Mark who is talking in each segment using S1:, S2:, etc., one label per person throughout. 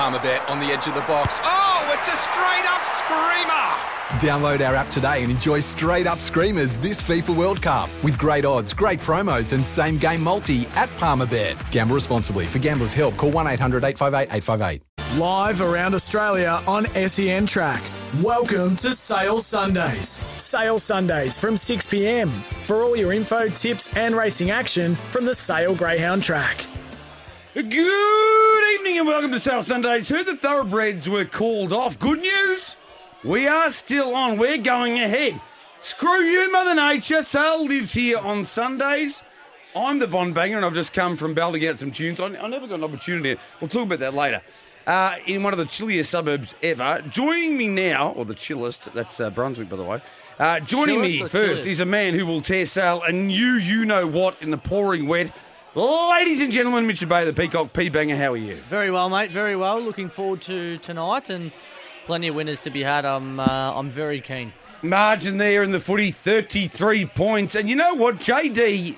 S1: Palmerbet on the edge of the box. Oh, it's a straight up screamer! Download our app today and enjoy straight up screamers this FIFA World Cup with great odds, great promos, and same game multi at Palmerbet. Gamble responsibly. For gamblers' help, call 1 800 858 858.
S2: Live around Australia on SEN Track. Welcome to Sale Sundays. Sale Sundays from 6 pm. For all your info, tips, and racing action from the Sale Greyhound track.
S3: Good evening and welcome to South Sundays. Heard the thoroughbreds were called off. Good news, we are still on. We're going ahead. Screw you, Mother Nature. Sale lives here on Sundays. I'm the Bond Banger and I've just come from Bell to get some tunes. I, I never got an opportunity. We'll talk about that later. Uh, in one of the chilliest suburbs ever. Joining me now, or the chillest, that's uh, Brunswick, by the way. Uh, joining
S4: Chillest
S3: me
S4: or
S3: first
S4: chillest?
S3: is a man who will tear Sale a new you know what in the pouring wet. Ladies and gentlemen, Mitchell Bay, the Peacock P Banger, how are you?
S4: Very well, mate. Very well. Looking forward to tonight and plenty of winners to be had. I'm uh, I'm very keen.
S3: Margin there in the footy, 33 points. And you know what, JD?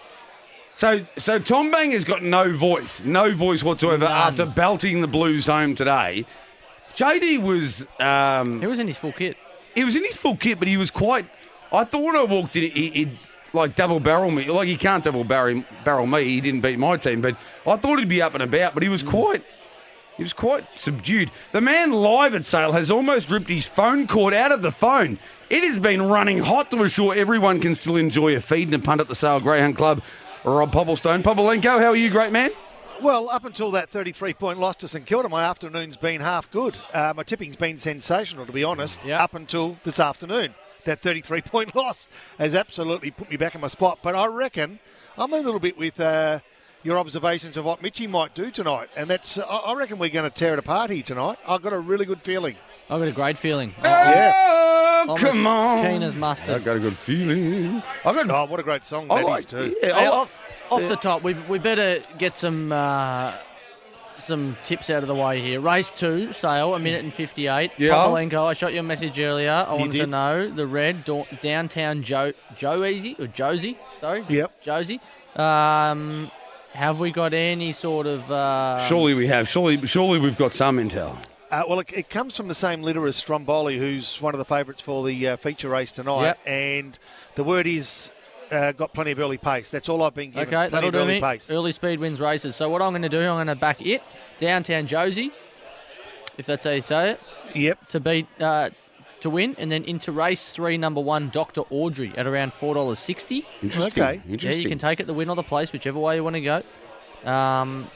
S3: So, so Tom Bang has got no voice, no voice whatsoever
S4: None.
S3: after belting the Blues home today. JD was, um,
S4: He was in his full kit.
S3: he was in his full kit, but he was quite. I thought when I walked in, he, he'd like double barrel me. Like he can't double barrel barrel me. He didn't beat my team, but I thought he'd be up and about. But he was quite. He was quite subdued. The man live at sale has almost ripped his phone cord out of the phone. It has been running hot to assure everyone can still enjoy a feed and a punt at the Sale Greyhound Club. Rob Popplestone, Popolenko, how are you, great man?
S5: Well, up until that 33 point loss to St Kilda, my afternoon's been half good. Uh, my tipping's been sensational, to be honest,
S4: Yeah.
S5: up until this afternoon. That 33 point loss has absolutely put me back in my spot. But I reckon I'm a little bit with uh, your observations of what Mitchy might do tonight. And that's, I- I reckon we're going to tear it apart here tonight. I've got a really good feeling.
S4: I've got a great feeling.
S3: Oh,
S4: I'm as
S3: come on!
S4: Keen as mustard.
S3: I got a good feeling. I got.
S5: Oh, what a great song that
S3: I
S5: is
S3: like.
S5: too.
S3: Yeah, I
S4: Hey, oh,
S3: like-
S4: off, off the top, we, we better get some uh, some tips out of the way here. Race two, sale, a minute and 58.
S3: Yeah.
S4: Popolenko, I shot you a message earlier. I wanted to
S3: did.
S4: know the red do- downtown Joe Joe Easy or Josie, sorry.
S5: Yep.
S4: Josie. Um, have we got any sort of uh,
S3: Surely we have. Surely, surely we've got some intel.
S5: Uh, well, it, it comes from the same litter as Stromboli, who's one of the favourites for the uh, feature race tonight.
S4: Yep.
S5: And the word is uh, got plenty of early pace. That's all I've been given.
S4: Okay,
S5: plenty
S4: that'll
S5: of
S4: do
S5: early
S4: me.
S5: pace.
S4: Early speed wins races. So what I'm going to do, I'm going to back it downtown Josie, if that's how you say it,
S5: Yep.
S4: to beat uh, to win, and then into race three, number one, Doctor Audrey at around four dollars sixty.
S3: Interesting.
S5: Okay.
S4: Yeah,
S3: Interesting.
S4: you can take it the win or the place, whichever way you want to go. Um,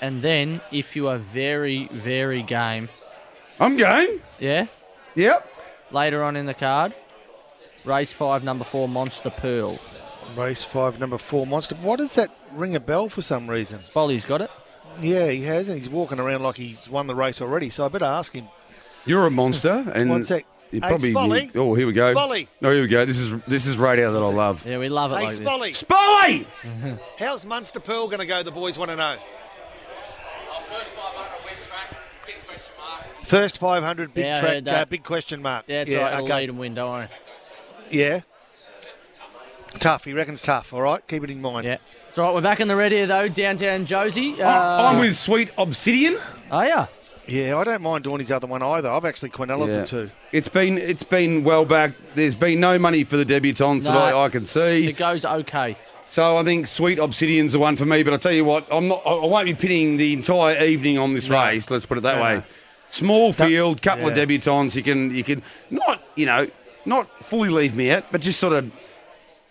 S4: and then if you are very very game,
S3: I'm game.
S4: yeah,
S3: Yep.
S4: later on in the card, race five, number four, Monster Pearl.
S5: Race five, number four, Monster. Why does that ring a bell for some reason?
S4: Bolly's got it.
S5: Yeah, he has, and he's walking around like he's won the race already. So I better ask him.
S3: You're a monster. And
S5: One sec.
S3: you
S5: Hey,
S3: probably.
S5: Spolly.
S3: oh, here we go.
S5: Spolly.
S3: Oh, here we go. This is this is radio that I love.
S4: Yeah, we love it
S5: Hey,
S4: like this.
S5: Spolly,
S3: Spolly.
S5: how's Munster Pearl going to go? The boys want to know. First 500 big
S4: Yeah, I
S5: track,
S4: heard that.
S5: uh, big question mark.
S4: Yeah, it's
S5: yeah,
S4: all right. We'll
S5: okay.
S4: lead and win, don't worry.
S5: Yeah. Tough. He reckons tough. All right. Keep it in mind.
S4: Yeah. It's all right. We're back in the red here, though. Downtown Josie. Uh,
S3: I'm with Sweet Obsidian.
S4: Oh, yeah.
S5: Yeah, I don't mind doing his other one either. I've actually quinella the two.
S3: It's been it's been well back. There's been no money for the debutants
S4: No.
S3: that I, I can see.
S4: It goes okay.
S3: So I think Sweet Obsidian's the one for me. But I tell you what, I'm not. I I won't be pitting the entire evening on this
S5: No.
S3: race. Let's put it that
S5: No,
S3: way.
S5: no.
S3: Small field, couple of
S5: yeah.
S3: debutants. You can you can not you know not fully leave me out, but just sort of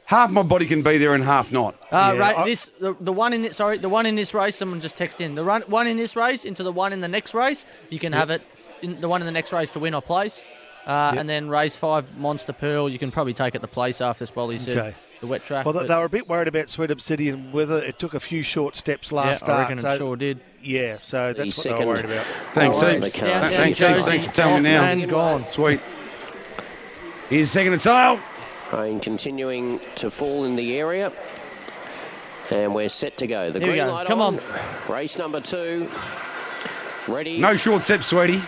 S3: half my body can be there and half not.
S4: Uh,
S5: Yeah,
S4: right,
S5: I-
S4: this the, the one in this sorry the one in this race. Someone just texted in the run, one in this race into the one in the next race. You can have it in the one in the next race to win or place, uh, and then race five Monster Pearl. You can probably take it the place after Spolly said
S5: Okay.
S4: the wet track.
S5: Well, they,
S4: but-
S5: they were a bit worried about Sweet Obsidian whether it took a few short steps
S4: yeah,
S5: last
S4: I
S5: start.
S4: reckon
S5: so,
S4: it sure did.
S5: Yeah, so that's what they were
S6: seconds.
S5: worried about.
S3: Thanks,
S6: Alright,
S3: Steve.
S6: McCann.
S3: Th-
S4: Downtown
S3: Thanks, Steve.
S4: Josie,
S3: Thanks for telling me
S4: off
S3: now.
S4: and gone.
S3: Sweet. Here's second and sale.
S6: Rain continuing to fall in the area. And we're set to go. The
S4: Here we
S6: green
S4: go.
S6: light
S4: Come on.
S6: Race number two. Ready.
S3: No short steps, sweetie.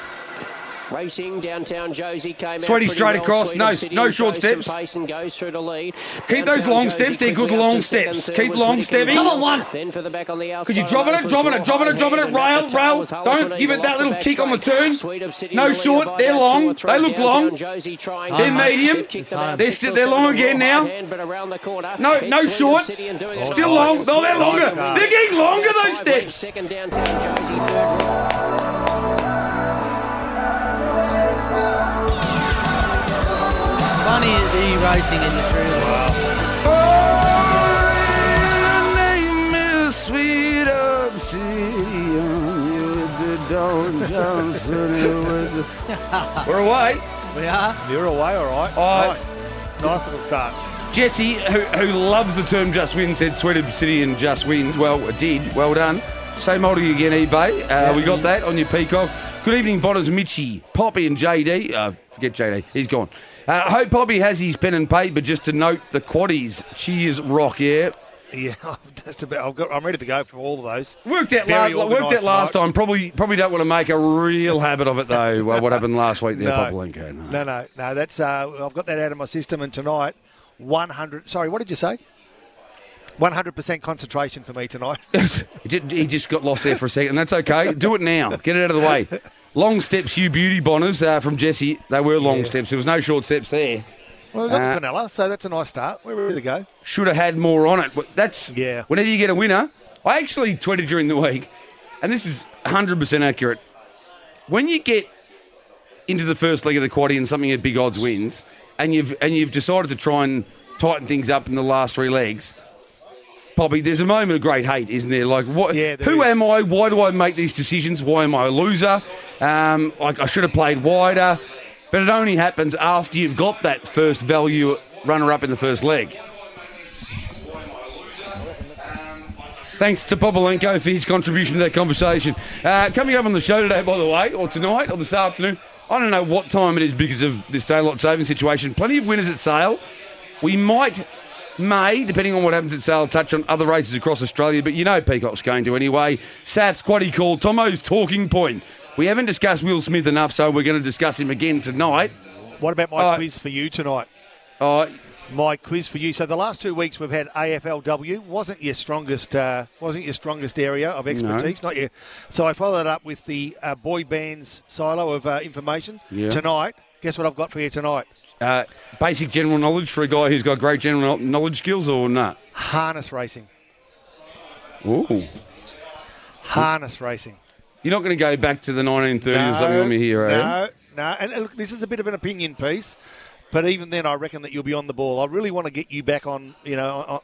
S6: Racing downtown Josie came
S3: Sweaty
S6: out pretty
S3: straight
S6: well.
S3: across,
S6: Sweet
S3: no-
S6: of City
S3: no
S6: shows
S3: short
S6: some
S3: steps.
S6: Pace and goes through to lead.
S3: Keep
S6: Downtown
S3: those long
S6: Josie
S3: steps, they're
S6: quickly
S3: good
S6: up
S3: long
S6: to second.
S3: steps.
S6: Third
S3: Keep
S6: was
S3: long
S6: Whittaker
S3: stepping.
S6: Moore.
S4: Come on, one.
S6: Then for the back on the outside.
S3: 'Cause you're dropping it,
S6: Rose was
S3: dropping it,
S6: Moore
S3: dropping it, dropping it.
S6: high-handed at
S3: Rail,
S6: the tail
S3: rail.
S6: was Hull
S3: Don't
S6: Hood
S3: give it
S6: Eagle
S3: that
S6: off the
S3: little
S6: back
S3: kick on the
S6: straight.
S3: turn.
S6: Sweet of City
S3: No
S6: in the lead
S3: short,
S6: by
S3: they're
S6: about
S3: long,
S6: two or three.
S3: they look
S6: Downtown
S3: long.
S6: Josie trying
S4: They're
S6: hard.
S3: medium.
S6: They've kicked them
S4: They're
S6: out six
S3: still-
S6: or
S3: they're
S6: seven
S3: long again
S6: more
S3: now.
S6: high-hand, but around the corner.
S3: No,
S6: It's
S3: no
S6: Sweet of
S3: short.
S6: City and doing it
S3: Still
S6: nice.
S3: long. No, they're longer. They're getting longer, those
S6: Five
S3: steps.
S6: lengths, Second downtown Josie, third Royal.
S4: Funny is the racing industry.
S3: We're away.
S4: We are.
S5: You're away, all right.
S3: Oh,
S5: nice. Nice little start.
S3: Jetty, who, who loves the term just win, said Sweet Obsidian just wins. Well, it did. Well done. Same old again, eBay. Uh, We got that on your peacock. Good evening, Bonners, Mitchy, Poppy, and JD. Uh, forget JD, he's gone. Uh, hope Poppy has his pen and paper just to note the quaddies. Cheers, rock, yeah.
S5: Yeah, I'm just about. I've got, I'm ready to go for all of those.
S3: Worked out,
S5: Very
S3: la- worked out
S5: organised
S3: last
S5: tonight.
S3: time. Probably probably don't want to make a real habit of it, though. Well, what happened last week there,
S5: No.
S3: Popolinko? No.
S5: No, no, no. That's uh, I've got that out of my system. And tonight, 100. Sorry, what did you say? 100% concentration for me tonight.
S3: he, did, he just got lost there for a second. That's okay. Do it now. Get it out of the way. Long steps, you beauty bonners uh, from Jesse. They were long steps. There was no short steps there.
S5: well, we've got
S3: Uh,
S5: the vanilla, so that's a nice start. We're ready to go.
S3: Should have had more on it. But That's
S5: Yeah.
S3: Whenever you get a winner, I actually tweeted during the week, and this is 100% accurate. When you get into the first leg of the quaddy and something at big odds wins, and you've and you've decided to try and tighten things up in the last three legs. Poppy, there's a moment of great hate, isn't there? Like, what?
S5: Yeah, there
S3: who
S5: is.
S3: am I? Why do I make these decisions? Why am I a loser? Um, like, I should have played wider, but it only happens after you've got that first value runner-up in the first leg. Thanks to Popolenko for his contribution to that conversation. Uh, coming up on the show today, by the way, or tonight, or this afternoon, I don't know what time it is because of this daylight saving situation. Plenty of winners at sale. We might, may, depending on what happens at sale, touch on other races across Australia, but you know Peacock's going to anyway. Saf's quaddy call, Tomo's talking point. We haven't discussed Will Smith enough, so we're going to discuss him again tonight.
S5: What about my
S3: All right.
S5: quiz for you tonight?
S3: Uh,
S5: My quiz for you. So the last two weeks we've had AFLW. wasn't your strongest uh, wasn't your strongest area of expertise. Not your. So I followed it up with the uh, boy bands silo of uh, information
S3: Yeah.
S5: tonight. Guess what I've got for you tonight?
S3: uh, basic general knowledge for a guy who's got great general knowledge skills or not?
S5: Harness racing.
S3: Ooh.
S5: Harness racing.
S3: You're not going to go back to the 1930s or something on me here, are you?
S5: No, no. And uh, look, this is a bit of an opinion piece, but even then, I reckon that you'll be on the ball. I really want to get you back on. You know. on-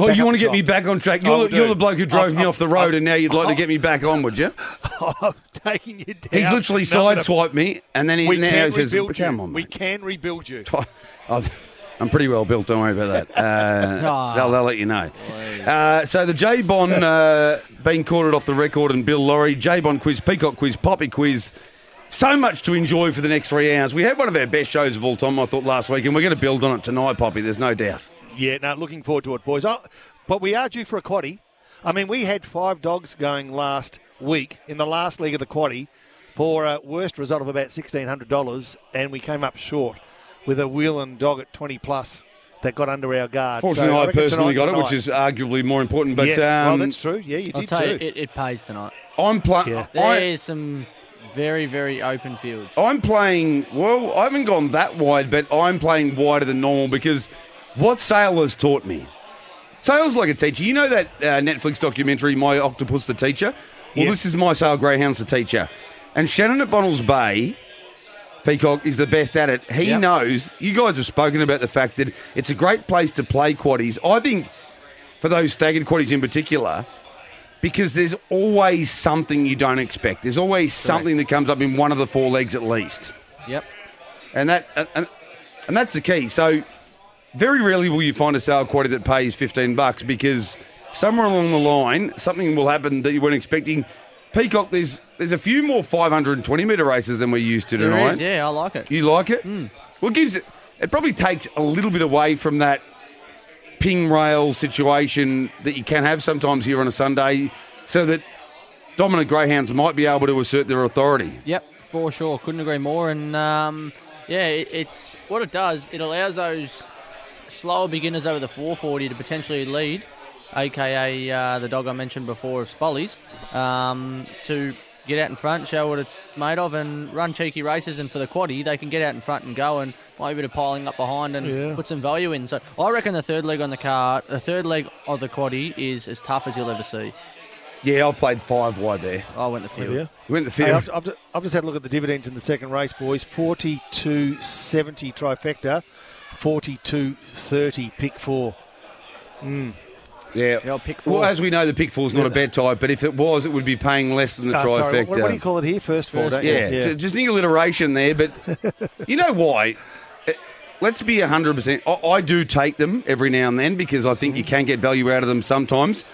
S3: Oh,
S5: back
S3: you
S5: up
S3: want to
S5: the
S3: get me
S5: top.
S3: back on track?
S5: I
S3: You're,
S5: will
S3: the- you're
S5: do.
S3: the bloke who drove
S5: I'll-
S3: me
S5: I'll-
S3: off the road,
S5: I'll-
S3: and now you'd like
S5: I'll-
S3: to get me back on, would you?
S5: I'm taking you down.
S3: He's literally
S5: No, I'm gonna-
S3: sideswiped me, and then he
S5: We
S3: now
S5: can
S3: says,
S5: rebuild you.
S3: "Come on,
S5: we
S3: mate."
S5: can rebuild you.
S3: Oh, I'm pretty well built. Don't worry about that. Uh, they'll, they'll let you know. Uh, so the J Bon uh, being courted off the record, and Bill Laurie J Bon quiz, Peacock quiz, Poppy quiz. So much to enjoy for the next three hours. We had one of our best shows of all time, I thought, last week, and we're going to build on it tonight, Poppy. There's no doubt.
S5: Yeah, no, looking forward to it, boys. Oh, but we are due for a quaddy. I mean, we had five dogs going last week in the last leg of the quaddy for a worst result of about $1,600, and we came up short with a wheel and dog at 20 plus that got under our guard. So
S3: Fortunately, I
S5: reckon
S3: personally got
S5: tonight's
S3: it,
S5: the
S3: which
S5: night.
S3: is arguably more important. But
S5: yes,
S3: um,
S5: well, that's true. Yeah, you
S4: I'll
S5: did
S4: tell you,
S5: too.
S4: it, it pays tonight.
S3: I'm playing.
S5: Yeah.
S4: There is some very, very open fields.
S3: I'm playing. Well, I haven't gone that wide, but I'm playing wider than normal because what Sale has taught me. Sale's like a teacher. You know that uh, Netflix documentary, My Octopus the Teacher. Well,
S5: Yes.
S3: this is My Sale Greyhounds the Teacher, and Shannon at Bonnell's Bay. Peacock is the best at it. He
S4: Yep.
S3: knows. You guys have spoken about the fact that it's a great place to play quaddies. I think for those staggered quaddies in particular, because there's always something you don't expect. There's always something that comes up in one of the four legs at least,
S4: Yep.
S3: and that and- and, and that's the key. So very rarely will you find a sale quaddie that pays 15 bucks because somewhere along the line something will happen that you weren't expecting. Peacock, there's there's a few more 520 meter races than we're used to
S4: There
S3: tonight.
S4: is, yeah, I like it.
S3: You like it? Well, it gives it. It probably takes a little bit away from that ping rail situation that you can have sometimes here on a Sunday, so that dominant greyhounds might be able to assert their authority.
S4: Yep. for sure. Couldn't agree more. And um, yeah, it, it's what it does. It allows those slower beginners over the 440 to potentially lead, aka uh, the dog I mentioned before of Spolly's, um, to get out in front, show what it's made of, and run cheeky races. And for the quaddy, they can get out in front and go, and might be a bit of piling up behind and put some value in. So I reckon the third leg on the cart, the third leg of the quaddy is as tough as you'll ever see.
S3: Yeah, I played five wide there.
S4: I went the field.
S3: You went the
S5: Hey,
S3: field.
S5: I've, I've, just, I've just had a look at the dividends in the second race, boys. 42.70 trifecta, 42.30 pick four.
S3: yeah.
S4: Yeah, I'll pick four.
S3: Well, as we know, the pick four's not a bad type, but if it was, it would be paying less than the
S5: Ah,
S3: trifecta.
S5: sorry, what, what do you call it here? First four, don't you?
S3: Yeah, j- just think alliteration there, but you know why? Uh, Let's be 100%. I, I do take them every now and then because I think you can get value out of them sometimes.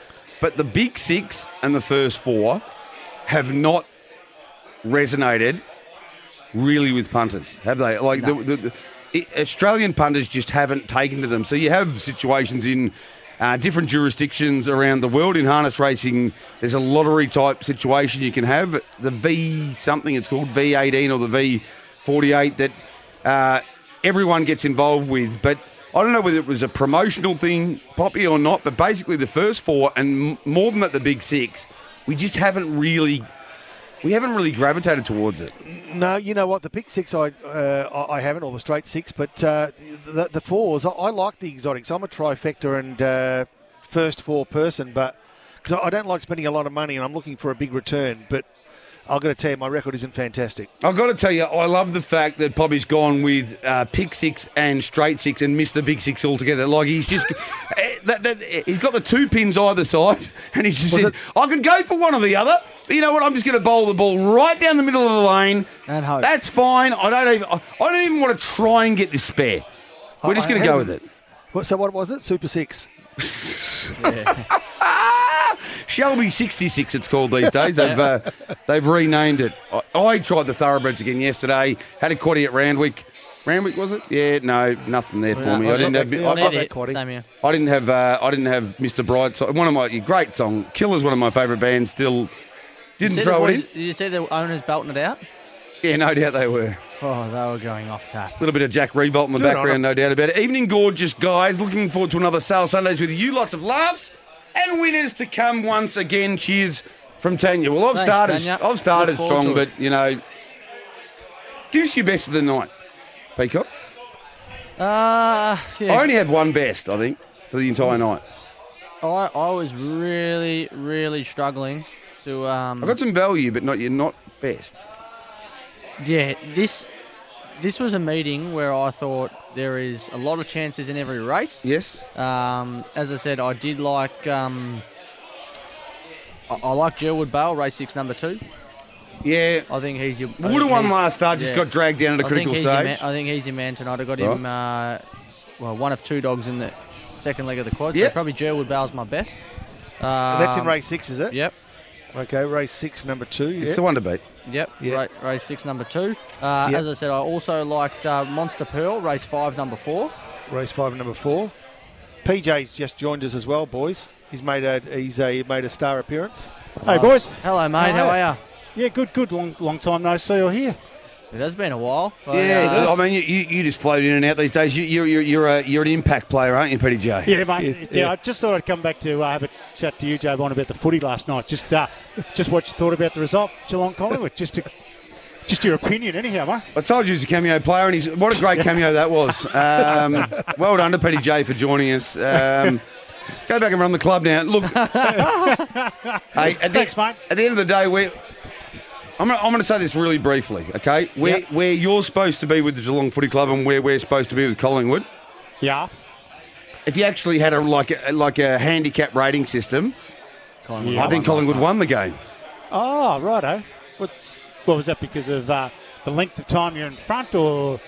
S3: But the big six and the first four have not resonated really with punters, have they? Like the, the, the i- Australian punters just haven't taken to them. So you have situations in uh, different jurisdictions around the world in harness racing. There's a lottery type situation you can have the V something it's called V eighteen or the V forty eight that uh, everyone gets involved with, but. I don't know whether it was a promotional thing, Poppy, or not, but basically the first four, and m- more than that, the big six, we just haven't really, we haven't really gravitated towards it.
S5: No, you know what? The pick six, I uh, I I haven't, or the straight six, but uh, the, the fours, I, I like the exotics. I'm a trifecta and uh, first four person, but because I, I don't like spending a lot of money and I'm looking for a big return, but I've got to tell you, my record isn't fantastic.
S3: I've got to tell you, I love the fact that Bobby's gone with uh, pick six and straight six and missed the big six altogether. Like he's just, eh, that, that, eh, he's got the two pins either side, and he's just said, I could go for one or the other. But you know what? I'm just going to bowl the ball right down the middle of the lane.
S4: And hope.
S3: That's fine. I don't even, I, I don't even want to try and get this spare. We're
S4: Uh,
S5: I-
S3: just
S5: I
S3: going to go with
S5: haven't-
S3: it.
S5: What, so what was it? Super six.
S3: Shelby 66, it's called these days. They've uh, they've renamed it. I, I tried the thoroughbreds again yesterday. Had a quaddy at Randwick. Randwick was it? Yeah, no, nothing there for me. I didn't have.
S5: I've got
S3: I,
S5: that quaddy.
S4: Same here.
S3: I didn't have. Uh, I didn't have Mr. Bright. So one of my great song. Killer's one of my favourite bands. Still didn't
S4: See the
S3: throw it
S4: boys-
S3: in.
S4: Did you see the owners belting it out?
S3: Yeah, no doubt they were.
S4: Oh, they were going off tap.
S3: A little bit of Jack Revolt in the
S5: Good on
S3: background, no doubt about it. Evening, gorgeous guys. Looking forward to another Sale Sundays with you. Lots of laughs and winners to come once again. Cheers from Tanya. Well, I've
S4: Thanks,
S3: started.
S4: Tanya.
S3: I've started
S4: Look forward
S3: strong,
S4: to it.
S3: but you know, give us your best of the night, Peacock.
S4: Uh,
S3: I
S4: yeah.
S3: only have one best, I think, for the entire night.
S4: I, I was really, really struggling to. Um,
S3: I've got some value, but not your not best.
S4: yeah, this this was a meeting where I thought there is a lot of chances in every race.
S3: Yes.
S4: Um, as I said, I did like. Um, I, I like Gerwood Bale, race six, number two.
S3: Yeah.
S4: I think he's your. I
S3: Would have
S4: think
S3: won
S4: he's-
S3: last start, just
S4: yeah.
S3: got dragged down at a
S4: I
S3: critical
S4: think he's your
S3: stage.
S4: man- I think he's your man tonight. I got
S3: Right.
S4: him, uh, well, one of two dogs in the second leg of the quad.
S3: Yeah.
S4: So probably Gerwood Bale's my best. Um,
S5: And that's in race six, is it?
S4: Yep,
S5: Okay, race six, number two.
S3: It's
S5: Yeah.
S3: the one to beat.
S4: yep.
S5: Yeah.
S4: Ra- race six, number two. Uh,
S5: Yeah.
S4: As I said, I also liked uh, Monster Pearl, race five, number four.
S5: Race five, number four. PJ's just joined us as well, boys. He's made a he's a made a star appearance.
S7: Hey boys.
S4: Hello, mate. How,
S7: How are
S4: are
S7: Yeah, good, good. Long, long time no see or hear.
S4: you? It has been a while. but,
S3: Yeah,
S4: uh,
S3: I mean, you, you, you just float in and out these days. You, you're, you're, you're, a, you're an impact player, aren't you, Petty J?
S7: Yeah, mate.
S5: Yes,
S7: yeah,
S5: yeah.
S7: I just thought I'd come back to uh, have a chat to you, Joe, on about the footy last night. Just, uh, just what you thought about the result, Geelong Collingwood. Just, to, just your opinion, anyhow, mate.
S3: I told you he's a cameo player, and he's what a great cameo that was. Um, well done to Petty J for joining us. Um, go back and run the club now. Look, Hey, at the-
S7: Thanks, mate.
S3: At the end of the day, we're. I'm going to I'm gonna say this really briefly, okay? Where,
S7: Yep.
S3: where you're supposed to be with the Geelong Footy Club and where we're supposed to be with Collingwood,
S7: Yeah.
S3: if you actually had a like a, like a handicap rating system,
S4: Collingwood
S3: I think
S4: won last
S3: Collingwood
S4: night.
S3: won the game.
S7: Oh, righto. What's what was that? Because of uh, the length of time you're in front, or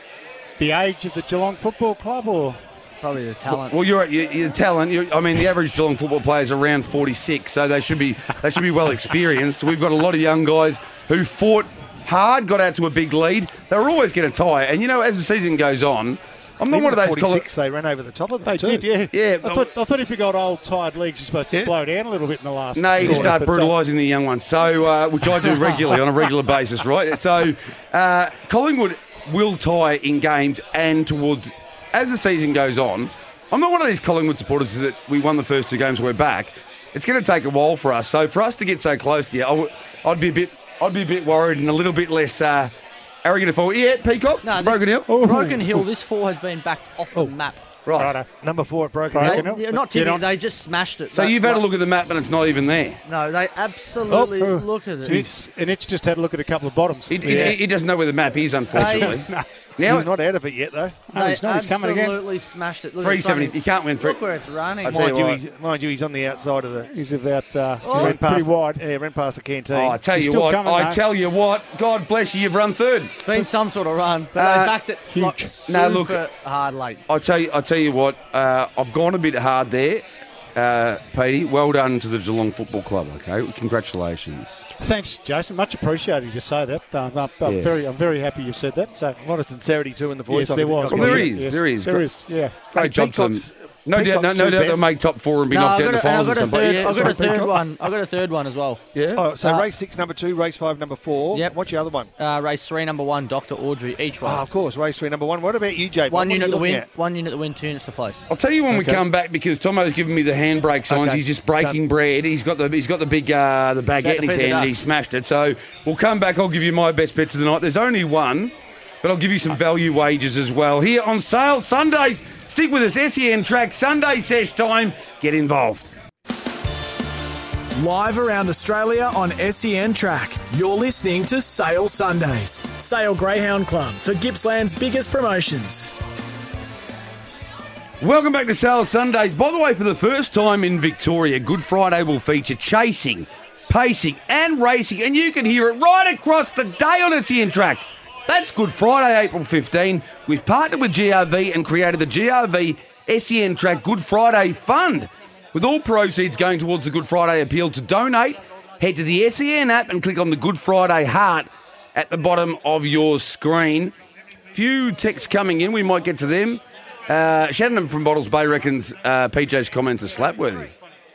S7: the age of the Geelong Football Club, or
S4: Probably the talent.
S3: Well, you're you're, you're talent. You're, I mean, the average Geelong football player is around 46, so they should be they should be well experienced. We've got a lot of young guys who fought hard, got out to a big lead. They were always going to tie, and you know, as the season goes on, I'm not
S5: Even
S3: one of
S5: at
S3: those. Color-
S5: 46, they ran over the top of
S7: They
S5: them too.
S7: did, yeah.
S3: Yeah,
S7: I
S3: but-
S7: thought, I thought if you got old tired legs, you're supposed to
S5: Yes.
S7: slow down a little bit in the last.
S3: No, you
S7: quarter,
S3: start
S7: but, uh,
S3: brutalising the young ones, so uh, which I do regularly on a regular basis, right? So uh, Collingwood will tie in games and towards as the season goes on. I'm not one of these Collingwood supporters that we won the first two games, we're back. It's going to take a while for us. So for us to get so close to you, I w- I'd be a bit, I'd be a bit worried and a little bit less uh, arrogant if I were. Yeah, Peacock,
S4: No, this- Oh.
S3: broken hill. Oh.
S4: Broken Hill. This four has been backed off the map.
S3: Right.
S7: righto.
S5: uh, Number four at Broken
S7: Right.
S5: Hill.
S4: They,
S7: Broken Hill?
S4: they're not
S7: You
S4: tipping.
S7: don't-
S4: They just smashed it.
S3: So
S4: They-
S3: you've had a look at the map and it's not even there.
S4: No, they absolutely
S7: Oh.
S4: look at it.
S7: He's- and it's just had a look at a couple of bottoms.
S3: He, he- he doesn't know where the map is, unfortunately. now
S5: He's not out of it yet, though.
S7: No,
S4: they
S7: he's not. He's coming again.
S4: absolutely smashed it. Look at it,
S3: three seventy.
S4: Sonny.
S3: You can't win three.
S4: Look where it's running.
S3: I tell
S5: Mind
S3: you
S5: you,
S3: what.
S5: he's, mind you, he's on the outside of the.
S7: He's about uh,
S5: ran
S7: pretty
S5: past,
S7: wide.
S5: Yeah, ran past the canteen.
S3: Oh, I tell
S7: He's
S3: you
S7: still
S3: what,
S7: coming,
S3: I
S7: though.
S3: tell you what, God bless you, you've run third.
S4: It's been some sort of run, but
S3: Uh,
S4: they backed it like, super
S3: No, look-
S4: hard late.
S3: I tell you, I tell you what, uh, I've gone a bit hard there, uh, Petey. Well done to the Geelong Football Club. Okay, congratulations.
S7: Thanks, Jason. Much appreciated you to say that. Uh, I'm, I'm
S3: Yeah.
S7: very, I'm very happy you said that. So
S5: A lot of sincerity too in the voice.
S7: yes, there was.
S3: Well, there
S7: wasn't
S3: is,
S7: it? Yes,
S3: there is.
S7: There is. Yeah.
S3: Great job, to them.
S5: Peacock's-
S3: No doubt, no,
S5: Peacock's
S3: no
S5: two
S3: doubt they'll
S5: best.
S3: make top four and be
S4: No,
S3: knocked out in
S4: I've
S3: the
S4: got a-
S3: finals
S4: and
S3: or
S4: I've got a
S3: something.
S4: third-
S3: yeah,
S4: I've got a
S3: sorry,
S4: third
S3: Peacock.
S4: one. I've got a third one as well.
S3: Yeah.
S5: Oh,
S7: Uh,
S5: so race six, number two. Race five, number four.
S4: Yep.
S5: What's your other one?
S4: Uh, race three, number one, Doctor Audrey. Each
S5: Oh,
S4: one.
S5: of course, race three, number one. What about you, Jay?
S4: One
S5: What are
S4: unit
S5: you
S4: the
S5: looking
S4: win.
S5: at?
S4: One unit the win. Two units to place.
S3: I'll tell you when we
S7: Okay.
S3: come back because Tomo's giving me the handbrake signs.
S5: Okay.
S3: He's just breaking bread. He's got the he's got the big uh, the baguette in his
S4: feed it
S3: hand.
S4: up.
S3: He smashed it. So we'll come back. I'll give you my best bets of the night. There's only one, but I'll give you some value wages as well here on sale Sundays. Stick with us. Sen track Sunday sesh time. Get involved.
S2: Live around Australia on SEN Track, you're listening to Sale Sundays, Sale Greyhound Club for Gippsland's biggest promotions.
S3: Welcome back to Sale Sundays. By the way, for the first time in Victoria, Good Friday will feature chasing, pacing, and racing, and you can hear it right across the day on SEN track. That's Good Friday, April 15. We've partnered with GRV and created the GRV SEN E Track Good Friday Fund, with all proceeds going towards the Good Friday appeal. To donate, head to the SEN app and click on the Good Friday heart at the bottom of your screen. Few texts coming in. We might get to them. Uh, Shannon from Bottles Bay reckons uh, PJ's comments are slapworthy.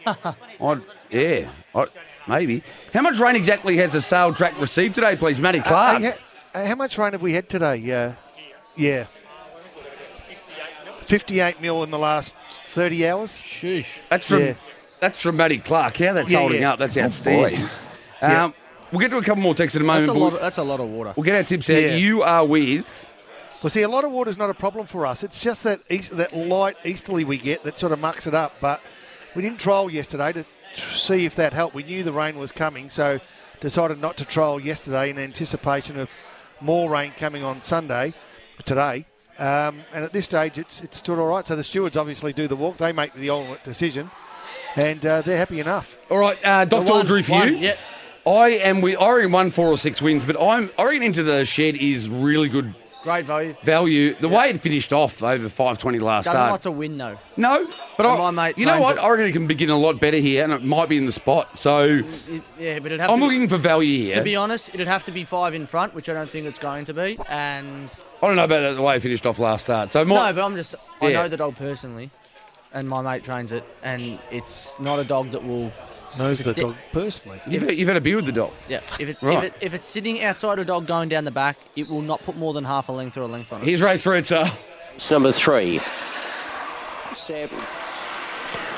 S3: I'd, yeah, i maybe. How much rain exactly has the sale track received today, please, Matty
S5: Uh,
S3: Clark?
S5: hey, ha- how much rain have we had today? Yeah, yeah. Fifty-eight mil in the last thirty hours.
S4: Sheesh.
S3: that's from
S5: yeah.
S3: that's from Matty Clark. How that's
S5: Yeah,
S3: holding
S5: yeah.
S3: up? That's
S5: Oh, boy.
S3: outstanding. Um,
S5: Yeah.
S3: We'll get to a couple more texts in a moment.
S4: That's a
S3: but
S4: lot.
S3: we'll-
S4: That's a lot of water.
S3: we'll get our tips out.
S5: Yeah.
S3: You are with
S5: Well, see, a lot of water's not a problem for us. It's just that east, that light easterly we get that sort of mucks it up. But we didn't trial yesterday to t- see if that helped. We knew the rain was coming, so decided not to trial yesterday in anticipation of more rain coming on Sunday, today. Um, and at this stage, it's it's stood all right. So the stewards obviously do the walk. They make the ultimate decision, and uh, they're happy enough.
S3: all right, uh,
S4: The
S3: Doctor
S4: one-
S3: Audrey for
S4: one,
S3: you.
S4: Yep.
S3: I am with. I reckon one, four, or six wins, but I'm I reckon into the shed is really good
S4: Great value.
S3: value. The way it finished off over five twenty last
S4: Doesn't
S3: start.
S4: like to win though.
S3: No, but I,
S4: And my mate
S3: you know
S4: claims
S3: what?
S4: it.
S3: I reckon it can begin a lot better here, and it might be in the spot. So
S4: It- yeah, but it'd have
S3: I'm
S4: to.
S3: looking for value here.
S4: to be honest, it'd have to be five in front, which I don't think it's going to be. And
S3: I don't know about the way it finished off last start. So
S4: no,
S3: my,
S4: but I'm just. I
S3: Yeah.
S4: know the dog personally, and my mate trains it, and it's not a dog that will.
S5: Knows the
S4: dog
S5: personally.
S3: you've, you've had a beer with the dog.
S4: Yeah, if it's
S3: Right.
S4: if, it, if it's sitting outside a dog going down the back, it will not put more than half a length or a length on it.
S3: Here's race three, sir.
S6: It's number three. Sep.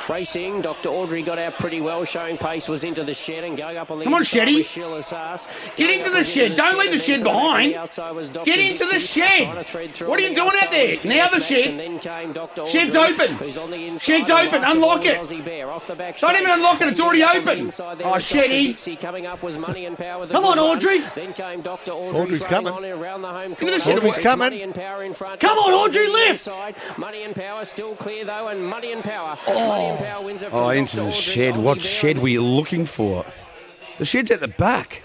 S6: Racing, Dr. Audrey got out pretty well, showing pace, was into the shed and going up on the
S3: Come on,
S6: inside
S3: Sheddy.
S6: was Sheila's ass.
S3: Get
S6: Going
S3: into
S6: up
S3: the
S6: and
S3: shed.
S6: into
S3: Don't leave
S6: and
S3: the shed
S6: then sort of
S3: behind.
S6: the outside was Dr.
S3: Get into the
S6: Dixie,
S3: shed.
S6: trying to thread through
S3: What are
S6: on
S3: you doing out
S6: outside
S3: there?
S6: was
S3: Now the
S6: Fierce Max,
S3: shed.
S6: and then came Dr.
S3: Shed's
S6: Audrey,
S3: open.
S6: who's on the inside.
S3: Shed's
S6: The
S3: open.
S6: last of
S3: Unlock
S6: all
S3: it.
S6: was Aussie Bear off the back
S3: Don't
S6: straight.
S3: even unlock it. It's already
S6: Up on the
S3: open.
S6: inside there
S3: Oh,
S6: was Dr.
S3: Sheddy.
S6: Dixie coming up was Money and Power with a
S4: Come
S6: good
S4: on,
S6: run.
S4: Audrey.
S6: Then came Dr. Audrey.
S5: Audrey's
S6: running
S5: coming.
S6: on around the home
S3: the
S6: corner.
S3: shed.
S5: Audrey's
S6: It's
S5: coming.
S6: Money and Power in front.
S3: Come on, Audrey,
S6: Dixie
S3: lift.
S6: side. Money and Power still clear though, and Money and Power. Money and Power wins it from
S3: Oh,
S6: Dr.
S3: into the
S6: Audrey.
S3: shed.
S6: Aussie
S3: What
S6: Bear
S3: shed
S6: and
S3: were you looking for? The shed's at the back.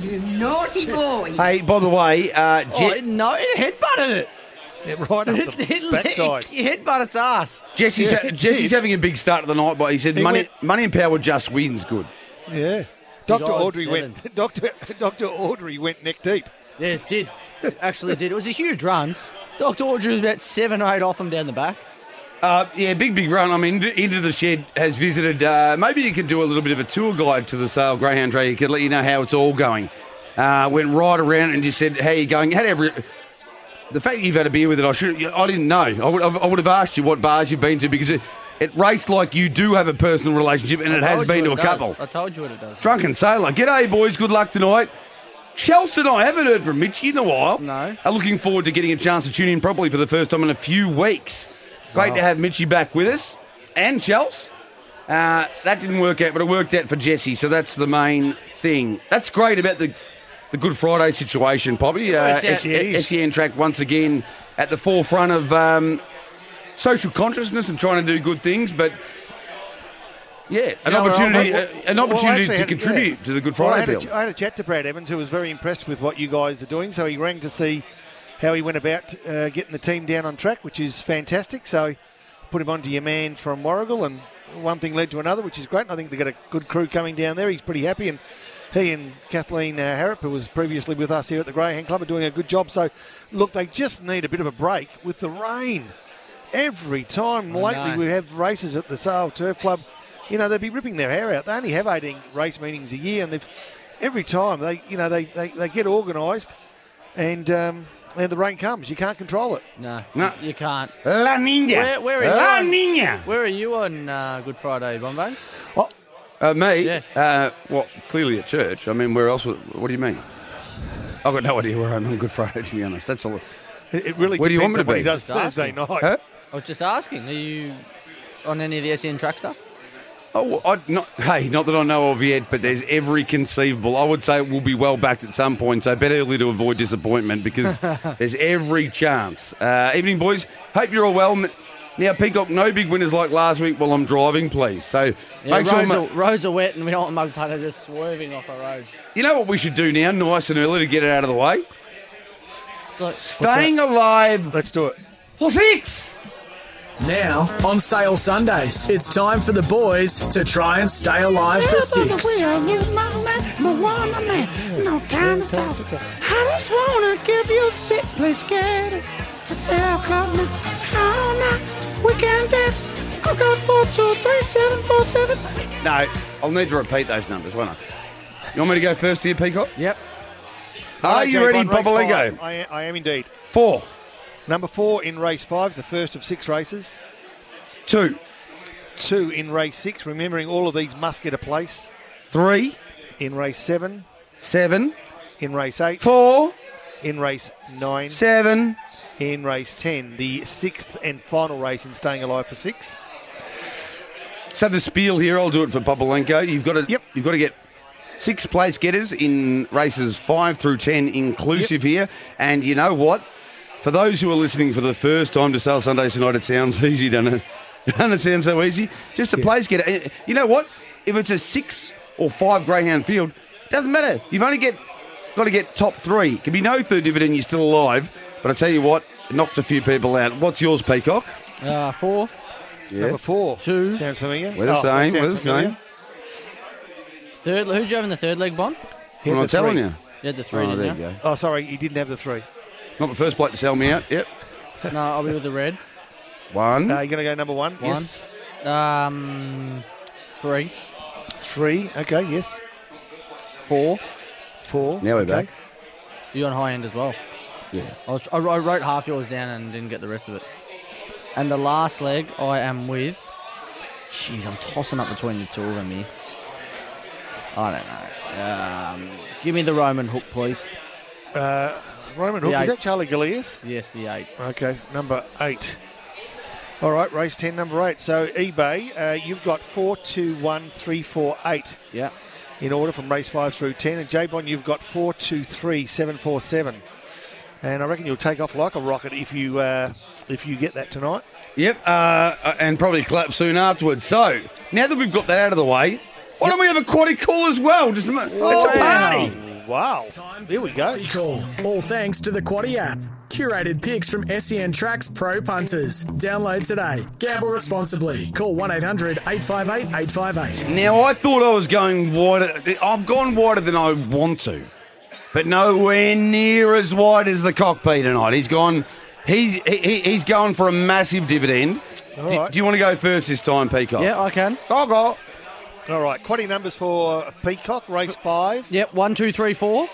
S8: You naughty boy.
S3: Hey, by the way, uh,
S4: Oh,
S3: Je-
S4: it- no, it headbutted it.
S5: Yeah, right up
S4: It,
S5: the
S4: it,
S5: backside.
S4: it, headbutt its ass.
S3: Jesse's,
S5: Yeah, it
S3: Jesse's
S5: did.
S3: having a big start to the night, but he said
S5: He
S3: money,
S5: went-
S3: money and power just wins. Good.
S5: Yeah. Dr.
S4: old
S5: Audrey went Dr. Dr. Audrey went neck deep.
S4: Yeah, it did. It actually did. It was a huge run. Dr. Audrey was about seven or eight off him down the back.
S3: Uh, yeah, big, big run. I mean, Into the Shed has visited. Uh, maybe you could do a little bit of a tour guide to the sale Greyhound Trade. He could let you know how it's all going. Uh, went right around and just said, how you going? Had every... The fact that you've had a beer with it, I should I didn't know. I would, I would have asked you what bars you've been to because it, it raced like you do have a personal relationship and it
S4: I
S3: has
S4: told
S3: been to
S4: you
S3: a
S4: what it does.
S3: couple.
S4: I told you what it does.
S3: Drunken Sailor. G'day, boys. Good luck tonight. Chelsea and I haven't heard from Mitch in a while.
S4: No.
S3: Are looking forward to getting a chance to tune in properly for the first time in a few weeks. Great to have Mitchy back with us and Chelsea. Uh, that didn't work out, but it worked out for Jesse, so that's the main thing. That's great about the the Good Friday situation, Poppy. Uh,
S4: worked out.
S3: SEN SEN track once again at the forefront of um, social consciousness and trying to do good things, but yeah, an
S4: know,
S3: opportunity,
S5: Well,
S3: a- an
S5: well,
S3: opportunity
S5: actually,
S3: to
S5: had-
S3: contribute
S5: yeah.
S3: to the Good
S5: Well, I
S3: Friday
S5: had a
S3: bill.
S5: ch- I had a chat to Brad Evans, who was very impressed with what you guys are doing. So he rang to see how he went about uh, getting the team down on track, which is fantastic. So put him onto your man from Warrigal, and one thing led to another, which is great. And I think they've got a good crew coming down there. He's pretty happy, and he and Kathleen uh, Harrop, who was previously with us here at the Greyhound Club, are doing a good job. So look, they just need a bit of a break with the rain. Every time lately
S4: know.
S5: we have races at the Sale Turf Club, you know, they'd be ripping their hair out. They only have 18 race meetings a year, and they've every time they, you know, they, they, they get organised, and um, and the rain comes. You can't control it.
S4: No,
S3: No.
S4: you can't.
S3: La Nina.
S4: Where- where are you
S3: La
S4: on-
S3: Nina.
S4: Where are you on uh, Good Friday, Bombay?
S3: Uh, me?
S4: Yeah.
S3: Uh, well, clearly at church. I mean, where else? would- What do you mean? I've got no idea where I'm on Good Friday, to be honest. That's a lot.
S5: It, it really
S3: Where do you want
S5: depends
S3: me to
S5: on what
S3: be?
S5: he does
S4: Just ask
S5: Thursday
S4: him.
S5: night.
S3: Huh?
S4: I was just asking. Are you on any of the SEN track stuff?
S3: Oh, well, I, not, hey, not that I know of yet, but there's every conceivable. I would say it will be well backed at some point, so bet early to avoid disappointment because there's every chance. Uh, evening, boys. Hope you're all well. N- Now, Peacock, no big winners like last week while I'm driving, please. So
S4: Yeah,
S3: make
S4: roads,
S3: sure. ma-
S4: are, roads are wet, and we don't want mug putter just swerving off the roads.
S3: you know what we should do now, nice and early, to get it out of the way?
S4: Look,
S3: Staying alive
S5: Let's do it.
S3: for six.
S2: Now, on sale Sundays, it's time for the boys to try and stay alive for six.
S3: No, I'll need to repeat those numbers, won't I? You want me to go first here, Peacock?
S4: Yep.
S3: Are you
S5: Jay
S3: ready,
S5: Bond, race
S3: Bobolingo?
S5: five. I, am- I am indeed.
S3: Four,
S5: Number four in race five, the first of six races.
S3: two,
S5: Two in race six, remembering all of these must get a place.
S3: three,
S5: In race seven,
S3: seven,
S5: in race eight,
S3: four,
S5: in race nine,
S3: seven,
S5: in race ten. The sixth and final race in staying alive for six.
S3: Let's have the spiel here. I'll do it for Bobolenko. You've got to.
S5: Yep.
S3: You've got to get six place getters in races five through ten inclusive here. And you know what? For those who are listening for the first time to Sale Sunday tonight, it sounds easy, doesn't it? doesn't it sound so easy? Just a place getter. Eh, You know what? If it's a six or five greyhound field, doesn't matter. You've only get got to get top three. It can be no third dividend. You're still alive. But I tell you what, it knocked a few people out. What's yours, Peacock?
S4: Uh, four,
S5: Number four.
S4: two,
S5: Sounds familiar.
S3: We're the
S5: Oh, that
S3: same. We're the
S5: sounds familiar.
S3: same.
S4: third. Who drove in the third leg, Bond?
S5: He had
S3: I'm
S5: the
S3: telling
S5: three.
S3: you.
S4: You had the three,
S3: Oh, there
S4: didn't
S3: you
S4: you?
S3: go.
S5: Oh, sorry, he didn't have the three.
S3: Not the first bloke to sell me out. Yep.
S4: No, I'll be with the red.
S3: One.
S5: Uh, you're going to go number one? Yes.
S4: Um, three,
S5: Three. Okay, yes.
S4: four.
S5: Four.
S3: now we're
S5: okay.
S3: back.
S4: You on high end as well.
S3: Yeah.
S4: I, was, I wr- I wrote half yours down and didn't get the rest of it. And the last leg, I am with. Jeez, I'm tossing up between the two of them here. I don't know. Um, give me the Roman hook, please.
S5: Roman
S4: The
S5: Hook. Is
S4: eight.
S5: that Charlie Galeas?
S4: Yes, the eight.
S5: Okay, number eight. All right, race 10, number eight. So, eBay, uh, you've got four, two, one, three, four, eight
S4: Yeah.
S5: in order from race five through 10. And J-Bon, you've got four, two, three, seven, four, seven. And I reckon you'll take off like a rocket if you uh, if you get that tonight.
S3: Yep. Uh, and probably collapse soon afterwards. So now that we've got that out of the way, why don't we have a quaddy call as well? Just a, mo-
S5: Oh,
S3: it's a party.
S5: Wow. Here we go.
S2: Be cool. All thanks to the Quaddy app. Curated picks from SEN Tracks Pro Punters. Download today. Gamble responsibly. Call 1 800 858 858.
S3: Now I thought I was going wider. I've gone wider than I want to, but nowhere near as wide as the cockpit tonight. He's gone He's he, he- he's going for a massive dividend. Do,
S5: right.
S3: do you want to go first this time, Peacock?
S4: Yeah, I can.
S3: I got.
S5: All right, quaddy numbers for Peacock, race five.
S4: Yep, one, two, three, four.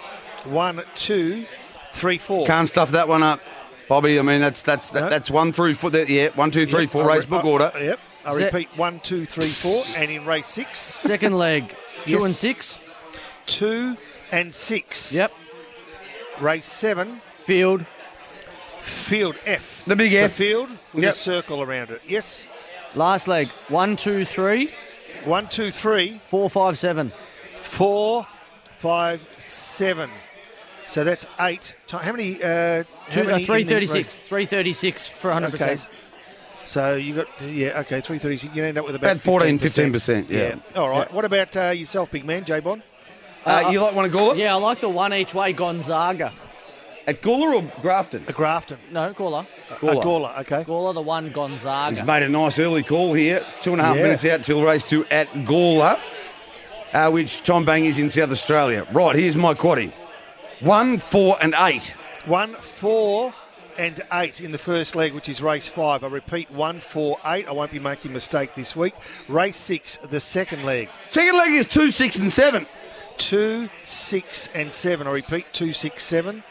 S5: One, two, three, four.
S3: Can't stuff that one up, Bobby. I mean, that's that's that,
S5: No.
S3: that's one through four. That, yeah, one, two, three,
S5: Yep,
S3: four.
S5: I re-
S3: Race book
S5: I-
S3: order.
S5: Yep. I
S4: Is it-
S5: repeat, one, two, three, four. And in race six,
S4: Second leg, two
S5: Yes.
S4: and six.
S5: two and six.
S4: Yep.
S5: Race seven,
S4: Field.
S5: field F.
S3: The big F.
S5: The field with
S3: Yep.
S5: a circle around it. Yes.
S4: Last leg, one, two, three,
S5: One, two, three,
S4: four, five, seven.
S5: four, five, seven. So that's eight. ti- How many? Uh,
S4: Two,
S5: how
S4: uh,
S5: many in the
S4: three thirty-six.
S5: race?
S4: Three thirty-six for hundred
S5: Okay.
S4: percent.
S5: So you got yeah okay three thirty six. You end up with about
S3: About 14,
S5: 15%.
S3: 15%, yeah.
S5: All right. What about uh, yourself, big man, J Bond?
S3: Uh, you like want to Gawler?
S4: Yeah, I like the one each way Gonzaga.
S3: At Gawler or Grafton?
S5: A Grafton.
S4: No, Gawler.
S5: A Gawler. Okay.
S4: Gawler, the one Gonzaga.
S3: He's made a nice early call here. Two and a half
S5: Yeah.
S3: minutes out till race two at Gawler, uh, which Tom Bang is in South Australia. Right, here's my quaddy. One, four, and eight.
S5: One, four, and eight in the first leg, which is race five. I repeat, one, four, eight. I won't be making a mistake this week. Race six, the second leg.
S3: Second leg is two, six, and seven.
S5: Two, six, and seven. I repeat, two, six, seven.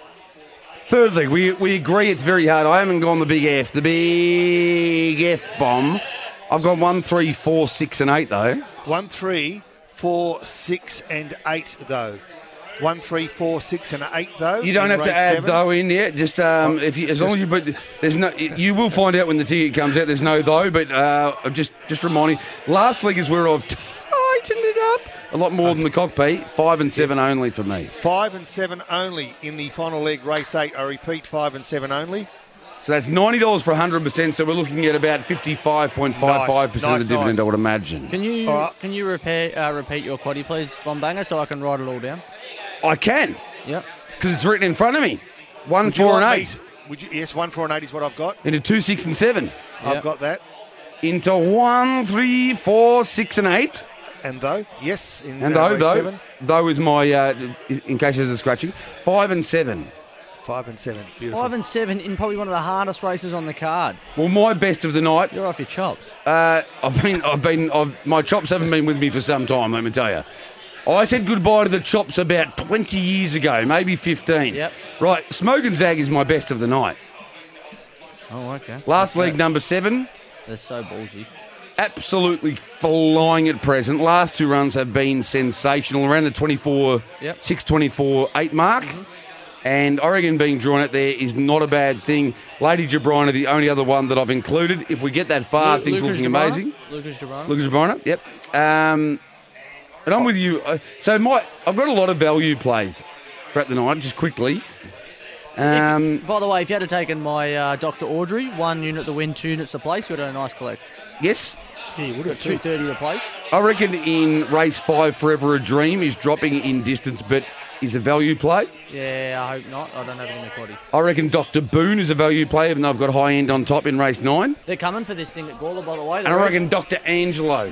S3: Thirdly, we, we agree it's very hard. I haven't gone the big F, the big F bomb. I've gone one, three, four, six, and eight though.
S5: One, three, four, six, and eight, though. One, three, four, six, and eight, though.
S3: You don't
S5: in
S3: have to
S5: race
S3: add
S5: seven. Oh,
S3: though in yet. Just um, if you, as long as you put, there's no. You will find out when the ticket comes out. There's no though, but uh, just just reminding. Last leg is where I've tightened it up a lot more than the cockpit. Five and seven only for me.
S5: Five and seven only in the final leg, race eight. I repeat, five and seven only.
S3: So that's ninety dollars for hundred percent. So we're looking at about fifty-five point five five percent
S5: Nice,
S3: of the dividend. I
S5: nice.
S3: would imagine.
S4: Can you
S5: All right.
S4: can you repair, uh, repeat your quaddy, please, Bombanger, so I can write it all down?
S3: I can
S4: Yep.
S3: because it's written in front of me. One,
S5: Would you
S3: four, and
S5: like me
S3: eight
S5: to- Would you, yes, one, four, and eight is what I've got.
S3: into two, six, and seven
S5: I've got that.
S3: into one, three, four, six, and eight.
S5: And though, yes, in
S3: And
S5: uh,
S3: though,
S5: race
S3: though,
S5: seven.
S3: though is my, uh, in case there's a scratching, five and seven.
S5: Five and seven. Beautiful.
S4: Five and seven in probably one of the hardest races on the card.
S3: Well, my best of the night.
S4: You're off your chops.
S3: Uh, I've been, I've been, I've, my chops haven't been with me for some time. Let me tell you. I said goodbye to the chops about 20 years ago, maybe 15.
S4: Yep.
S3: Right, Smoke and Zag is my best of the night.
S4: Oh, okay.
S3: Last leg number seven,
S4: They're so ballsy.
S3: absolutely flying at present. Last two runs have been sensational, around the 24,
S4: Yep. Mm-hmm.
S3: 6 24 8 mark. And Oregon being drawn out there is not a bad thing. Lady Jabrina, the only other one that I've included. If we get that far,
S4: Lu-
S3: Ah, things
S4: Lucas
S3: looking
S4: Jabana?
S3: amazing.
S4: Lucas Jabana.
S3: Lucas Jabrina, yep. Um, and I'm with you. Uh, So my, I've got a lot of value plays throughout the night, just quickly. Um,
S4: By the way, if you had taken my uh, Dr. Audrey, one unit the win, two units the place, you would have had a nice collect.
S3: yes,
S4: Two thirty the place.
S3: I reckon in race five, Forever a Dream is dropping in distance, but is a value play.
S4: Yeah, I hope not. I don't have it in the quaddy.
S3: I reckon Dr. Boone is a value play, even though I've got high end on top in race nine.
S4: They're coming for this thing at Gawler, by the way.
S3: And I reckon Dr. Angelo.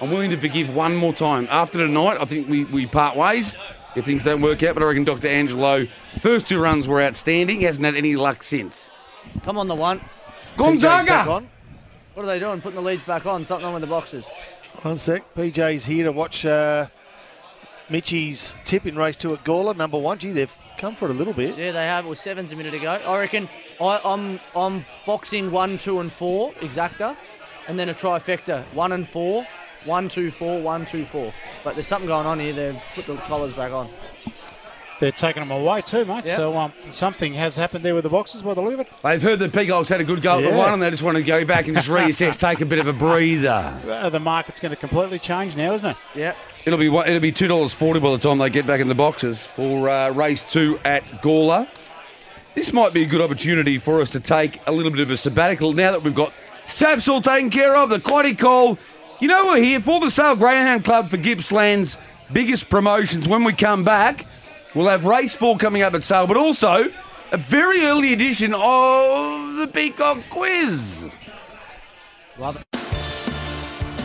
S3: I'm willing to forgive one more time. After tonight, I think we, we part ways if things don't work out, but I reckon Dr. Angelo, first two runs were outstanding, hasn't had any luck since.
S4: Come on, the one.
S5: PJ's back
S3: Gonzaga!
S5: on.
S4: What are they doing? Putting the leads back on. Something on with the boxes.
S5: One sec. PJ's here to watch uh, Mitchy's tip in race two at Gawler, number one. Gee, they've come for it a little bit.
S4: Yeah, they have. It was sevens a minute ago. I reckon I, I'm I'm boxing one, two, and four exacta, and then a trifecta one and four, one, two, four, one, two, four. But there's something going on here. They've put the collars back on.
S7: They're taking them away too, mate.
S4: Yeah.
S7: So um, something has happened there with the boxes by the look of it.
S3: They've heard that Peacock's had a good go at the
S5: Yeah.
S3: one, and they just want to go back and just reassess, take a bit of a breather.
S7: Uh, the market's going to completely change now, isn't it?
S4: Yeah.
S3: It'll be what- it'll be two dollars forty by the time they get back in the boxes for uh, race two at Gawler. This might be a good opportunity for us to take a little bit of a sabbatical now that we've got Saps all taken care of. The quaddy call. You know we're here for the Sale Greyhound Club for Gippsland's biggest promotions. When we come back, we'll have race four coming up at Sale, but also a very early edition of the Peacock Quiz.
S4: Love it.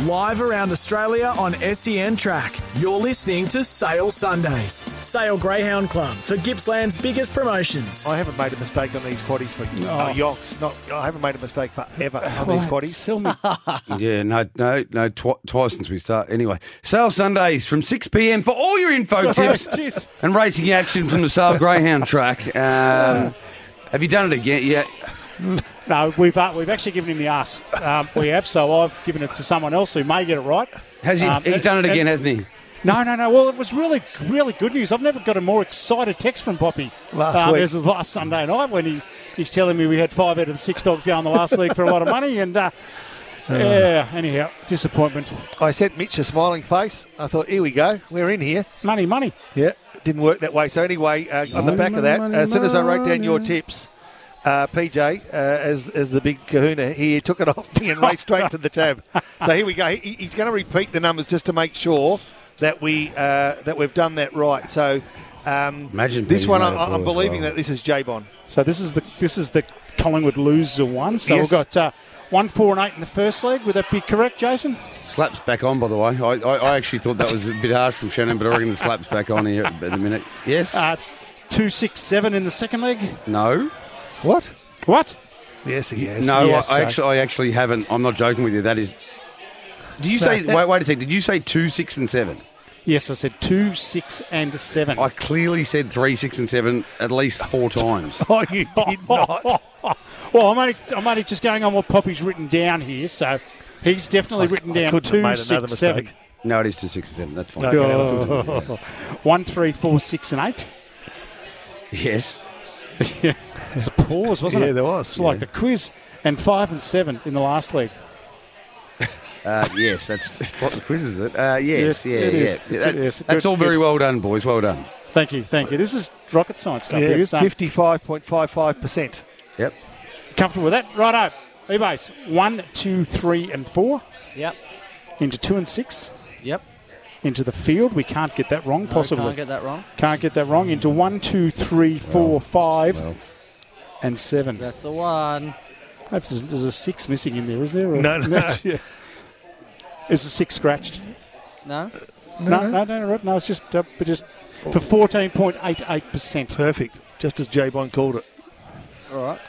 S2: Live around Australia on SEN Track, you're listening to Sale Sundays. Sale Greyhound Club for Gippsland's biggest promotions.
S5: I haven't made a mistake on these quaddies for uh, yonks. Not, I haven't made a mistake forever on these quaddies.
S7: Sell me.
S3: Yeah, no, no, no, tw- twice since we start. Anyway, Sale Sundays from 6 p.m. for all your info
S7: Sorry,
S3: tips
S7: jeez.
S3: and racing action from the Sale Greyhound track. Um, have you done it again? Yeah.
S7: No, we've uh, we've actually given him the ass. Um, we have, so I've given it to someone else who may get it right.
S3: Has he,
S7: Um,
S3: he's done it
S7: and-
S3: again, hasn't he?
S7: No, no, no. Well, it was really, really good news. I've never got a more excited text from Poppy
S5: Last week.
S7: This was last Sunday night when he he's telling me we had five out of the six dogs down the last league for a lot of money, and uh, yeah. Anyhow, disappointment.
S5: I sent Mitch a smiling face. I thought, here we go. We're in here.
S7: Money, money.
S5: Yeah, it didn't work that way. So anyway, uh, on the back of that, as soon as I wrote down your tips, uh, PJ, uh, as as the big Kahuna, he took it off me and raced straight to the tab. So here we go. He, he's going to repeat the numbers just to make sure that we uh, that we've done that right. So um,
S3: Imagine
S5: this
S3: being
S5: one.
S3: made
S5: I'm,
S3: a ball
S5: I'm
S3: as
S5: believing
S3: well.
S5: that this is J Bon.
S7: So this is the this is the Collingwood loser one. So
S5: Yes.
S7: we've got uh, one, four, and eight in the first leg. Would that be correct, Jason?
S3: Slaps back on, by the way. I, I, I actually thought that was a bit harsh from Shannon, but I reckon the slaps back on here at the minute. Yes?
S7: Uh, two, six, seven in the second leg.
S3: no?
S5: What?
S7: What?
S5: Yes, he is.
S3: No,
S7: yes,
S3: I, I
S7: so-
S3: actually, I actually haven't. I'm not joking with you. That is. Do you say? wait, wait a second. Did you say two, six, and seven?
S7: Yes, I said two, six, and seven.
S3: I clearly said three, six, and seven at least four times.
S5: Oh, you did not.
S7: Well, I'm only, I'm only just going on what Poppy's written down here, so he's definitely written
S5: I
S7: down two,
S5: couldn't have made another
S7: six, seven.
S5: mistake.
S3: No, it is two, six, and seven. That's fine.
S5: No. Okay,
S7: One, three, four, six, and eight.
S3: Yes.
S7: There's a pause, wasn't
S5: Yeah,
S7: it?
S5: there was,
S7: It's like the quiz. And five and seven in the last leg.
S3: Uh, yes, that's, that's what the quiz is. It. Uh, yes,
S7: Yeah,
S3: yeah,
S7: it
S3: yeah.
S7: is. It's-
S3: That-
S7: it is.
S3: That's
S7: Good,
S3: all very
S7: good.
S3: well done, boys. Well done.
S7: Thank you, thank you. This is rocket science stuff.
S5: Yeah,
S7: it is. Um,
S5: fifty-five point five five percent.
S3: Yep.
S7: comfortable with that? Righto. Ebase, one, two, three, and four.
S4: Yep.
S7: Into two and six.
S4: Yep.
S7: Into the field. We can't get that wrong,
S4: No,
S7: possibly.
S4: Can't get that wrong.
S7: Can't get that wrong. Into one, two, three, four, five,
S3: well.
S7: and seven.
S4: That's the one.
S7: Perhaps there's, there's a six missing in there, is there? Or-
S5: No, no.
S7: yeah. Is the six scratched? Uh,
S4: No.
S7: No, no, no, no, no, it's just uh, but just for fourteen point eight eight percent.
S5: Perfect. Just as J Bon called it.
S4: All right.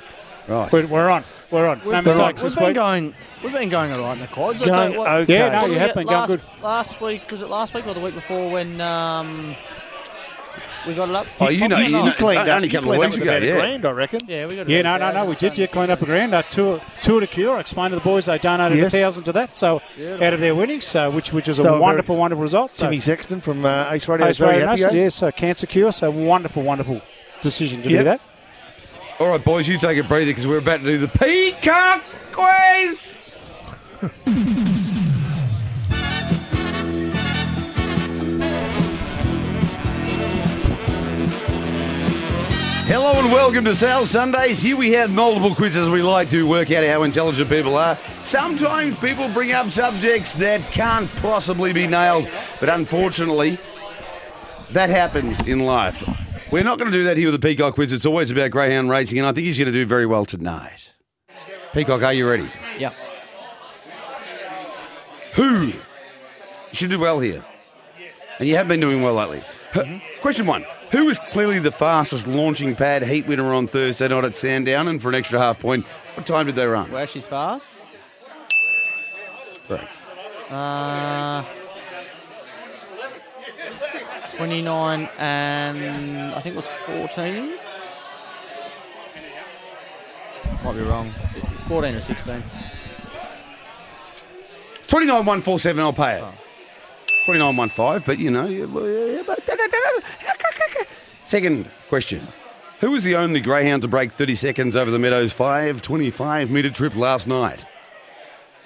S3: Right.
S7: We're, we're on, we're on.
S4: We've
S7: no
S4: been-
S7: mistakes
S4: We've
S7: this
S4: been
S7: week.
S4: going. We've been going all right in the quads. I tell
S5: Going
S4: you what-
S5: okay.
S7: Yeah, no,
S4: What
S7: you
S4: was
S7: have
S4: it
S7: been going
S4: last,
S7: good.
S4: Last week was it last week or the week before when um, we got it up?
S3: Oh, you know, you know, only a couple of weeks ago. Yeah.
S5: I reckon.
S4: Yeah, we got it
S7: Yeah,
S4: up
S7: no, no, no,
S4: there.
S7: we did. Yeah, clean up a grand. Uh, two, two to cure. I explained to the boys they donated
S5: Yes.
S7: a thousand to that, so
S4: Beautiful.
S7: out of their winnings, so which which is a
S5: They were very-
S7: wonderful, wonderful result. So,
S5: Timmy Sexton from uh, Ace Radio
S7: Ace
S5: is very
S7: Radio
S5: happy.
S7: Nation,
S5: eh?
S7: yeah, so cancer cure. So wonderful, wonderful decision to
S5: Yep.
S7: do that.
S3: All right, boys, you take a breather because we're about to do the Peacock Quiz. Hello and welcome to Sale Sundays. Here we have multiple quizzes. We like to work out how intelligent people are. Sometimes people bring up subjects that can't possibly be nailed, but unfortunately, that happens in life. We're not going to do that here with the Peacock Quiz. It's always about greyhound racing, and I think he's going to do very well tonight. Peacock, are you ready?
S4: Yep.
S3: Who? You should do well here. And you have been doing well lately. Huh. Question one Who was clearly the fastest launching pad heat winner on Thursday night at Sandown? And for an extra half point, what time did they run?
S4: Where she's fast.
S3: Correct.
S4: Uh, 29 and I think it was 14. Might be wrong. It's 14 or 16.
S3: It's 29147, I'll pay it.
S4: Oh.
S3: 2915, but you know. yeah, well, yeah, yeah, but da- da- da- da- Second question. Who was the only greyhound to break 30 seconds over the Meadows 5 25 metre trip last night?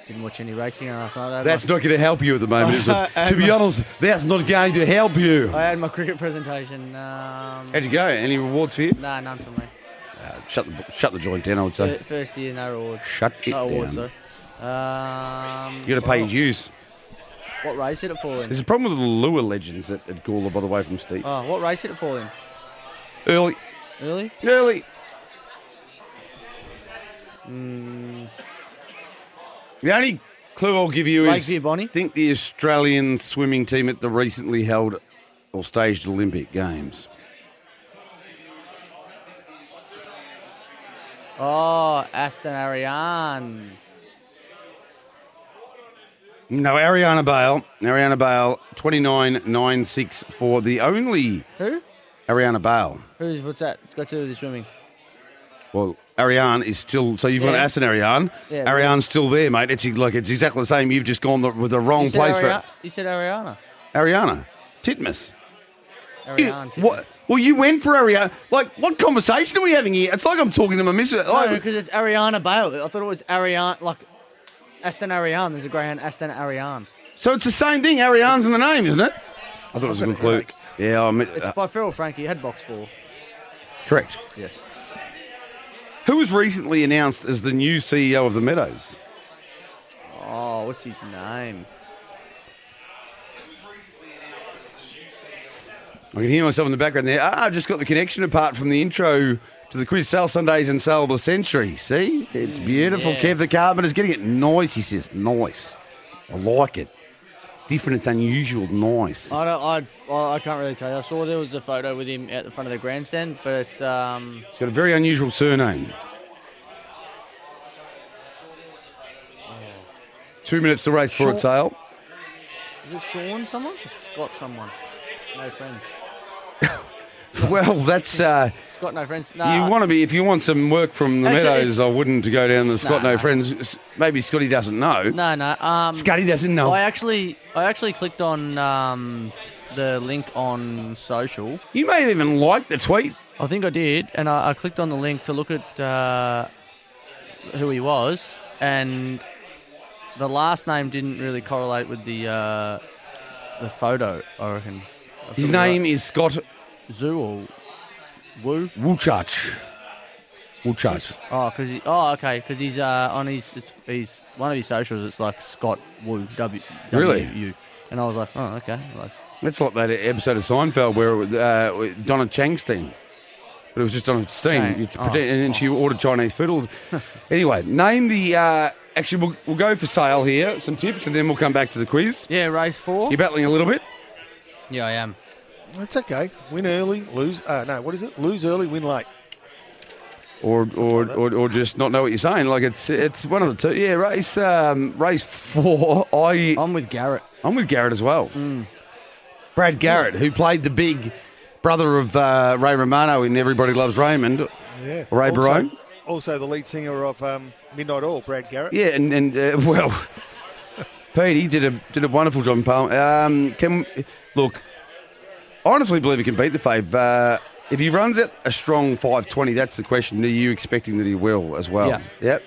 S4: Didn't watch any racing last night. I had
S3: That's
S4: my,
S3: not going to help you at the moment, is it?
S4: I-
S3: To be
S4: I-
S3: honest, that's not going to help you.
S4: I had my cricket presentation. Um,
S3: How'd you go? Any rewards for you? Uh,
S4: nah, none for me.
S3: Shut the, shut the joint down, I would say.
S4: Fir- First year, no awards.
S3: Shut it
S4: no awards,
S3: down.
S4: though. Um,
S3: You got to pay your dues.
S4: What race did it fall in?
S3: There's a problem with the lure legends at, at Gawler, by the way, from Steve.
S4: Oh, what race did it fall in?
S3: Early,
S4: Really?
S3: early. Hmm. The only Clue I'll give you is
S4: Lakeview Bonnie.
S3: think the Australian swimming team at the recently held or staged Olympic Games.
S4: Oh, Aston Ariane.
S3: No, Ariana Bale. Ariana Bale, 29964. The only
S4: Who?
S3: Ariana Bale.
S4: Who's what's that? Got to do with the swimming.
S3: Well, Ariane is still. So you've got
S4: Yeah.
S3: Aston Ariane.
S4: Yeah,
S3: Ariane's still there, mate. It's like it's exactly the same. You've just gone the, with the wrong
S4: You said
S3: place
S4: Aria- You said Ariana.
S3: for Ariana. Titmus. You-
S4: Ariane. too.
S3: what? Well, you went for Ariana. Like, what conversation are we having here? It's like I'm talking to my missus.
S4: No,
S3: Like,
S4: because it's Ariana Bale. I thought it was Ariane, like Aston Ariane. There's a greyhound, Aston Ariane.
S3: so it's the same thing. Ariane's in the name, isn't it? I thought it was a good clue. Yeah, I'm,
S4: It's
S3: uh,
S4: by Feral Frankie, Headbox 4.
S3: correct.
S4: Yes.
S3: Who was recently announced as the new CEO of the Meadows?
S4: Oh, what's his name?
S3: I can hear myself in the background there. Ah, I just got the connection apart from the intro to the quiz Sale Sundays and Sale of the Century. See? It's beautiful.
S4: yeah.
S3: Kev the Carpenter's getting it. Nice, he says. Nice. I like it. It's different, it's unusual. Nice.
S4: I don't, I, well, I can't really tell you. I saw there was a photo with him at the front of the grandstand, but um,
S3: He's got a very unusual surname. Two minutes to race for a
S4: Short-
S3: tail.
S4: is it Sean someone? Scott someone. No friends.
S3: Well, that's. Uh,
S4: Scott, no friends. Nah,
S3: you want to be. If you want some work from the
S4: uh, Actually,
S3: Meadows, I wouldn't go down the Scott
S4: Nah.
S3: No Friends. S- Maybe Scotty doesn't know.
S4: No, no. Um,
S3: Scotty doesn't know.
S4: I actually, I actually clicked on um, the link on social.
S3: You may have even liked the tweet.
S4: I think I did, and I, I clicked on the link to look at uh, who he was, and the last name didn't really correlate with the uh, the photo. I reckon I
S3: His
S4: feel like
S3: name is Scott
S4: Zoo or Woo.
S3: Wuchach. Wuchach.
S4: Oh, because he. Oh, okay, because he's uh, on his. It's, he's one of his socials. It's like Scott Woo W.
S3: Really?
S4: W U. And I was like, oh, okay. Like,
S3: That's like that episode of Seinfeld where it was, uh, with Donna Chang's team. But it was just Donna Steen.
S4: Chang.
S3: You pretend-
S4: Oh.
S3: And then she ordered Chinese food. all the- anyway, name the. Uh, actually, we'll, we'll go for sale here, some tips, and then we'll come back to the quiz.
S4: yeah, race four.
S3: You're battling a little bit.
S4: Yeah, I am.
S5: That's okay. Win early, lose. Uh, no, what is it? Lose early, win late.
S3: Or, or, or, or just not know what you're saying. Like it's it's one of the two. Yeah, race um, race four. I
S4: I'm with Garrett.
S3: I'm with Garrett as well.
S4: Mm.
S3: Brad Garrett, who played the big brother of uh, Ray Romano in Everybody Loves Raymond.
S5: Yeah.
S3: Ray
S5: also,
S3: Barone.
S5: Also the lead singer of um, Midnight Oil, Brad Garrett.
S3: Yeah, and, and uh, well, Pete, he did a, did a wonderful job in Parliament. Um, can, look, I honestly believe he can beat the fave. Uh, if he runs at a strong 520, that's the question. Are you expecting that he will as well?
S4: Yeah.
S3: Yep.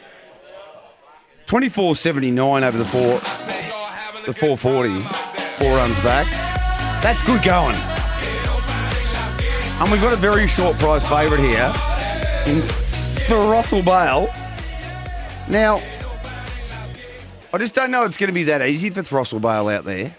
S3: 24.79 over the four, the 440, four runs back. That's good going. And we've got a very short price favourite here in Throttle Bale. Now, I just don't know it's going to be that easy for Throstle Bale out there.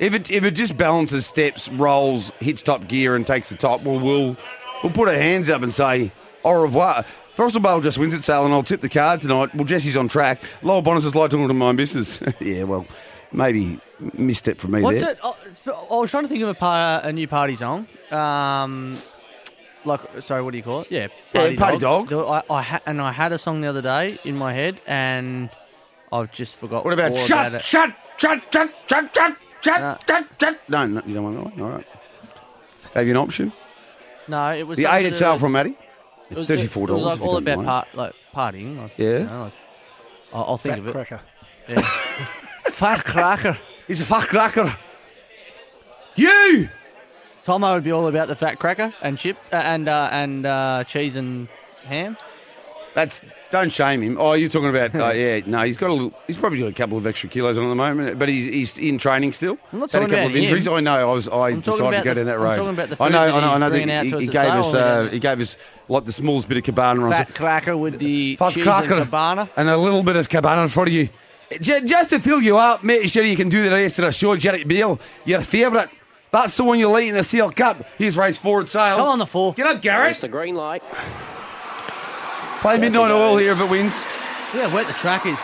S3: If it if it just balances steps, rolls, hits top gear, and takes the top, well, we'll we'll put our hands up and say au revoir. Throstle Bale just wins at sale, and I'll tip the card tonight. Well, Jesse's on track. Lowell Bonus is like talking to my business. yeah, well, maybe misstep from me
S4: What's
S3: there.
S4: it? I, I was trying to think of a, par, a new party song. Um, like, sorry, what do you call it? Yeah,
S3: Yeah, Party Dog.
S4: The- I, I ha- and I had a song the other day in my head, and I've just forgot.
S3: What about
S4: all
S3: shut,
S4: about Uh. it.
S3: shut, shut, shut, shut, shut, shut,
S4: No.
S3: shut, shut? No, no, you don't want that one. All right. Have you an option?
S4: No, it was
S3: The
S4: something
S3: eight
S4: to
S3: at
S4: do
S3: sale
S4: with-
S3: from Maddie.
S4: it was-
S3: Thirty-four dollars.
S4: It was like all about par- like partying. Like,
S3: Yeah.
S4: you know, like, I'll, I'll think
S5: Fat
S4: of it.
S5: cracker.
S4: Fat cracker.
S3: He's a fat cracker. You.
S4: Tomo would be all about the fat cracker and chip uh, and uh, and uh, cheese and ham.
S3: That's don't shame him. Oh, you're talking about? oh, yeah, no, he's got a little. He's probably got a couple of extra kilos on at the moment, but he's he's in training still.
S4: I'm not
S3: Had a couple
S4: talking about
S3: of injuries.
S4: him.
S3: I know. I was. I
S4: talking
S3: decided to
S4: about
S3: go
S4: the-
S3: down that
S4: I'm
S3: road.
S4: talking about the
S3: I
S4: food
S3: know.
S4: that
S3: I know.
S4: he's
S3: I know.
S4: bringing
S3: That
S4: out
S3: he,
S4: to us
S3: he
S4: at
S3: gave us.
S4: sale and
S3: Uh,
S4: everything.
S3: he gave us like the smallest bit of cabana on
S4: Fat cracker with the
S3: Fat
S4: cheese
S3: cracker.
S4: and cabana.
S3: and a little bit of cabana in front of you. J- just to fill you up, make sure you can do the rest of the show, Jerry Beale, your favourite. That's the one you like in the Seal Cup. He's race forward sale.
S4: Come on, the four.
S3: Get up,
S6: It's
S3: Garrett.
S6: the green light.
S3: Play Midnight Oil here if it wins.
S4: Yeah, where the track is.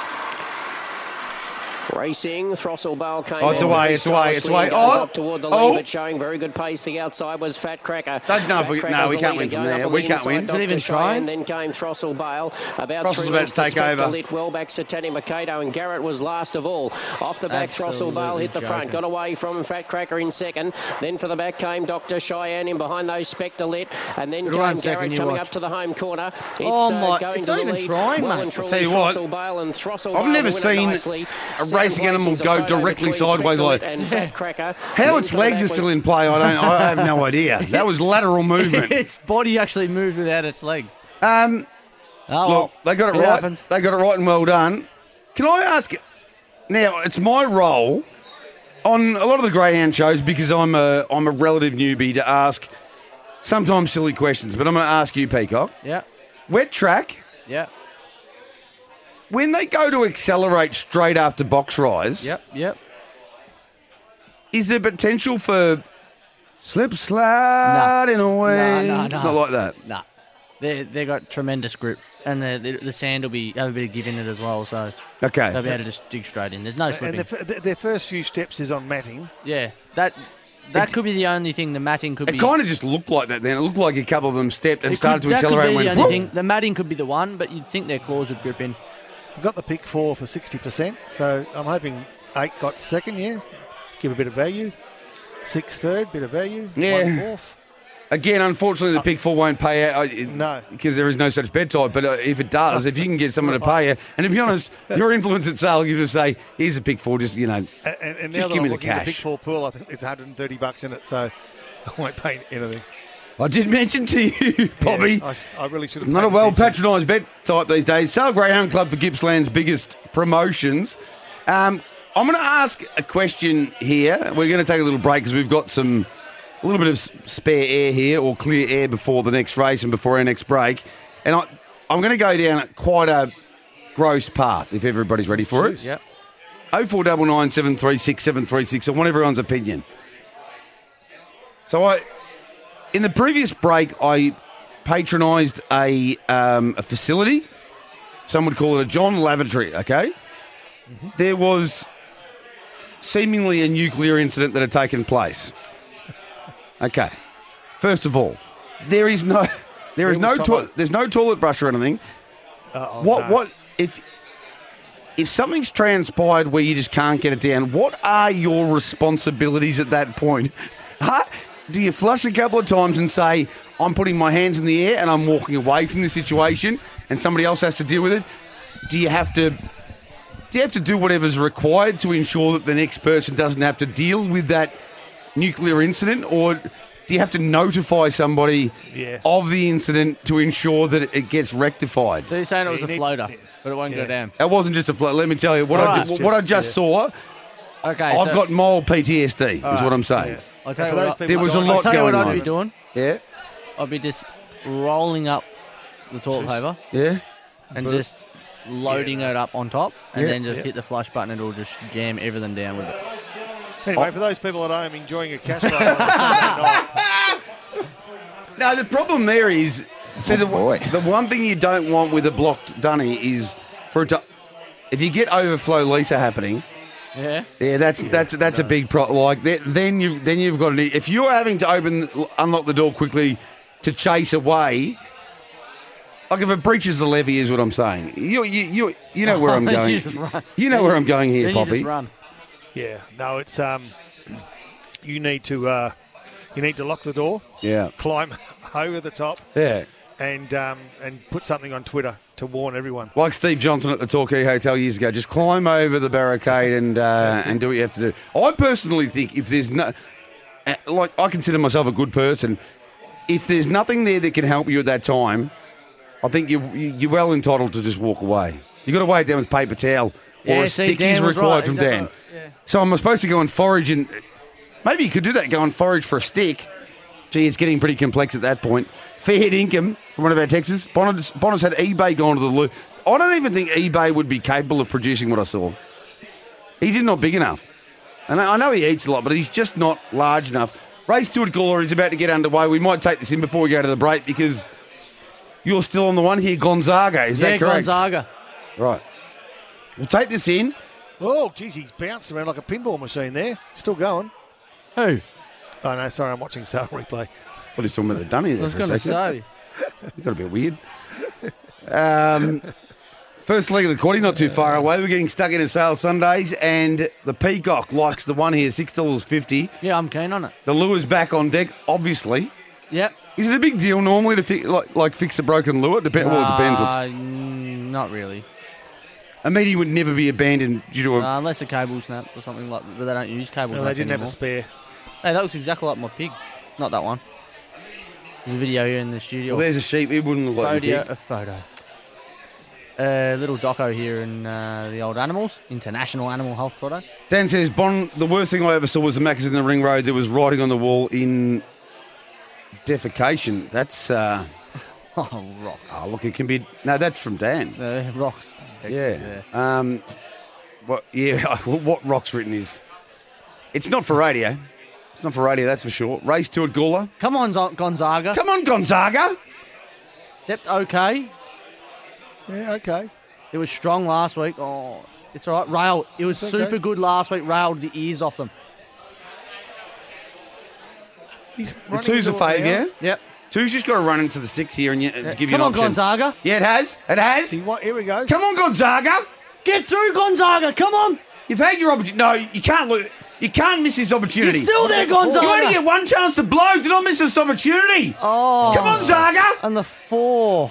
S6: Racing, Throstle Bale came
S3: Oh, it's
S6: in
S3: away,
S6: very
S3: it's away,
S6: strong.
S3: it's
S6: Swing
S3: away.
S6: goes
S3: Oh,
S6: up toward the lead,
S3: oh.
S6: but showing very good pace. The outside was Fat Cracker.
S3: Don't- no,
S6: Fat
S3: we- no,
S6: Cracker's
S3: we
S6: the
S3: can't
S6: leader
S3: win from
S6: going
S3: there.
S6: up on
S3: We
S6: the
S3: can't
S6: inside.
S3: win.
S6: Dr.
S4: Not even
S6: Cheyenne,
S4: trying.
S6: Then came Throstle Bale. About
S3: Throstle's
S6: three
S3: about
S6: lengths
S3: to take
S6: Spectre
S3: over.
S6: Lit, well back Satani Makato and Garrett was last of all. Off the back, Throstle Bale hit the front, got away from Fat Cracker in second. Then for the back came Dr. Cheyenne in behind those Spectre Lit, and then
S4: It'll run
S6: came
S4: second,
S6: Garrett
S4: you
S6: coming
S4: watch.
S6: up to the home corner. It's,
S4: Oh,
S6: uh,
S4: my-
S6: going
S4: it's
S6: to
S4: not
S6: the
S4: even
S6: lead.
S4: trying,
S6: Well
S4: mate.
S6: and
S3: I'll
S6: truly,
S3: tell you what,
S6: Throstle Bale and Throstle
S3: I've
S6: Bale
S3: never
S6: the winner
S3: seen
S6: nicely.
S3: a
S6: Second
S3: racing
S6: place
S3: animal
S6: is a
S3: go
S6: photo
S3: directly
S6: between
S3: sideways
S6: Spectre
S3: like-
S6: Lit and Fat Cracker.
S3: How
S6: Then
S3: its
S6: for the
S3: legs
S6: back
S3: are
S6: was
S3: still in play, I don't. I have no idea. That was lateral movement.
S4: its body actually moved without its legs.
S3: Um,
S4: Oh,
S3: Look, they got it, right.
S4: happens.
S3: They got it right and well done. Can I ask? Now it's my role on a lot of the greyhound shows because I'm a I'm a relative newbie to ask sometimes silly questions, but I'm going to ask you, Peacock.
S4: Yeah,
S3: Wet track
S4: yeah,
S3: when they go to accelerate straight after box rise.
S4: yep, yep.
S3: Is there potential for slip sliding away?
S4: No, no,
S3: It's
S4: no.
S3: not like that.
S4: Nah, they they got tremendous grip, and the the, the sand will be have a bit of give in it as well, so
S3: Okay.
S4: they'll be able to just dig straight in. There's no
S5: And
S4: slipping.
S5: the, f- th- their first few steps is on matting.
S4: yeah, that that could be the only thing. The matting could
S3: It
S4: be.
S3: kind of just looked like that. Then it looked like a couple of them stepped and
S4: it
S3: started
S4: could-
S3: to
S4: that could
S3: accelerate.
S4: be
S3: and
S4: the
S3: went,
S4: only
S3: "Whoop."
S4: thing. The matting could be the one, but you'd think their claws would grip in.
S5: I've got the pick four for 60%, so I'm hoping eight got second, yeah. Give a bit of value. Six third, bit of value.
S3: Yeah.
S5: One fourth.
S3: Again, unfortunately, the pick four won't pay out.
S5: Uh,
S3: uh,
S5: No.
S3: Because there is no such bed type. But uh, if it does, if you can get someone to pay you, and to be honest, your influence at sale, you just say, here's a pick four, just, you know.
S5: And, and, and
S3: Just
S5: now that
S3: give
S5: I'm
S3: me the
S5: looking at the
S3: cash.
S5: Big Four pool, I think it's 130 bucks in it, so I won't pay anything.
S3: I did mention to you, Bobby,
S5: Yeah, I, I really should
S3: it's
S5: have.
S3: not
S5: paid
S3: a well
S5: attention.
S3: patronised bet type these days. Sale Greyhound Club for Gippsland's biggest promotions. Um, I'm going to ask a question here. We're going to take a little break because we've got some, a little bit of s- spare air here or clear air before the next race and before our next break. And I, I'm going to go down quite a gross path if everybody's ready for it.
S4: Yep.
S3: 0499 736 736. I want everyone's opinion. So I, in the previous break, I patronised a, um, a facility. Some would call it a John Lavatory, okay? There was seemingly a nuclear incident that had taken place. Okay. First of all, there is no there is
S5: Where
S3: no
S5: was Tomo?
S3: toi- there's no toilet brush or anything.
S5: Uh-oh,
S3: What
S5: Oh, no.
S3: what if if something's transpired where you just can't get it down, what are your responsibilities at that point? Huh? Do you flush a couple of times and say, I'm putting my hands in the air and I'm walking away from the situation and somebody else has to deal with it? Do you have to do you have to do whatever's required to ensure that the next person doesn't have to deal with that nuclear incident or do you have to notify somebody
S5: Yeah.
S3: of the incident to ensure that it gets rectified?
S4: So you're saying it was
S5: you
S4: a
S5: need-
S4: floater,
S5: yeah.
S4: but it won't
S5: Yeah.
S4: go down.
S3: That wasn't just a float. Let me tell you what
S4: All
S3: I
S4: right.
S3: ju- what I just
S5: Yeah.
S3: saw.
S4: Okay,
S3: I've
S4: so
S3: got mild PTSD. is what I'm saying.
S4: I'll tell
S5: And
S4: you what.
S5: for those
S4: I-
S5: people
S3: There
S5: that
S3: was a
S5: don't-
S4: I'll
S3: lot
S4: tell you what
S3: going
S4: I'd be
S3: on.
S4: doing.
S3: Yeah,
S4: I'd be just rolling up the toilet paper
S3: yeah.
S4: and just loading it up on top, and
S3: Yeah.
S4: then just hit the flush button, and it'll just jam everything down with it.
S5: Anyway, for those people at home enjoying a cash flow on a Sunday night,
S3: No, the problem there is. See, the, the one thing you don't want with a blocked dunny is for it to. If you get overflow Lisa happening,
S4: Yeah.
S3: yeah, that's that's that's a big pro. Like th- then you then you've got an. i- If you're having to open unlock the door quickly to chase away. Like if it breaches the levy, is what I'm saying. You you you, you know where I'm
S4: You
S3: going.
S4: just run.
S3: You know where I'm going here,
S4: then
S3: Poppy.
S4: you just run.
S5: yeah, no, it's um, you need to uh, you need to lock the door,
S3: Yeah.
S5: climb over the top,
S3: Yeah.
S5: and um, and put something on Twitter to warn everyone.
S3: Like Steve Johnson at the Torquay Hotel years ago, just climb over the barricade and uh, and do what you have to do. I personally think if there's no, uh, like I consider myself a good person, if there's nothing there that can help you at that time, I think you you- you're well entitled to just walk away. You got to weigh it down with paper towel or
S4: Yeah,
S3: a
S4: see,
S3: stick
S4: Dan
S3: is
S4: was
S3: required
S4: right, oh,
S3: from
S4: exactly.
S3: Dan. So I'm supposed to go and forage and maybe you could do that. Go and forage for a stick. Gee, it's getting pretty complex at that point. Fair hit income from one of our Texans. Bonner's, Bonner's had eBay gone to the loo. I don't even think eBay would be capable of producing what I saw. He's just not big enough. And I I know he eats a lot, but he's just not large enough. Race two at Gawler is about to get underway. We might take this in before we go to the break because you're still on the one here, Gonzaga. Is
S4: yeah,
S3: that correct?
S4: Gonzaga.
S3: Right. We'll take this in.
S5: Oh, geez, he's bounced around like a pinball machine there. Still going.
S4: Who?
S5: Oh, no, sorry, I'm watching Sale replay.
S3: What is talking about the dummy
S4: I
S3: there
S4: was
S3: for a
S4: going to
S3: second?
S4: say.
S3: It got a bit weird. Um, first leg of the quarter, not too far away. We're getting stuck into sale Sundays, and the Peacock likes the one here, six dollars fifty.
S4: Yeah, I'm keen on it.
S3: The lure's back on deck, obviously.
S4: Yep.
S3: Is it a big deal normally to fi- like, like fix a broken lure? Dep- well, it depends.
S4: Uh,
S3: What's-
S4: n- not really.
S3: a meeting would never be abandoned due to a.
S4: Uh, unless the cable snapped or something like that. But they don't use cable
S5: No,
S4: snaps
S5: they didn't have
S4: anymore.
S5: a spare.
S4: Hey, that looks exactly like my pig. Not that one. There's a video here in the studio.
S3: well, there's a sheep. It wouldn't look like
S4: photo,
S3: a pig.
S4: a photo. A little doco here in uh, the old animals, international animal health products.
S3: Dan says, Bon, the worst thing I ever saw was the Macca's in the ring road. There was writing on the wall in defecation. That's, uh,
S4: Oh, rock.
S3: oh, look, it can be. No, that's from Dan.
S4: The rocks. text
S3: Yeah.
S4: there.
S3: Um, what? Yeah. What rocks written is? It's not for radio. It's not for radio. That's for sure. Race two at Gawler.
S4: Come on, Zo- Gonzaga.
S3: Come on, Gonzaga.
S4: Stepped okay.
S5: Yeah, okay.
S4: It was strong last week. Oh, it's all right. Rail. It was
S5: It's okay.
S4: super good last week. Railed the ears off them.
S5: He's
S3: The
S5: running
S3: two's a
S5: into it
S3: fave,
S5: now.
S3: yeah.
S4: Yep.
S3: Two's just got to run into the six here and you, to give you
S4: Uh,
S3: an
S4: Come on,
S3: option.
S4: Gonzaga.
S3: Yeah, it has. It has.
S5: He wa- here we go.
S3: Come on, Gonzaga.
S4: Get through, Gonzaga. Come on.
S3: You've had your opportunity. No, you can't lose. You can't miss this opportunity.
S4: You're still there, Gonzaga.
S3: You only get one chance to blow. Do not miss this opportunity.
S4: Oh.
S3: Come on, Zaga.
S4: And the four.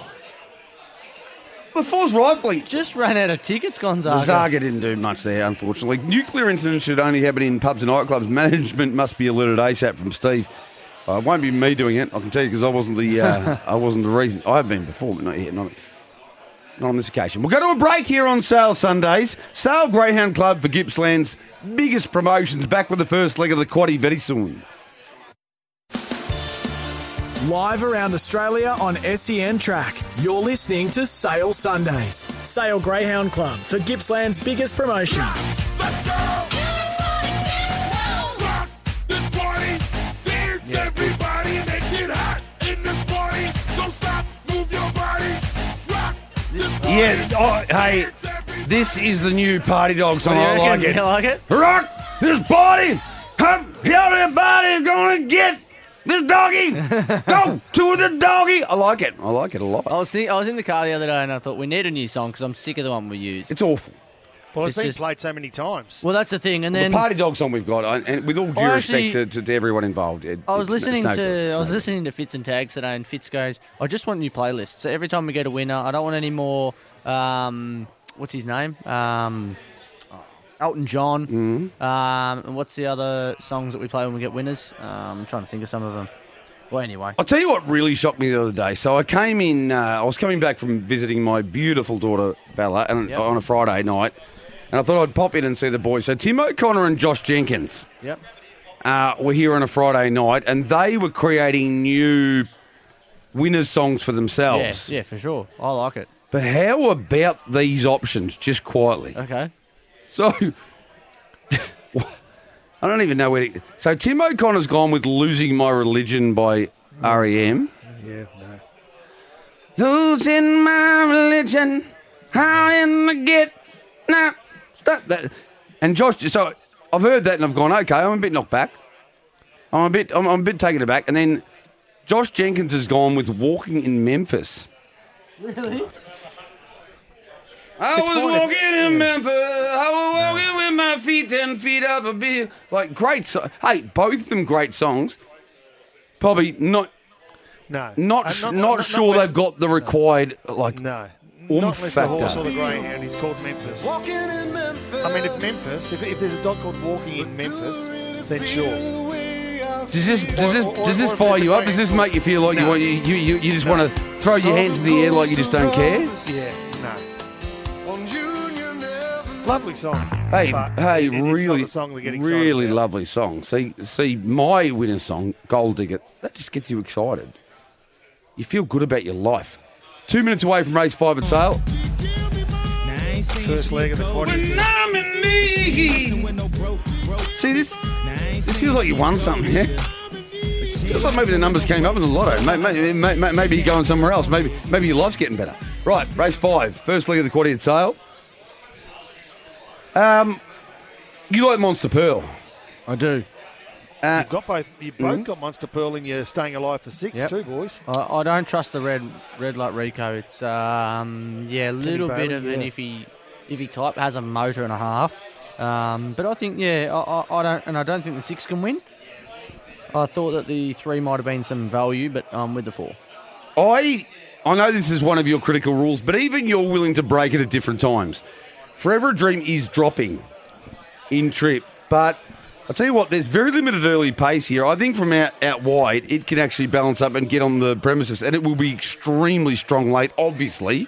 S3: The four's rifling.
S4: Just ran out of tickets, Gonzaga.
S3: The Zaga didn't do much there, unfortunately. Nuclear incidents should only happen in pubs and nightclubs. Management must be alerted ASAP from Steve. Uh, it won't be me doing it. I can tell you because I wasn't the uh, I wasn't the reason. I have been before, but not here. Not, not on this occasion. We'll go to a break here on Sale Sundays. Sale Greyhound Club for Gippsland's biggest promotions. Back with the first leg of the quaddy very soon.
S2: Live around Australia on SEN Track, you're listening to Sale Sundays, Sale Greyhound Club for Gippsland's biggest promotions.
S3: Yeah. Oh, hey, this is the new party dog song. I like it.
S4: You like it?
S3: Rock this body. Come here, everybody. Gonna get this doggy. Go to the doggy. I like it. I like it a lot.
S4: I was, think- I was in the car the other day and I thought we need a new song because I'm sick of the one we use.
S3: It's awful.
S5: Well, it's
S4: It's
S5: been
S4: just-
S5: played so many times.
S4: well, that's the thing. And then
S3: the party dog song we've got, I- and with all due
S4: I
S3: respect
S4: actually-
S3: to, to, to everyone involved, it,
S4: I was
S3: it's no- it's
S4: listening
S3: no
S4: to
S3: good. It's
S4: I was
S3: no good.
S4: listening to Fits and Tags today, and Fitz goes, "I just want new playlists. So every time we get a winner, I don't want any more. Um, what's his name? Um, Elton John.
S3: Mm-hmm.
S4: Um, and what's the other songs that we play when we get winners? Um, I'm trying to think of some of them. Well, anyway,
S3: I'll tell you what really shocked me the other day. So I came in, uh, I was coming back from visiting my beautiful daughter Bella and,
S4: Yep.
S3: on a Friday night, and I thought I'd pop in and see the boys. So Tim O'Connor and Josh Jenkins.
S4: yep.
S3: uh, were here on a Friday night, and they were creating new winners songs for
S4: Yeah,
S3: themselves.
S4: yeah, for sure. I like it.
S3: But how about these options, just quietly?
S4: Okay.
S3: So I don't even know where. To, so Tim O'Connor's gone with "Losing My Religion" by E REM.
S5: yeah, no.
S3: Losing my religion, how did I get? Nah, stop that. And Josh, so I've heard that and I've gone, okay, I'm a bit knocked back. I'm a bit, I'm, I'm a bit taken aback. And then Josh Jenkins has gone with walking in Memphis. Really? I was walking in Memphis. I was walking with my feet ten feet off a beer. Like great, so- hey, both of them great songs. Probably not
S5: No.
S3: not
S5: Uh,
S3: sh- not, sure
S5: when-
S3: they've got the required like.
S5: No.
S3: Oomph
S5: Not unless the horse
S3: factor.
S5: or the greyhound is called Memphis.
S9: Walking in Memphis.
S5: I mean, if Memphis, if, if there's a dog called Walking in Memphis, then sure.
S3: Does this does this
S5: Or- or-
S3: does this
S5: or if
S3: fire
S5: it's a
S3: you up? Does this
S5: triangle.
S3: make you feel like you
S5: No.
S3: want you you, you, you just want to throw your hands in the air like you just don't care?
S5: Yeah, no. Lovely song.
S3: Hey
S5: but
S3: hey,
S5: it- it's not
S3: really
S5: the song to get excited
S3: really
S5: about.
S3: lovely song. See see my winner song, Gold Digger. That just gets you excited. You feel good about your life. Two minutes away from race five at sale.
S5: First leg of the quaddy.
S3: See this this feels like you won something. Yeah? Feels like maybe the numbers came up in the lotto. May- may- may- may- Maybe you're going somewhere else. Maybe maybe your life's getting better. Right, race five, first leg of the quarter at sale. Um, You like Monster Pearl.
S4: I do.
S5: You've got both. You both got Monster Pearl and you're staying alive for six
S4: Yep.
S5: too, boys.
S4: I, I don't trust the red red like Rico. It's um yeah, a little bit
S5: Bailey,
S4: of an
S5: yeah.
S4: iffy iffy type. Has a motor and a half. Um, but I think yeah, I, I, I don't and I don't think the six can win. I thought that the three might have been some value, but I'm with the four.
S3: I I know this is one of your critical rules, but even you're willing to break it at different times. Forever a Dream is dropping in trip, but I tell you what, there's very limited early pace here. I think from out, out wide, it can actually balance up and get on the premises, and it will be extremely strong late, obviously,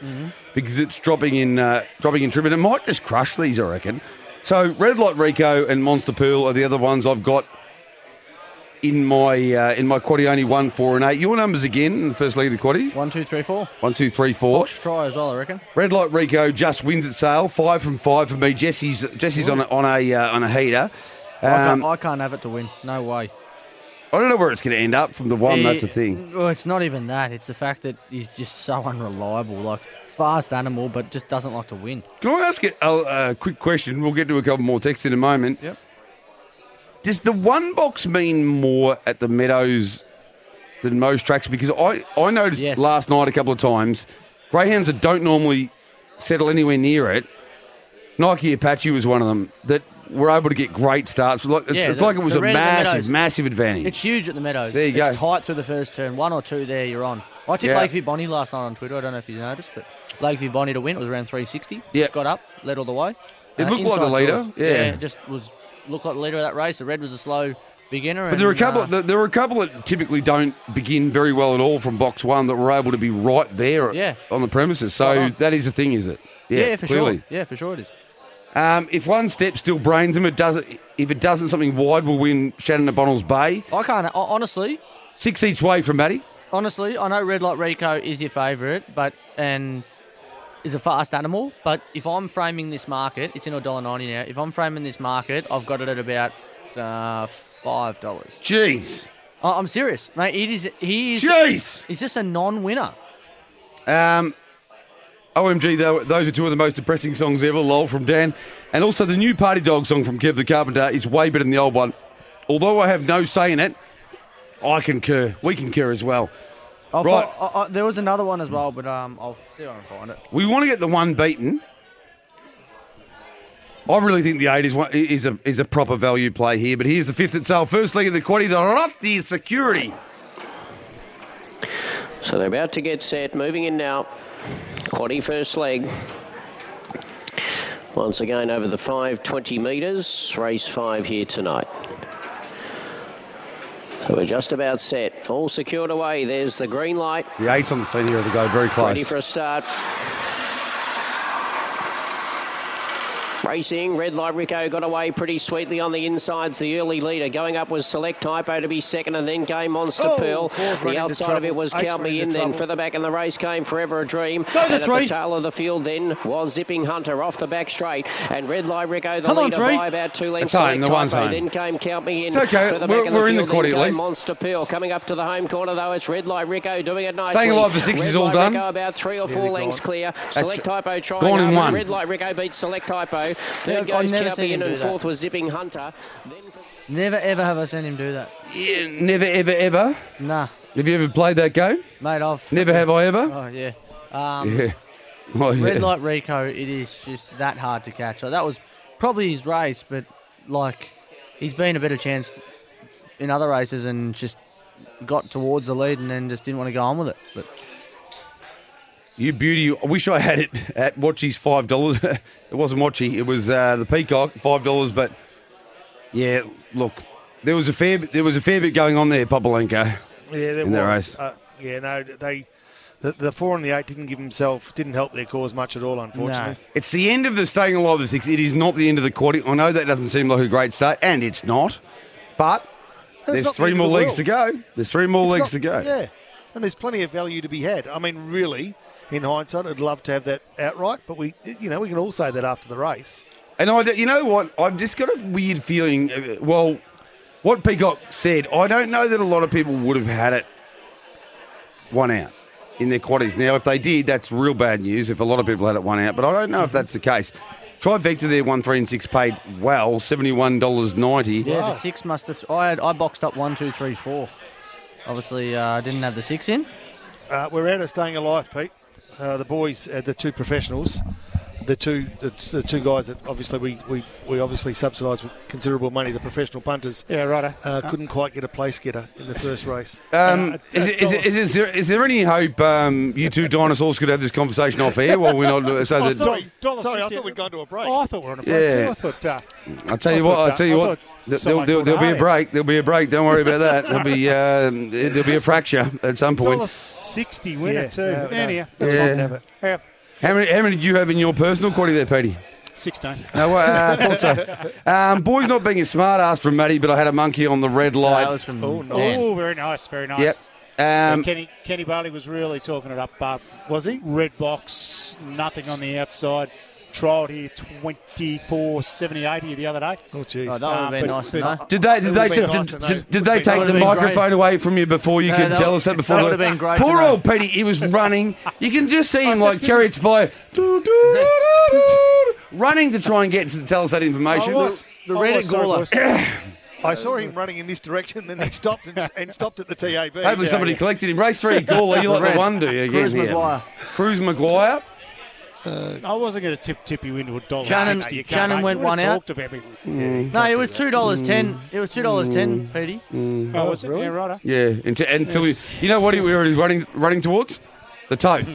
S3: because it's dropping in uh, dropping in trip, and it might just crush these, I reckon. So Red Light Rico and Monster Pearl are the other ones I've got in my uh, in my quaddy only one, four, and eight. Your numbers again in the first leg of the quaddy.
S4: One, two, three, four.
S3: One, two, three, four.
S4: Box try as well, I reckon.
S3: Red Light Rico just wins at sale. Five from five for me. Jesse's Jesse's on a, on a uh, on a heater.
S4: I, can't,
S3: Um, I
S4: I can't have it to win. No way.
S3: don't know where it's going to end up from the one. That's the
S4: He-
S3: thing.
S4: Well, it's not even that. It's the fact that he's just so unreliable. Like fast animal, but just doesn't like to win.
S3: Can I ask a, a, a quick question? We'll get to a couple more texts in a moment.
S4: Yep.
S3: Does the one box mean more at the Meadows than most tracks? Because I, I noticed
S4: Yes.
S3: last night a couple of times, greyhounds that don't normally settle anywhere near it, Nike Apache was one of them, that were able to get great starts. Like- It's,
S4: Yeah,
S3: it's
S4: the-
S3: like it was
S4: the
S3: a
S4: red in the
S3: massive,
S4: Meadows.
S3: massive advantage.
S4: It's huge at the Meadows.
S3: There you go.
S4: it's tight through the first turn. One or two there, you're on. I tipped
S3: Yeah.
S4: Lakeview Bonnie last night on Twitter. I don't know if you noticed, but Lakeview Bonnie to win. It was around 360.
S3: Yeah.
S4: Got up, led all the way. Uh,
S3: It looked like the
S4: inside
S3: leader.
S4: doors.
S3: Yeah.
S4: it just was looked like the leader of that race. The red was a slow beginner.
S3: But
S4: and,
S3: there are a couple.
S4: uh,
S3: there- there are a couple that typically don't begin very well at all from box one that were able to be right there
S4: Yeah.
S3: on the premises.
S4: Spot
S3: So
S4: on.
S3: that is a thing, is it?
S4: yeah, for
S3: clearly.
S4: sure. Yeah, for sure it is.
S3: Um, if one step still brains him, it doesn't. If it doesn't, something wide will win Shannon O'Bonnell's Bay.
S4: I can't I, honestly.
S3: Six each way from Matty.
S4: Honestly, I know Red Light Rico is your favourite, but and is a fast animal. But if I'm framing this market, it's in a dollar ninety now. If I'm framing this market, I've got it at about uh, five dollars.
S3: Jeez,
S4: I- I'm serious, mate. It is. He is.
S3: jeez.
S4: He's just a non-winner.
S3: Um, OMG, though, those are two of the most depressing songs ever. Lol from Dan, and also the new Party Dog song from Kev the Carpenter is way better than the old one. Although I have no say in it, I concur. We concur as well.
S4: I'll
S3: Right.
S4: fi- I- I- there was another one as well, but um, I'll see if I can find it.
S3: We want to get the one beaten. I really think the eight is one, is a is a proper value play here. But here's the fifth at sale. First leg of the quaddy, the Rotti Security.
S6: So they're about to get set, moving in now. Quaddy first leg. Once again over the 520 metres, race five here tonight. So we're just about set. All secured away. There's the green light.
S3: The eight's on the scene here to go very
S6: Ready
S3: close.
S6: for a start. Racing, Red Light Rico got away pretty sweetly on the insides. The early leader going up was Select Typo to be second, and then came Monster
S5: Oh,
S6: Pearl.
S5: four's run
S6: The
S5: into
S6: outside of it
S5: trouble.
S6: was
S5: Eight's
S6: Count
S5: run
S6: Me
S5: into
S6: In, then
S5: trouble.
S6: further back in the race came Forever a Dream.
S4: Go to
S6: and at
S4: three.
S6: the tail of the field then was Zipping Hunter off the back straight, and Red Light Rico the
S4: Come on,
S6: leader
S4: three.
S6: by about two lengths.
S3: It's home,
S6: Select
S3: the one's
S6: Typo,
S3: home.
S6: Then came Count Me In.
S3: It's okay, we're-
S6: Further back in the
S3: we're in the
S6: field,
S3: quarter
S6: then
S3: at
S6: came
S3: least.
S6: Monster Pearl coming up to the home corner though. It's Red Light Rico doing it nicely.
S3: Staying alive for six
S6: Red
S3: is all
S6: Light
S3: done.
S6: Rico about three or four lengths clear. Select Typo trying
S3: gone in
S6: hard.
S3: one.
S6: Red Light Rico beats Select Typo. Third
S4: Yeah, I've
S6: goes
S4: never seen
S6: Chalpy in
S4: him
S6: and
S4: do that.
S6: fourth was Zipping Hunter. Then
S4: Never ever have I seen him do that.
S3: Yeah, never, ever, ever.
S4: Nah,
S3: Have you ever played that game?
S4: mate. I've
S3: Never have I ever.
S4: Oh yeah. Um,
S3: Yeah. Oh, yeah.
S4: Red Light Rico, it is just that hard to catch. Like, that was probably his race, but like he's been a better chance in other races and just got towards the lead and then just didn't want to go on with it. But
S3: You beauty. I wish I had it at Watchy's five dollars. it wasn't Watchy. It was uh, the Peacock five dollars. But yeah, look, there was a fair bit- there was a fair bit going on there, Popolenko.
S5: Yeah, there
S3: in their
S5: was.
S3: race.
S5: Uh, yeah, no, they the, the four and the eight didn't give themselves didn't help their cause much at all. Unfortunately,
S3: It's the end of the staying alive of the six. It is not the end of the quarter. I know that doesn't seem like a great start, and it's not. But there's
S5: not the
S3: three
S5: end of
S3: more
S5: the
S3: legs
S5: world.
S3: to go. There's three more
S5: It's
S3: legs
S5: not-
S3: to go.
S5: Yeah, and there's plenty of value to be had. I mean, really, in hindsight, I'd love to have that outright, but we, you know, we can all say that after the race.
S3: And I, don't- you know what? I've just got a weird feeling. uh, Well, what Peacock said, I don't know that a lot of people would have had it one out
S5: Mm-hmm.
S3: in their quaddies. Now, if they did, that's real bad news. If a lot of people had it one out, but I don't know if that's the case. Trifecta there, one, three, and six paid well, $71.90.
S4: Yeah, the six must have. I had, I boxed up one, two, three, four. Obviously, uh, I didn't have the six in.
S5: Uh, we're out of staying alive, Pete. Uh, the boys, uh, the two professionals, the two the, the two guys that obviously we, we, we obviously subsidise with considerable money. The professional punters
S7: Yeah, righto.
S5: uh, couldn't quite get a place getter in the first race.
S7: uh,
S3: Um, is, it- is, it- is, it- is, there, is there any hope um, you two dinosaurs could have this conversation off air while we're not? So that
S7: Oh, Dollar
S5: Sorry, I
S7: sixty-
S5: thought we'd gone to a break.
S7: Oh, I thought we were on a break
S3: Yeah.
S7: too. I thought. Uh,
S3: I'll tell you what. I'll tell you
S7: I
S3: what.
S7: thought
S3: th- There'll,
S7: someone
S3: there'll, there'll be a
S7: called
S3: break. There'll be a break. Don't worry about that. There'll be um, there'll be a fracture at some
S7: dollar
S3: point.
S7: sixty winner
S5: Yeah,
S7: too.
S5: no, no.
S7: Anyhow, that's
S3: Yeah.
S7: fine. Never. Yeah,
S3: How many, how many did you have in your personal quality there, Petey?
S7: sixteen.
S3: No, uh, I thought so. Um, boys, not being a smart ass from Matty, but I had a monkey on the red light.
S4: That was from Dan.
S7: Oh, very nice. Very nice.
S3: yep.
S7: Yeah,
S3: Um,
S7: Kenny Kenny Bailey was really talking it up. But
S5: Was he?
S7: red box, nothing on the outside. Trialled here 24 70 80 the other day.
S5: Oh, jeez.
S4: Oh, that would have been
S7: but-
S4: nice to
S7: but-
S4: know.
S3: Did they did
S5: It
S3: they
S5: would've
S3: did,
S5: been nice to
S3: did,
S5: know.
S3: did they
S5: Would've been
S3: take the
S4: great.
S3: microphone away from you before you
S4: No,
S3: could
S4: that-
S3: tell us that before?
S4: that
S3: the-
S4: would've been great
S3: Poor
S4: to know.
S3: old Petey, he was running. You can just see him
S7: said,
S3: like
S7: "This is-
S3: chariots of fire, doo, doo, doo, doo, doo, running to try and get to tell us that information.
S4: The Reddit Gawler.
S5: I saw him running in this direction, then he stopped and, and stopped at the TAB.
S3: Hopefully somebody collected him. Race three, caller, you like
S4: Red.
S3: the one, do you? Again
S4: Cruz
S3: here.
S4: Maguire.
S3: Cruz Maguire.
S7: I wasn't going to tip tip you into a dollar.
S4: Shannon-
S7: 60. You can't,
S4: Shannon
S7: mate. You
S4: went
S7: would've
S4: one out.
S7: Talked about me.
S4: No, it was two dollars ten. It was two dollars ten, Petey.
S7: Oh, was it? Yeah, righto.
S3: Yeah, until, until he, you know what he, where he was running running towards? The tote.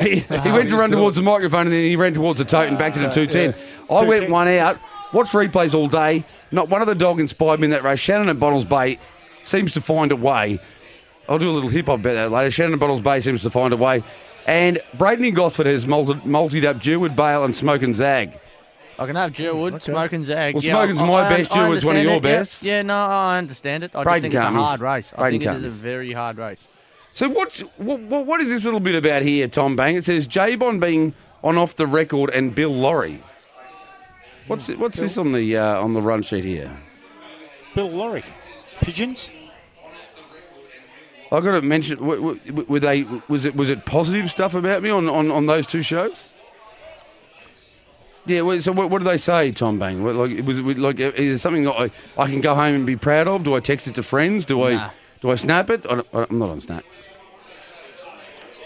S3: He, he went to run towards the microphone and then he ran towards the tote and back to the 210. I went
S7: 210.
S3: one out, watched replays all day. Not one of the dog inspired me in that race. Shannon at Bottles Bay seems to find a way. I'll do a little hip hop about that later. Shannon at Bottles Bay seems to find a way. And Braden in Gosford has multi multied up Jewwood Bale and Smoke and Zag.
S4: I can have Jerwood, Smoke and Zag.
S3: Well,
S4: Yeah,
S3: Smoke and's
S4: I-
S3: my
S4: I-
S3: best,
S4: I
S3: Jerwood's one of
S4: understand
S3: your
S4: it, yeah.
S3: best.
S4: Yeah, no, I understand it. I
S3: Braden
S4: just think it's a
S3: Cummings.
S4: hard race. I
S3: Braden
S4: think it is a
S3: Cummings.
S4: very hard race.
S3: So what's what, what is this little bit about here, Tom Bang? It says J Bond being on off the record and Bill Laurie. What's what's this on the uh, on the run sheet here?
S7: Bill Lorry. Pigeons?
S3: I got to mention, w- w- were they was it was it positive stuff about me on, on, on those two shows? Yeah. well, So what, what do they say, Tom Bang? What, Like was it like is it something that I, I can go home and be proud of? Do I text it to friends? Do
S4: Nah.
S3: I do I snap it? I don't- I'm not on snap.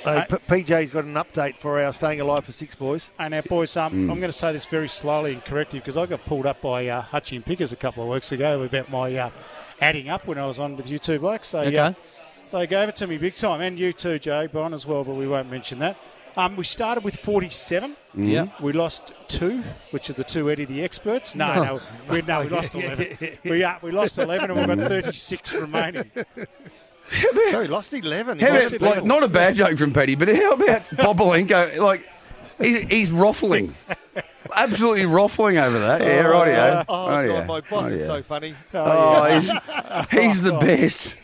S5: Uh, P- PJ's got an update for our staying alive for six boys.
S7: And now, boys, um, I'm going to say this very slowly and correctly because I got pulled up by uh, Hutchie and Pickers a couple of weeks ago about my uh, adding up when I was on with you two blokes. They, uh,
S4: Okay.
S7: they gave it to me big time, and you too, Jay Bond as well, but we won't mention that. Um, we started with 47.
S4: Yeah.
S7: We lost two, which are the two Eddie the experts. No, no, we, no, we lost 11. We, uh, we lost 11 and we've got 36 remaining.
S5: So he lost 11. He
S3: How
S5: lost
S3: about, like, not a bad joke from Petty, but how about Bobolenko? Like, he, he's ruffling. Absolutely ruffling over that. Yeah, right, yeah.
S5: Oh, God, my boss is so funny.
S3: Oh, he's, he's the best.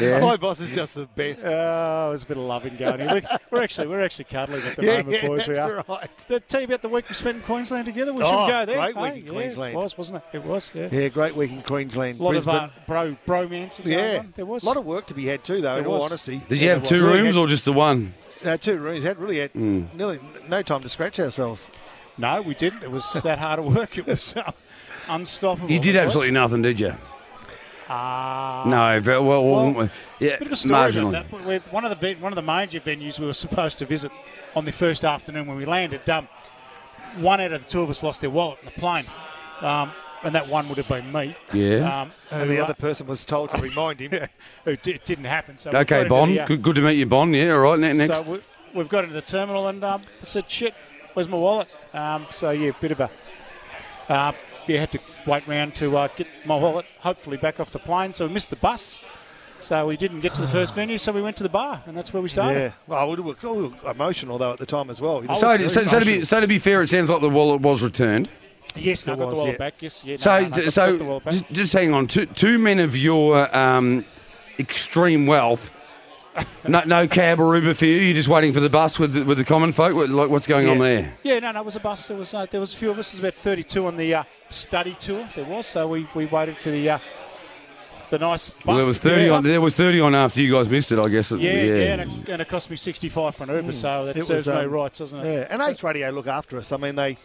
S3: Yeah.
S5: My boss is just the best.
S7: Oh, it was a bit of loving going. here. Look, we're actually we're actually cuddling at the
S5: Yeah,
S7: moment, boys. we
S5: that's
S7: are.
S5: right.
S7: Did tell you about the week we spent in Queensland together? We
S5: Oh,
S7: should go there.
S5: great week
S7: Hey,
S5: in
S7: yeah,
S5: Queensland.
S7: It was, wasn't it? It was. Yeah.
S5: Yeah, great week in Queensland.
S7: A lot
S5: Brisbane.
S7: of uh, bro bromance. Going
S5: yeah,
S7: on. There was
S5: a lot of work to be had too, though. in
S7: There
S5: all
S7: was.
S5: honesty,
S3: Did you have two
S5: Really
S3: rooms
S5: had-
S3: or just the one?
S5: no, two rooms? Had really had nearly no time to scratch ourselves.
S7: No, we didn't. It was that hard of work. It was uh, unstoppable.
S3: You did
S7: It was.
S3: absolutely nothing, did you?
S7: Ah.
S3: No, very well, well,
S7: Well,
S3: yeah,
S7: Bit of a story
S3: marginally.
S7: about that. With one of the ve- one of the major venues we were supposed to visit on the first afternoon when we landed, um, one out of the two of us lost their wallet in the plane, um, and that one would have been me.
S3: Yeah.
S7: Um,
S5: And
S7: who,
S5: the
S7: uh,
S5: other person was told to remind him.
S7: who di- Oh, it didn't happen. So we got
S3: Okay,
S7: into
S3: Bond.
S7: the, uh,
S3: good, good to meet you, Bond. Yeah, all right. ne- Next.
S7: So we, we've got into the terminal and um, I said, "Shit, where's my wallet?" Um, so yeah, bit of a. Uh, yeah, had to wait round to uh, get my wallet, hopefully back off the plane. So we missed the bus, so we didn't get to the first venue. So we went to the bar, and that's where we started.
S5: yeah, well, we were, we were emotional though at the time as well. It was
S3: so,
S5: very
S3: so, so, to be,
S5: emotional.
S3: so to be fair, it sounds like the wallet was returned.
S7: Yes, no, I got
S5: was,
S7: the wallet
S5: yeah.
S7: back. Yes, yeah. No,
S3: So,
S7: no, no, I got,
S3: so
S7: got the wallet back.
S3: just, just hang on. Two, two men of your um, extreme wealth. No, no cab or Uber for you. You're just waiting for the bus with the, with the common folk. What, like, what's going on
S7: Yeah.
S3: there?
S7: Yeah, no, no, it was a bus. There was uh, there was a few of us. There was about thirty-two on the uh, study tour. There was, so we, we waited for the uh, the nice bus.
S3: Well, there was
S7: to pick
S3: thirty
S7: us
S3: on.
S7: up.
S3: There was thirty on after you guys missed it. I guess.
S7: Yeah, yeah, and, it, and it cost me sixty-five for an Uber, so that
S5: Mm. It
S7: serves
S5: was,
S7: me
S5: um,
S7: rights, doesn't it?
S5: yeah, and H Radio look after us. I mean, they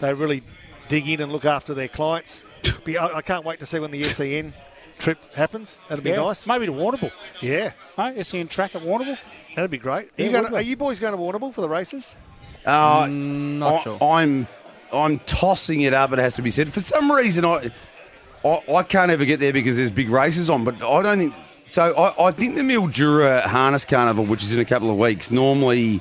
S5: they really dig in and look after their clients. Be- I I can't wait to see when the SEN trip happens. That'd be
S7: Yeah,
S5: nice.
S7: Maybe to Warrnambool.
S5: Yeah,
S7: No, SEN track at Warrnambool.
S5: that'd be great. Are,
S7: Yeah,
S5: you, going
S7: would
S5: to,
S7: we?
S5: are you boys going to Warrnambool for the races?
S3: Uh,
S4: not
S3: I,
S4: sure.
S3: I'm I'm tossing it up. It has to be said. For some reason, I I, I can't ever get there because there's big races on. But I don't think so. I, I think the Mildura Harness Carnival, which is in a couple of weeks, normally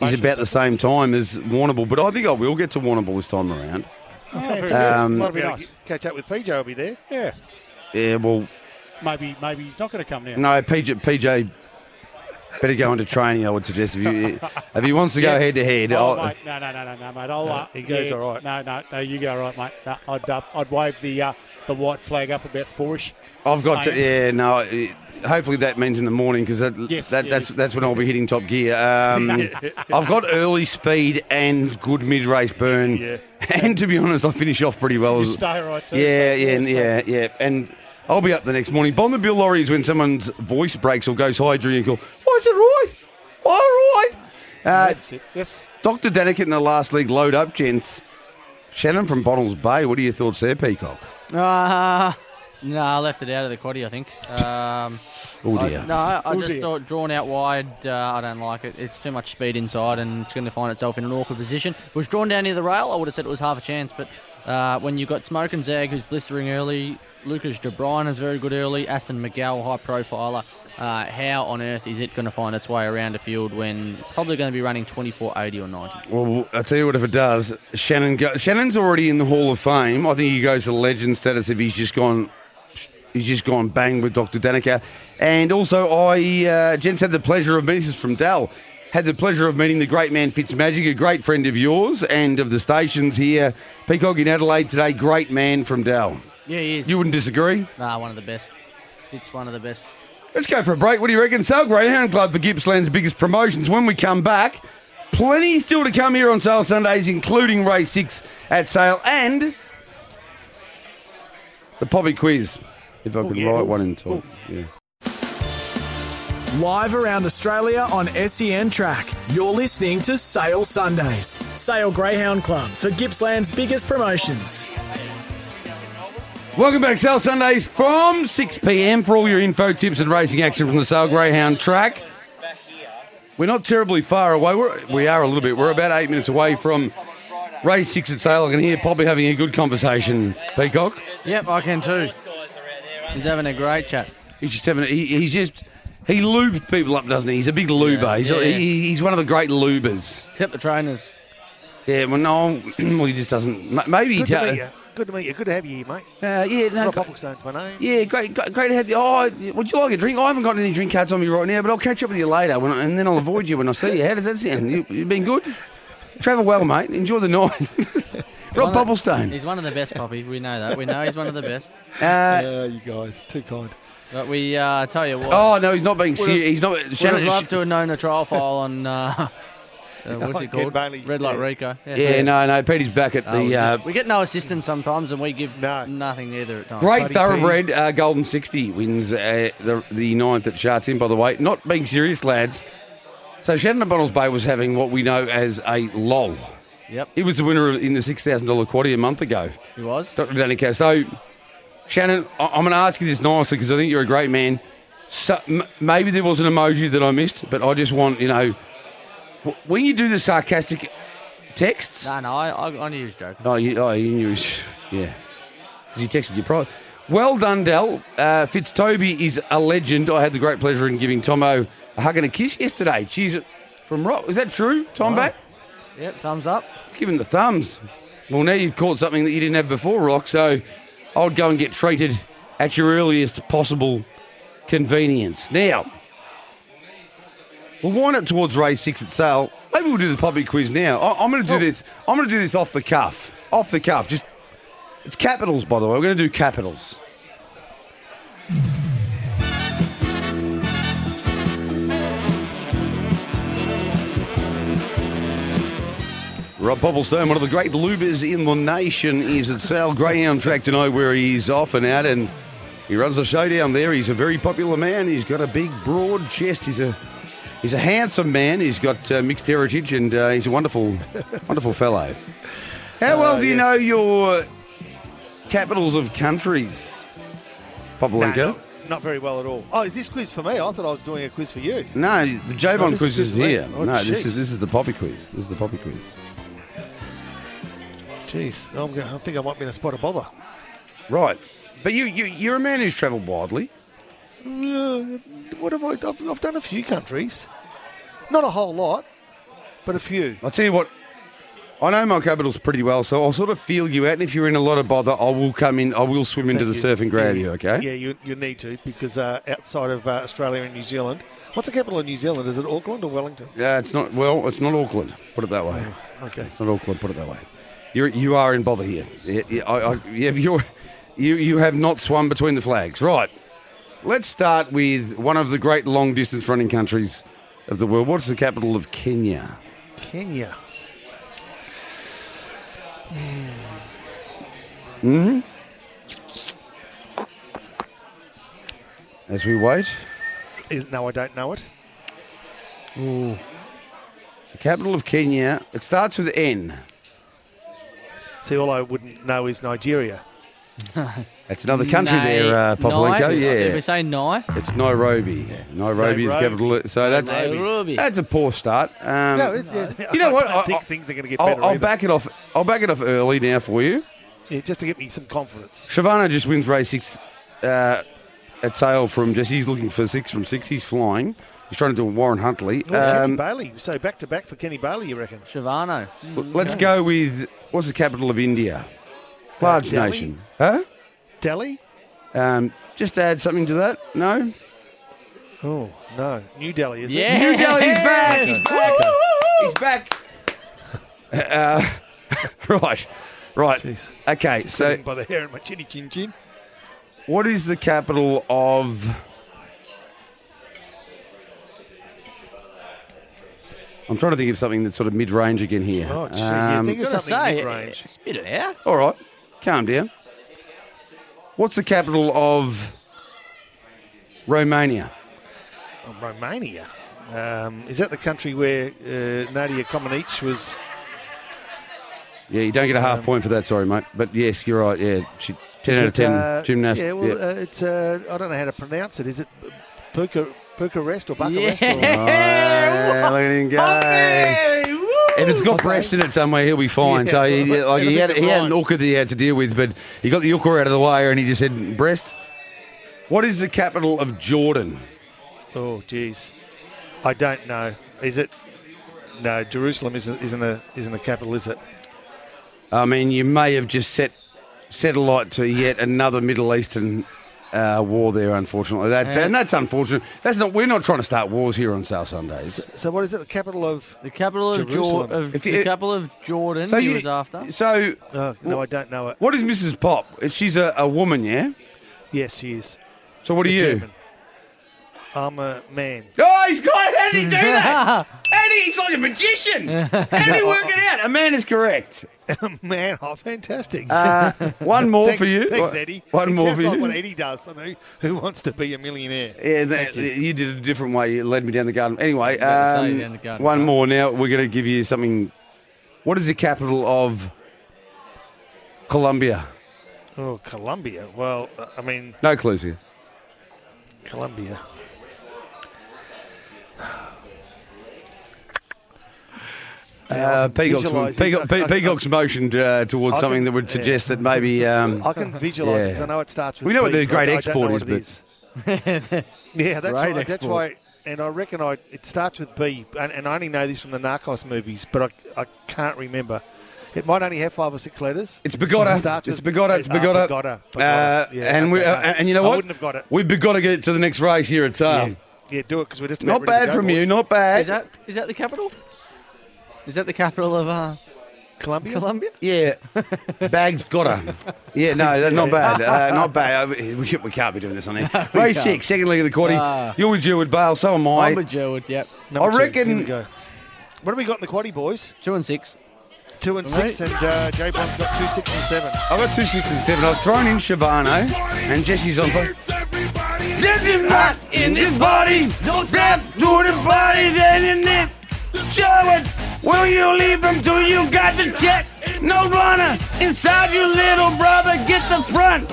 S3: is about the same time as Warrnambool. But I think I will get to Warrnambool this time around.
S7: Oh, very good.
S3: Um,
S7: That'd be
S5: Yeah,
S7: nice.
S5: Catch up with PJ. I'll be there.
S7: Yeah.
S3: Yeah. Well,
S7: Maybe, maybe he's not going to come now.
S3: no, PJ PJ better go into training. I would suggest if you if he wants to go head to head.
S7: Oh,
S3: I'll-
S7: mate, no, no, no, no, no, mate. I'll, uh,
S5: he goes
S7: yeah,
S5: all right.
S7: No, no, no, you go all right, mate. No, I'd, uh, I'd wave the uh, the white flag up about fourish.
S3: I've got to,
S7: Mate.
S3: yeah, no. it- Hopefully that means in the morning because that,
S7: Yes,
S3: that,
S7: yeah,
S3: that's
S7: yes.
S3: that's when I'll be hitting top gear. Um, I've got early speed and good mid race burn,
S5: Yeah.
S3: and to be honest, I finish off pretty well.
S7: You stay right too.
S3: yeah,
S7: so-
S3: yeah,
S7: so-
S3: yeah, yeah, and I'll be up the next morning. Bond the Bill Lorry is when someone's voice breaks or goes high during a call. Why is it right? Why right? Uh,
S7: That's it. Yes.
S3: Doctor Danikit in the last league load up, gents. Shannon from Bonnell's Bay. What are your thoughts there, Peacock?
S4: Uh, no, I left it out of the quaddy, I think. Um,
S3: Oh
S4: I-
S3: dear.
S4: no, I, I
S7: Oh,
S4: just
S7: dear.
S4: thought drawn out wide, uh, I don't like it. It's too much speed inside and it's going to find itself in an awkward position. If it was drawn down near the rail, I would have said it was half a chance, but uh, when you've got Smoke and Zag, who's blistering early, Lucas Debrine is very good early, Aston Miguel, high profiler. Uh, how on earth is it going to find its way around a field when probably going to be running 24, 80 or 90?
S3: Well, I tell you what, if it does, Shannon go- Shannon's already in the Hall of Fame. I think he goes to legend status if he's just gone. He's just gone bang with Dr. Danica. And also, I, uh, gents, had the pleasure of meeting, this is from Dal, had the pleasure of meeting the great man Fitzmagic, a great friend of yours and of the stations here. Peacock in Adelaide today, great man from Dal.
S4: Yeah, he is.
S3: You wouldn't disagree?
S4: Nah, one of the best. It's one of the best.
S3: Let's go for a break. What do you reckon? Sale Greyhound Club for Gippsland's biggest promotions. When we come back, plenty still to come here on Sale Sundays, including race six at Sale and the Poppy Quiz, if I could write one in time. Yeah.
S2: Live around Australia on SEN Track, you're listening to Sale Sundays, Sale Greyhound Club for Gippsland's biggest promotions.
S3: Welcome back, Sale Sundays from 6 p.m. for all your info, tips, and racing action from the Sale Greyhound track. We're not terribly far away. We're, we are a little bit. We're about eight minutes away from race six at Sale. I can hear Poppy having a good conversation. Peacock.
S4: Yep, I can too. He's having a great chat.
S3: He's just having. He, he's just. He lubes people up, doesn't he? He's a big luber.
S4: Yeah,
S3: he's,
S4: yeah.
S3: he, he's one of the great lubers.
S4: Except the trainers.
S3: Yeah. Well, no. well, he just doesn't. m- Maybe. he
S5: Good
S3: ta-
S5: to meet you. Good to meet you. Good to have you here, mate.
S3: Uh, yeah. No.
S5: Rob
S3: gr-
S5: Popplestone's my name.
S3: Yeah. Great. gr- Great to have you. Oh, would you like a drink? I haven't got any drink cards on me right now, but I'll catch up with you later, when I, and then I'll avoid you when I see you. How does that sound? You, you been good. Travel well, mate. Enjoy the night. Rob
S4: One of-
S3: Bubblestone.
S4: He's one of the best, Poppy. We know that. We know he's one of the best.
S3: Uh,
S5: you guys, too kind.
S4: But we uh, tell you what.
S3: oh no, he's not being serious. He's not.
S4: Would have
S3: Shannon,
S4: loved to have known the trial file on uh, uh, what's it
S5: Ken
S4: called?
S5: Bailey's,
S4: Red Light
S5: yeah.
S4: Rico.
S3: yeah, no, no. Pete's back at
S4: Oh, we,
S3: the uh,
S4: just- we get no assistance sometimes, and we give
S5: No.
S4: nothing either at times.
S3: Great
S5: Buddy
S3: thoroughbred uh, Golden 60 wins uh, the, the ninth at Shards Inn, by the way. Not being serious, lads. So Shannon Bonnell's Bay was having what we know as a LOL.
S4: Yep,
S3: He was the winner of, in the $6,000 quarter a month ago,
S4: he was.
S3: Dr. Danica. So, Shannon, I- I'm going to ask you this nicely because I think you're a great man. So, m- maybe there was an emoji that I missed, but I just want, you know, w- when you do the sarcastic texts.
S4: No, no, I, I, I knew he was joking.
S3: Oh, you, oh, you knew. Yeah. 'Cause he texted you prior. Well done, Dell. Uh, Fitztoby is a legend. I had the great pleasure in giving Tomo a hug and a kiss yesterday. Cheers from Rock. Is that true, Tom Bat?
S4: Yep, thumbs up.
S3: Give him the thumbs. Well, now you've caught something that you didn't have before, Rock, so I would go and get treated at your earliest possible convenience. Now, we'll wind up towards race six at sale. Maybe we'll do the public quiz now. I- I'm going to do this. I'm going to do this off the cuff. Off the cuff. Just it's capitals, by the way. We're going to do capitals. Rob Bobblestone, one of the great lubers in the nation, is at Sale Greyhound Track tonight, where he's off and out, and he runs the show down there. He's a very popular man. He's got a big, broad chest. He's a he's a handsome man. He's got uh, mixed heritage, and uh, he's a wonderful, wonderful fellow. How well do you
S5: Oh, yes.
S3: know your capitals of countries, Popolenko?
S5: Not very well at all. Oh, is this quiz for me? I thought I was doing a quiz for you.
S3: No, the Javon
S5: this
S3: quiz
S5: is
S3: isn't here.
S5: late. Oh,
S3: no, this
S5: jeez.
S3: is this is the Poppy quiz. This is the Poppy quiz.
S5: Jeez, I'm going, I think I might be in a spot of bother.
S3: Right, but you you you're a man who's travelled widely.
S5: Yeah, what have I I've, I've done a few countries. Not a whole lot, but a few.
S3: I'll tell you what. I know my capitals pretty well, so I'll sort of feel you out. And if you're in a lot of bother, I will come in. I will swim into the
S5: Thank
S3: surf and grab
S5: Yeah,
S3: you. Okay.
S5: Yeah, you, you need to because uh, outside of uh, Australia and New Zealand, what's the capital of New Zealand? Is it Auckland or Wellington?
S3: Yeah, it's not well. It's not Auckland. Put it that way.
S5: Oh, Okay.
S3: It's not Auckland. Put it that way. You're, you are in bother here. Yeah, yeah, I, I, yeah, you're, you you have not swum between the flags. Right. Let's start with one of the great long distance running countries of the world. What's the capital of Kenya?
S5: Kenya.
S3: As we wait,
S5: Is- No, I don't know it.
S3: the capital of Kenya. It starts with N.
S5: See, all I wouldn't know is Nigeria.
S3: That's another country there, uh,
S4: Nai,
S3: Popolenko.
S4: if we- If
S3: Yeah,
S4: we say Nai,
S3: it's Nairobi. Nairobi is capital. So that's
S4: Nairobi.
S3: that's a poor start. Um,
S5: No, it's, yeah,
S3: you know what?
S5: I don't
S3: I-
S5: think
S3: I-
S5: things are going to get
S3: I'll,
S5: better.
S3: I'll
S5: either.
S3: back it off. I'll back it off early now for you.
S5: Yeah, just to get me some confidence.
S3: Shavano just wins race six uh, at Sale from Jesse. He's looking for six from six. He's flying. He's trying to do a Warren Huntley.
S5: Well, Kenny
S3: Um,
S5: Bailey. So back to back for Kenny Bailey, you reckon?
S4: Shivano.
S3: l- let's go with what's the capital of India? Large
S5: Uh, Delhi?
S3: nation, huh?
S5: Delhi?
S3: Um, just add something to that. No,
S5: Oh no, New Delhi is
S4: Yeah.
S5: it?
S3: New Delhi's back. He's back.
S5: Okay.
S3: He's back. Uh, right, right.
S5: Jeez.
S3: Okay. So,
S5: Sitting by the hair and my chinny chin chin.
S3: what is the capital of? I'm trying to think of something that's sort of mid-range again here.
S5: Oh, gee,
S3: Um,
S5: you think of
S4: Gotta
S5: something
S4: say,
S5: mid-range.
S4: spit it out.
S3: All right, calm down. What's the capital of Romania?
S5: Oh, Romania. Um, is that the country where uh, Nadia Comaneci was?
S3: Yeah, you don't get a half point for that, sorry, mate. But yes, you're right. Yeah, she, ten
S5: Um, is
S3: out
S5: it,
S3: of ten
S5: uh,
S3: gymnast.
S5: Yeah, well, Uh, it's uh, I don't know how to pronounce it. Is it Buca, Bucharest or Bucharest? Or,
S3: Yeah, look at him go. If it's got breast in it somewhere, he'll be fine.
S5: Yeah,
S3: so he,
S5: well,
S3: like, he,
S5: it'll
S3: had,
S5: be
S3: he had an
S5: fine.
S3: orchid that he had to deal with, but he got the orchid out of the way and he just said, breast. What is the capital of Jordan?
S5: oh, geez, I don't know. Is it? No, Jerusalem isn't isn't a isn't a capital, is it?
S3: I mean, you may have just set set a light to yet another Middle Eastern uh, war there. Unfortunately, that, and that's unfortunate. That's not. We're not trying to start wars here on South Sundays.
S5: So what is it? The capital of?
S4: The capital of, Jor-
S5: Jerusalem.
S4: of
S3: If
S4: the
S3: you-
S4: capital of Jordan. he was after.
S3: So
S5: Oh, no, I don't know it.
S3: what is Mrs. Pop? She's a, a woman, yeah.
S5: Yes, she is.
S3: So what are you?
S5: German. I'm a man.
S3: Oh, he's got it. How did he do that? Eddie, he's like a magician. How did he work it out? A man is correct.
S5: man, oh, fantastic.
S3: Uh, one more
S5: Thanks-
S3: for you.
S5: Thanks, Eddie.
S3: One
S5: It
S3: more
S5: sounds
S3: for you.
S5: like what Eddie does. I know who wants to be a millionaire.
S3: Yeah, that, you. did it a different way. You led me down the garden. Anyway,
S4: about to say
S3: um,
S4: down the garden,
S3: one
S4: right.
S3: more now. We're going to give you something. What is the capital of Colombia?
S5: Oh, Colombia. Well, uh, I mean,
S3: No clues here.
S5: Colombia.
S3: Uh, Peacock's,
S5: visualise this.
S3: Peacock, Pe-
S5: I- I-
S3: Peacock's motioned uh, towards
S5: I
S3: something
S5: can-
S3: that would
S5: yeah.
S3: suggest that maybe. Um,
S5: I can visualise it because
S3: Yeah.
S5: I know it starts with.
S3: We know what
S5: B,
S3: the great
S5: but I don't
S3: export
S5: know
S3: is,
S5: what
S3: but-
S5: it yeah, that's
S4: Great
S5: right. That's
S4: export.
S5: why, and I reckon I it starts with B, and, and I only know this from the Narcos movies, but I, I can't remember. It might only have five or six letters.
S3: it's Bogota.
S5: It starts
S3: It's
S5: with-
S3: Bogota. It's
S5: Ah,
S3: Bogota.
S5: Bogota.
S3: Uh,
S5: Bogota. Yeah,
S3: and we
S5: okay,
S3: uh,
S5: no.
S3: and you know
S5: I
S3: what?
S5: wouldn't have got it.
S3: We've got to get it to the next race here at
S5: Yeah,
S3: Tarm.
S5: yeah do it because we're just about
S3: Not
S5: ready
S3: bad
S5: to go,
S3: from you.
S5: boys.
S3: Not bad.
S4: Is that is that the capital? Is that the capital of uh,
S5: Colombia.
S4: Colombia?
S3: Yeah, bags got her. Yeah, no, that's not bad. Uh, not bad. Uh, We, we can't be doing this on here. Race
S4: can't.
S3: six, second leg of the quarter.
S4: Ah.
S3: You're with Jewett Bale, so am I.
S4: I'm with Gerwood, yep.
S5: Number
S3: I
S5: two.
S3: reckon-
S5: Here we go. What have we got in the quaddy, boys?
S4: Two and six.
S5: Two and six, and uh, J Bond's got two, six, and seven.
S3: I've got two, six, and seven. I've thrown in Shivano, and Jesse's on fire. If you're not in this body, don't step to the body, then in it. Show it. Will you leave him till you got the check? No runner inside your little brother. Get the front.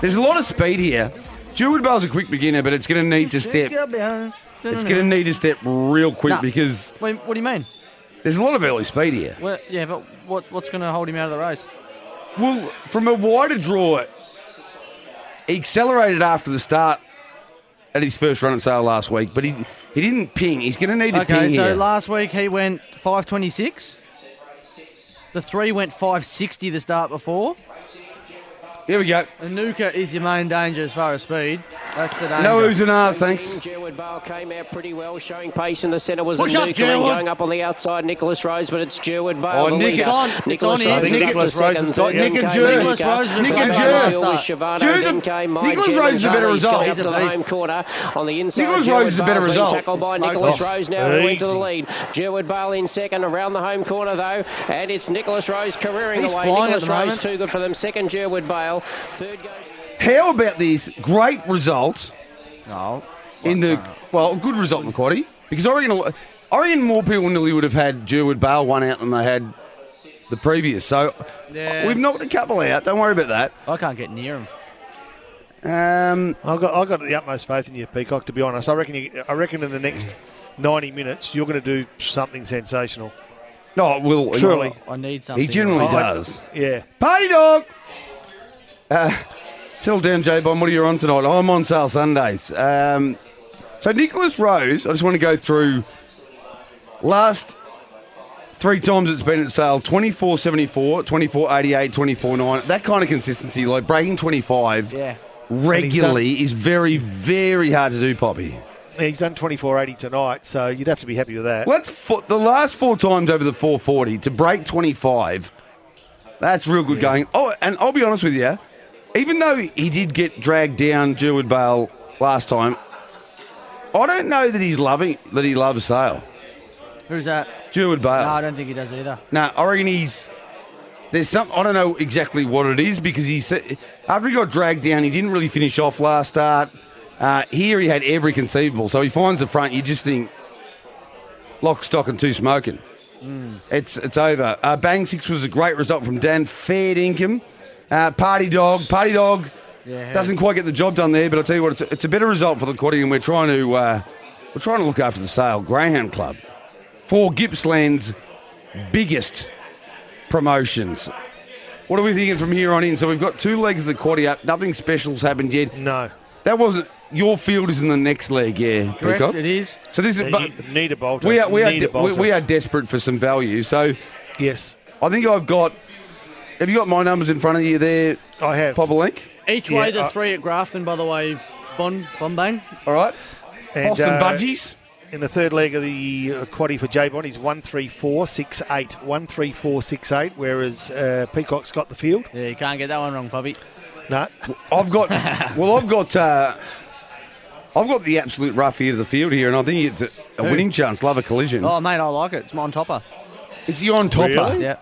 S3: There's a lot of speed here. Jewett Bell's a quick beginner, but it's going to need to step.
S4: uh,
S3: It's going to need to step real quick
S4: Nah.
S3: because
S4: Wait, what do you mean?
S3: there's a lot of early speed here.
S4: Well, yeah, but what, what's going to hold him out of the race?
S3: Well, from a wider draw, he accelerated after the start at his first run at sale last week, but he he didn't ping. He's going to need to
S4: Okay,
S3: ping
S4: so
S3: here.
S4: last week he went 526. The three went 560 the start before.
S3: here we go.
S4: Anuka is your main danger as far as speed. That's the danger.
S3: No oohs and ahs, thanks.
S6: Gerwood Bale came out pretty well, showing pace in the centre was
S4: Push
S6: a
S4: up,
S6: new
S4: Gerwood.
S6: going up on the outside. Nicholas Rose, but it's Gerwood Bale.
S3: Oh,
S6: the
S3: Nick,
S6: leader.
S3: it's
S4: on, it's
S6: Nicholas
S4: on here.
S6: Rose,
S5: Nick-
S6: up
S5: Nicholas
S6: to
S5: Rose
S6: second,
S5: has got
S6: third,
S3: Nick
S6: then
S3: and
S6: came
S3: Jer.
S4: Nicholas
S6: Anika.
S4: Rose is a
S6: Nick
S4: better
S6: and
S4: result.
S6: Jer was Shivano,
S3: Jer's a-
S6: then came Mai.
S3: Nicholas
S6: Gerwood
S3: Rose is a better
S6: Bale, he's gone
S3: result.
S6: up to the
S4: He's a
S6: home
S4: beast.
S6: corner on the inside.
S3: Nicholas
S6: Gerwood
S3: Rose is a better
S6: Bale being
S3: result.
S6: Tackled by
S4: Smoked
S6: Nicholas
S4: off.
S6: Rose now who went to the
S5: Easy.
S6: lead. Gerwood Bale in second around the home corner though, and it's Nicholas Rose careering
S4: He's
S6: away.
S4: flying at
S6: Nicholas
S4: the
S6: Rose
S4: moment.
S6: too good for them. Second Gerwood Bale, third goes.
S3: How about this great result?
S4: Oh,
S3: in the
S4: uh,
S3: well, good result in the quaddy because I reckon, a- I reckon more people nearly would have had Gerwood Bale one out than they had the previous. So
S4: Yeah.
S3: we've knocked a couple out. Don't worry about that.
S4: I can't get near him.
S3: Um,
S5: I've got, I've got the utmost faith in you, Peacock. To be honest, I reckon. You, I reckon in the next ninety minutes, you're going to do something sensational.
S3: no, it will
S5: Surely.
S4: I need something. Oh,
S3: he generally
S5: I-
S3: does.
S5: Yeah.
S3: Party dog. Uh, settle down, J Bomb. What are you on tonight? Oh, I'm on sale Sundays. Um, so Nicholas Rose, I just want to go through last three times it's been at sale 2474, 2488, 249. That kind of consistency, like breaking 25
S4: Yeah.
S3: regularly, is very, very hard to do, Poppy.
S5: Yeah, He's done twenty four eighty tonight, so you'd have to be happy with that.
S3: Let's fo- the last four times over the 440 to break 25. That's real good going. Oh, and I'll be honest with you, even though he did get dragged down Jeward Bale last time, I don't know that he's loving that he loves Sale.
S4: Who's that?
S3: Jeward Bale.
S4: No, I don't think he does either.
S3: No, I reckon he's there's some. I don't know exactly what it is because he said after he got dragged down, he didn't really finish off last start. Uh, here he had every conceivable, so he finds the front. You just think lock, stock, and two smoking. It's it's over. Uh, Bang six was a great result from Dan Fair Income. Uh, party dog, party dog.
S4: Yeah.
S3: Doesn't quite get the job done there, but I tell you what, it's a, it's a better result for the quaddy, and we're trying to uh, we're trying to look after the sale Greyhound Club for Gippsland's biggest promotions. What are we thinking from here on in? So we've got two legs of the quaddy up. Nothing special's happened yet.
S5: No.
S3: That wasn't your field is in the next leg, yeah.
S4: Correct,
S3: Peacock?
S4: it is.
S3: So this is
S5: You
S3: but
S5: need a bolter.
S3: we are we are,
S5: Need
S3: de-
S5: a
S3: we,
S5: bolter.
S3: we are desperate for some value. So
S5: Yes,
S3: I think I've got. Have you got my numbers in front of you there,
S5: I have.
S3: Papa Link?
S4: Each
S5: Yeah,
S4: way, the
S3: uh,
S5: I-
S4: three at Grafton, by the way. Bon, Bombang.
S3: All right,
S5: And,
S3: Boston
S5: uh,
S3: budgies.
S5: In the third leg of the uh, quaddy for J Bond, he's one three four six eight, one three four six eight. Whereas uh, Peacock's got the field.
S4: Yeah, you can't get that one wrong, Bobby.
S5: No,
S3: I've got. well, I've got. Uh, I've got the absolute roughie of the field here, and I think it's a, a
S4: Who?
S3: winning chance. Love a collision.
S4: Oh, mate, I like it. It's my on topper.
S3: It's the on topper.
S5: Really?
S4: Yeah.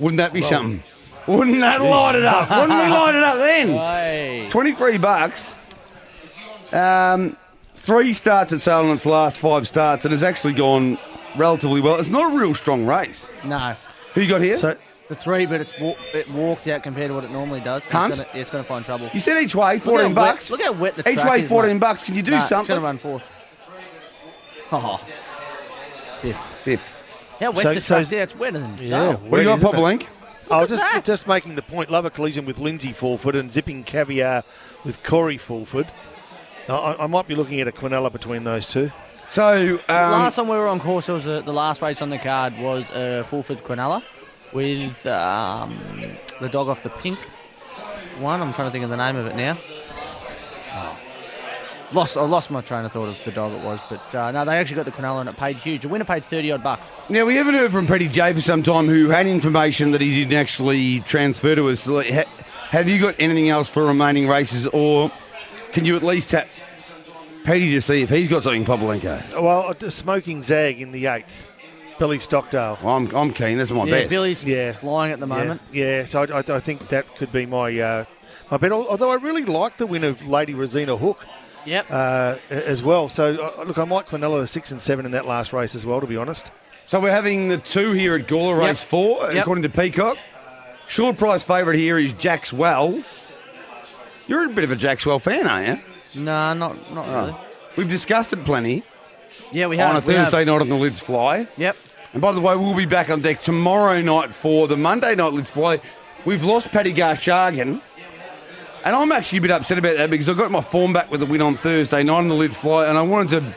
S3: Wouldn't that be something? mm. Wouldn't that light it up? Wouldn't we light it up then?
S4: Hey.
S3: 23 bucks. Um, three starts at sale in its last five starts and has actually gone relatively well. It's not a real strong race.
S4: No.
S3: Who you got here?
S5: so
S4: The three, but it's wa- it walked out compared to what it normally does.
S3: Hunt?
S4: It's gonna, yeah, it's going to find trouble.
S3: you said each way,
S4: Look how
S3: 14
S4: wet-
S3: bucks.
S4: Look how wet the
S3: Each
S4: track
S3: way,
S4: is,
S3: 14
S4: mate.
S3: bucks. Can you do
S4: Nah, It's
S3: something?
S4: going to run fourth. Oh,
S3: Fifth.
S4: how wet's
S5: So-
S4: the
S5: so-
S4: track? yeah, it's wetter than
S5: yeah.
S4: sale.
S3: What do you got, Papa Link?
S5: I was just
S4: that.
S5: just making the point. Love a collision with Lindsay Fulford and zipping caviar with Corey Fulford. I- I, I might be looking at a quinella between those two.
S3: So, um,
S4: last time we were on course, it was the, the last race on the card was uh, Fulford Quinella with um, the dog off the pink one. I'm trying to think of the name of it now. Oh. Lost, I lost my train of thought of the dog it was, but uh, no, they actually got the Quinella and it paid huge. The winner paid thirty odd bucks.
S3: now we haven't heard from Petty J for some time who had information that he didn't actually transfer to us. Like, ha- Have you got anything else for remaining races, or can you at least tap Petty to see if he's got something, Popolenko?
S5: Well, uh, smoking zag in the eighth. Billy Stockdale.
S3: I'm, I'm keen. That's my
S4: yeah,
S3: best.
S4: Billy's
S5: Yeah.
S4: flying at the moment.
S5: Yeah, yeah. so I, I, I think that could be my uh, my bet. Although I really like the win of Lady Rosina Hook.
S4: Yep.
S5: uh, a- as well. So, uh, look, I might Quinella the six and seven in that last race as well, to be honest.
S3: So we're having the two here at Gawler
S4: Yep.
S3: Race 4,
S4: Yep.
S3: according to Peacock. Short price favourite here is Jack's Well. You're a bit of a Jack's Well fan, aren't you?
S4: no, not not really.
S3: We've discussed it plenty
S4: Yeah, we have.
S3: oh. on a
S4: we have.
S3: Thursday night on the Lids Fly.
S4: Yep.
S3: And by the way, we'll be back on deck tomorrow night for the Monday night Let's Fly. We've lost Paddy Garshagan. And I'm actually a bit upset about that because I got my form back with the win on Thursday night on the Let's Fly. And I wanted to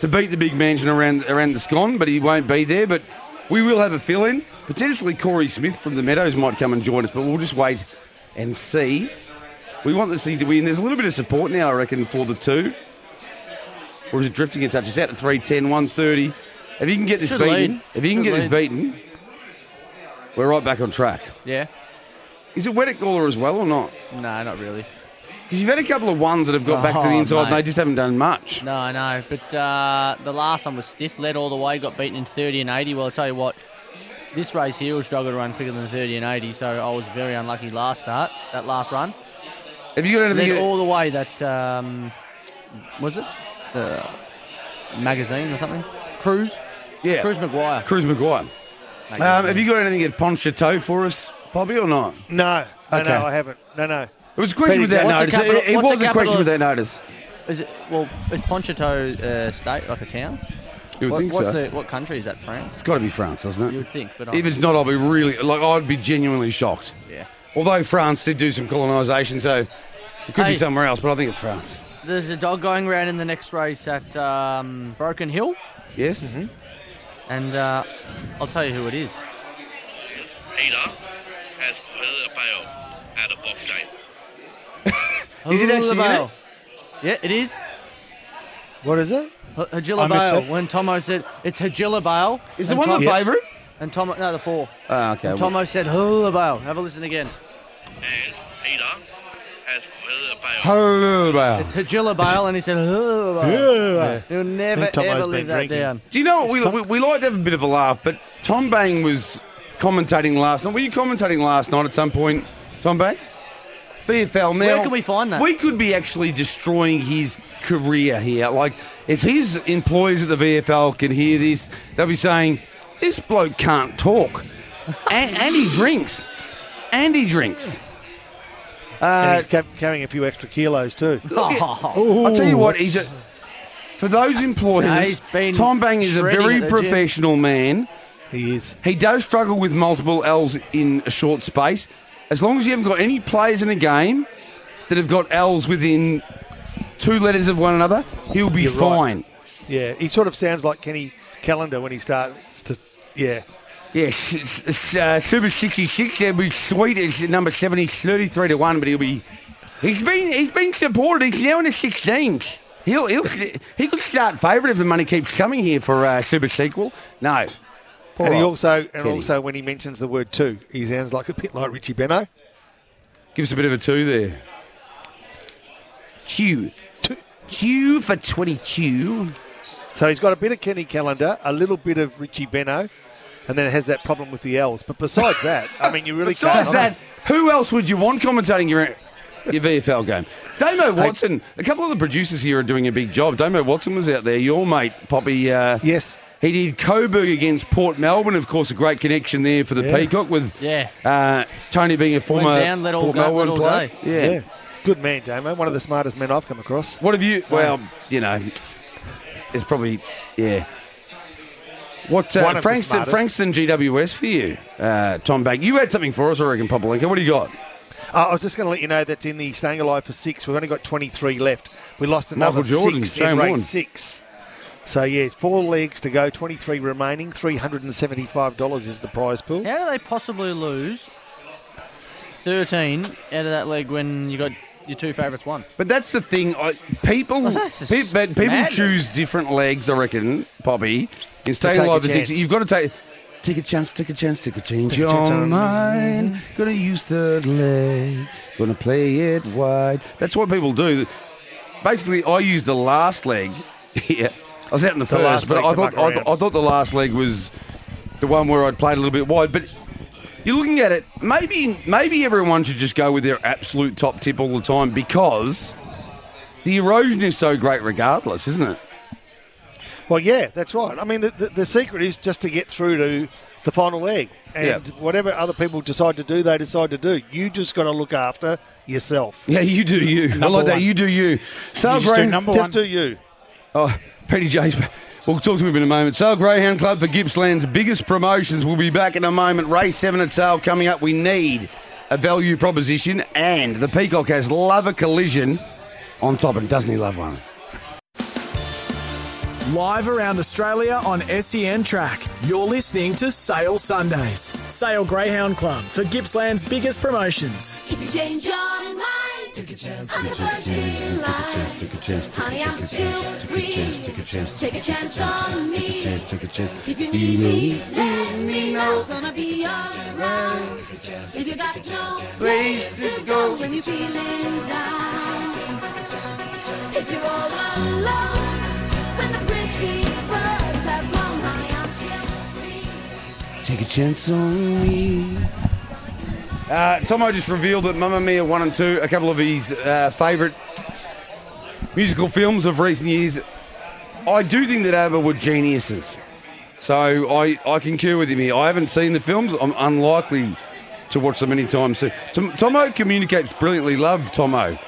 S3: to beat the big mansion around, around the scone, but he won't be there. But we will have a fill in. Potentially Corey Smith from the Meadows might come and join us, but we'll just wait and see. We want this thing to win. There's a little bit of support now, I reckon, for the two. Or is it drifting in touch? It's out to 310, 130. If you can get this
S4: Should
S3: beaten,
S4: lead.
S3: if you can
S4: Should
S3: get
S4: lead.
S3: this beaten, we're right back on track.
S4: Yeah.
S3: Is it wet at Gawler as well or not?
S4: No, not really.
S3: Because you've had a couple of ones that have got back to
S4: Oh,
S3: the inside and
S4: mate.
S3: they just haven't done much.
S4: No, I know. But uh, the last one was stiff, led all the way, got beaten in 30 and 80. Well, I tell you what, this race here will struggle to run quicker than 30 and 80, so I was very unlucky last start, that last run.
S3: Have you got anything?
S4: Led all the way that, um, was it? The magazine or something? Cruise?
S3: yeah.
S4: Cruise McGuire.
S3: Cruz McGuire. Um, have you got anything at Ponchateau for us, Bobby, or not?
S5: No, no,
S3: Okay.
S5: no, I haven't. No, no.
S3: It was a question
S5: Petty
S3: with that
S4: What's the
S3: notice.
S4: capital-
S3: it it
S4: what's the
S3: was a
S4: capital
S3: question with that
S4: of-
S3: notice.
S4: Is it, well, is Ponchateau uh, state, like a town?
S3: You would
S4: What,
S3: think
S4: what's
S3: so.
S4: the, what country is that, France?
S3: It's got to be France, doesn't
S4: You
S3: it?
S4: would think, but
S3: If
S4: I'm-
S3: it's not, I'll be really like I'd be genuinely shocked.
S4: yeah.
S3: Although France did do some colonisation, so it could
S4: Hey.
S3: be somewhere else. But I think it's France.
S4: There's a dog going around in the next race at um, Broken Hill.
S3: Yes.
S4: Mm-hmm. And uh, I'll tell you who it is.
S9: Ada has Hulabao out of box eight.
S3: Is it actually in
S4: Hullabale. Yeah, it is.
S5: What is it?
S7: I
S4: H-
S7: missed
S4: Hajilabale.
S7: it.
S4: When Tomo said it's Hajilabale.
S3: Is the one the favourite?
S4: And Tomo, no, the four.
S3: Ah, okay.
S4: and Tomo said Hulabale. Have a listen again.
S9: And Ada has Hulabao.
S3: Hulabao.
S4: It's Hajilabale, and he said Hulabale. He'll never
S5: think Tomo's
S4: ever
S5: been
S4: leave that
S5: drinking.
S4: down.
S3: Do you know what we, we we like to have a bit of a laugh? But Tom Bang was commentating last night. Were you commentating last night at some point, Tom Bang? VFL. Now,
S4: can we find that?
S3: We could be actually destroying his career here. Like, if his employees at the VFL can hear this, they'll be saying, "This bloke can't talk, and, and he drinks, and he drinks."
S5: and he's ca- carrying a few extra kilos too.
S3: I'll tell you what, he's a, for those employees,
S4: Nah, he's been
S3: Tom Bang is a
S4: shredding
S3: very
S4: at the gym.
S3: professional man.
S5: he is.
S3: He does struggle with multiple L's in a short space. As long as you haven't got any players in a game that have got L's within two letters of one another, he'll be
S5: You're right.
S3: fine.
S5: Yeah, he sort of sounds like Kenny Calendar when he starts to. Yeah,
S3: Yeah, s- s- s- uh, Super 66, that'd be sweet as number 70, 33 to 1, but he'll be. He's been he's been supported. He's now in the 16s. He'll, he'll, he could start favourite if the money keeps coming here for uh, Super Sequel. No. Poor
S5: and he
S3: old-
S5: also and
S3: Kenny.
S5: also when he mentions the word two, he sounds like a bit like Richie Beno.
S3: Give us a bit of a two there. Chew. Chew for 22.
S5: So he's got a bit of Kenny Calendar, a little bit of Richie Beno, and then has that problem with the L's. But besides that, I mean, you really
S3: Besides
S5: can't.
S3: that, who else would you want commentating your, your VFL game? Damo Watson, a couple of the producers here are doing a big job. Damo Watson was out there, your mate, Poppy. Uh,
S5: Yes.
S3: He did Coburg against Port Melbourne, of course, a great connection there for the
S5: Yeah.
S3: Peacock with
S4: Yeah.
S3: uh, Tony being a former
S4: down, let all
S3: Port
S4: go, let
S3: Melbourne
S4: all
S3: player.
S4: go.
S3: Yeah.
S5: yeah, good man, Damo. One of the smartest men I've come across.
S3: What have you? um, Well, you know, it's probably yeah. What uh,
S5: One of the
S3: Frankston,
S5: smartest.
S3: Frankston GWS for you, uh, Tom Bag? You had something for us, I reckon, Popolinka. What do you got?
S5: Uh, I was just going to let you know that in the staying alive for six, we've only got 23 left. We lost another
S3: Michael Jordan,
S5: six
S3: Shane
S5: in race
S3: Warne.
S5: six. So yeah, four legs to go, 23 remaining. 375 dollars is the prize pool.
S4: How do they possibly lose 13 out of that leg when you got your two favourites won?
S3: But that's the thing. I, people,
S4: Well, that's just
S3: pe- but people
S4: madness.
S3: choose different legs. I reckon, Poppy. In staying
S5: take
S3: alive
S5: a
S3: to six,
S5: chance.
S3: you've got to take take a chance, take a chance, take a change.
S5: Take a chance
S3: You're
S5: on-
S3: mine. Gonna use third leg. Gonna play it wide. That's what people do. Basically, I used the last leg. yeah, I was out in the,
S5: The
S3: first,
S5: last
S3: but
S5: leg
S3: I
S5: to
S3: thought
S5: muck
S3: I, th-
S5: around.
S3: I thought the last leg was the one where I'd played a little bit wide, but. You're looking at it. Maybe, maybe everyone should just go with their absolute top tip all the time because the erosion is so great regardless, isn't it?
S5: Well, yeah, that's right. I mean, the, the, the secret is just to get through to the final leg. And
S3: Yeah.
S5: whatever other people decide to do, they decide to do. You just got to look after yourself.
S3: Yeah, you do you. I
S7: Number
S3: like that.
S7: one.
S3: You do you. Sale
S7: You just do
S3: Greyhound-
S7: number
S5: just
S7: one.
S5: do you.
S3: Oh, Petty J's. We'll talk to him in a moment. Sale Greyhound Club for Gippsland's biggest promotions. We'll be back in a moment. Race 7 at Sale coming up. We need a value proposition, and the Peacock has Love a Collision on top, and doesn't he love one?
S2: Live around Australia on SEN Track, you're listening to Sale Sundays. Sale Greyhound Club for Gippsland's biggest promotions.
S8: If you change your mind, take a chance, take a chance, take a chance, Honey, I'm still free. Take a chance, take a chance on me. Take a chance, take a chance. If you need me, let me know. It's gonna be alright. If you got no place to go when you're feeling down. If you're all alone, when the pretty birds have flown, honey, I'm still free.
S3: Take a chance on me. Uh, Tomo just revealed that Mamma Mia 1 and 2, a couple of his uh, favourite musical films of recent years. I do think that ABBA were geniuses. So I, I concur with him here. I haven't seen the films. I'm unlikely to watch them anytime soon. Tom, Tomo communicates brilliantly. Love Tomo.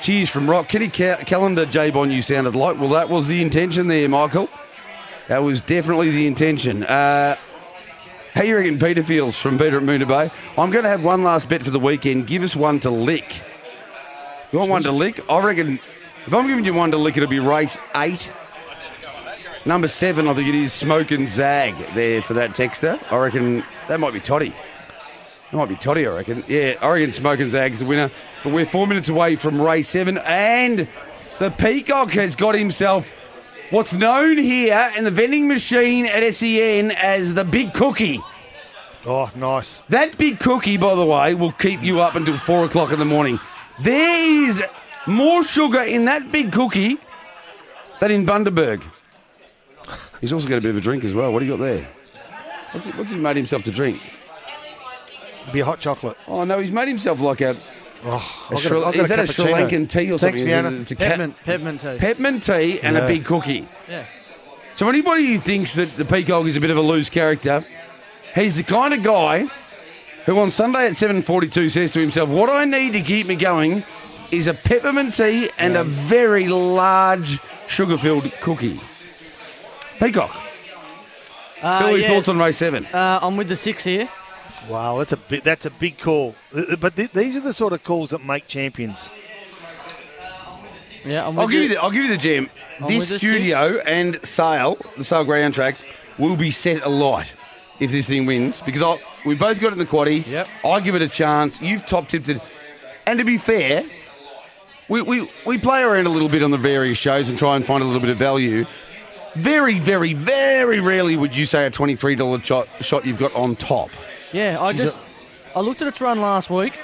S3: Cheers from Rock. Kitty Ca- Calendar, J Bon, you sounded like. Well, that was the intention there, Michael. That was definitely the intention. Uh, how you reckon Peter feels from Peter at Moona Bay? I'm going to have one last bet for the weekend. Give us one to lick. You want one to lick? I reckon if I'm giving you one to lick, it'll be race eight. Number seven, I think it is Smoke and Zag there for that texter. I reckon that might be Toddy. That might be Toddy, I reckon. Yeah, I reckon Smoke and Zag's the winner. But we're four minutes away from race seven, and the Peacock has got himself what's known here in the vending machine at SEN as the Big Cookie.
S5: Oh, nice.
S3: That big cookie, by the way, will keep you up until four o'clock in the morning. There is more sugar in that big cookie than in Bundaberg. He's also got a bit of a drink as well. What do you got there? What's he, what's he made himself to drink?
S5: It'd be a hot chocolate.
S3: Oh no, he's made himself like a.
S5: Oh,
S3: a Sri- is that a Sri Lankan tea or
S5: Thanks,
S3: something? Is
S5: Fiona.
S3: it- It's a cat-
S4: Peppermint, peppermint tea.
S3: peppermint tea and
S5: Yeah.
S3: a big cookie.
S4: yeah.
S3: So for anybody who thinks that the Peacock is a bit of a loose character, he's the kind of guy who on Sunday at 7.42 says to himself, what I need to keep me going is a peppermint tea and a very large sugar-filled cookie. Peacock,
S4: Uh,
S3: Billy,
S4: yeah,
S3: thoughts on race seven?
S4: uh, I'm with the six here.
S5: Wow, that's a big, that's a big call. Th- th- But th- these are the sort of calls that make champions.
S4: Yeah, I'm with
S3: I'll give you the, I'll give you the gem.
S4: On
S3: This
S4: Oh, with the
S3: studio and sale, the sale ground track, will be set alight if this thing wins because I, we both got it in the quaddy.
S4: Yep.
S3: I give it a chance. You've top tipped it, and to be fair, we, we we play around a little bit on the various shows and try and find a little bit of value. Very, very, very rarely would you say a twenty-three dollar shot, shot you've got on top.
S4: Yeah, I just I looked at its run last week.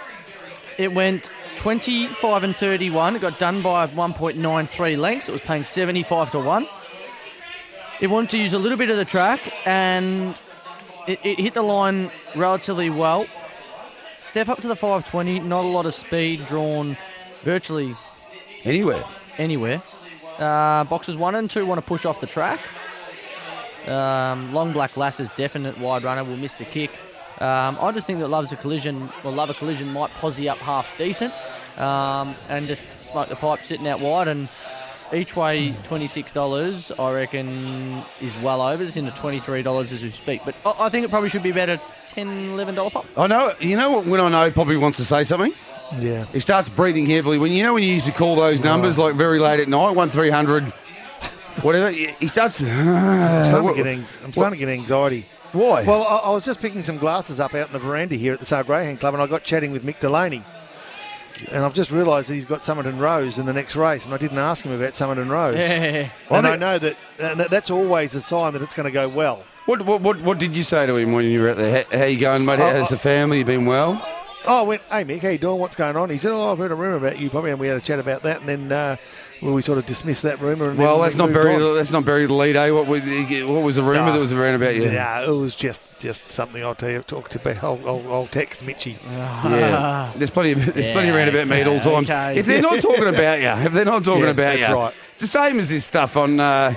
S4: It went 25 and 31. It got done by 1.93 lengths. It was paying 75 to 1. It wanted to use a little bit of the track and it, it hit the line relatively well. Step up to the 520, not a lot of speed drawn virtually
S3: Anywhere.
S4: anywhere. Uh, boxes one and two want to push off the track. Um, Long Black Lass is definite wide runner. Will miss the kick. Um, I just think that Love's a Collision or Love a Collision might posse up half decent um, and just smoke the pipe sitting out wide and. Each way twenty six dollars, I reckon, is well over. It's into twenty three dollars as we speak, but I I think it probably should be about a ten, eleven dollar pop.
S3: I know. You know what? When I know Poppy wants to say something.
S5: Yeah.
S3: He starts breathing heavily. When you know when you used to call those numbers like very late at night, one three hundred, whatever. He starts.
S5: I'm starting,
S3: Uh, What- Oh,
S5: to, get anx- I'm starting to get anxiety.
S3: Why?
S5: Well, I, I was just picking some glasses up out in the veranda here at the Sale Greyhound Club, and I got chatting with Mick Delaney. And I've just realised that he's got Summerton Rose in the next race, and I didn't ask him about Summerton Rose.
S4: Yeah.
S5: And
S3: I
S5: I
S3: think-
S5: know that, and that that's always a sign that it's going to go well.
S3: what, what what what did you say to him when you were out there? How, how you going, mate?
S5: Oh,
S3: How's
S5: I-
S3: the family? You been well?
S5: Oh, I went, hey, Mick, how you doing? What's going on? He said, oh, I've heard a rumour about you, Bobby, and we had a chat about that, and then uh, well, we sort of dismissed that rumour. and
S3: Well,
S5: then
S3: let's not
S5: moved
S3: bury
S5: on.
S3: let's not bury the lead, eh? What, we- what was the rumour
S5: No.
S3: that was around about you?
S5: Yeah, it was just, just something I'll tell you, talk to, I'll, I'll, I'll text Mitchy.
S3: Yeah. There's plenty of, there's plenty
S4: Yeah,
S3: around about me at all
S4: okay,
S3: times.
S4: okay.
S3: If they're not talking about you, if they're not talking
S5: Yeah,
S3: about
S5: that's
S3: you,
S5: right.
S3: it's the same as this stuff on uh,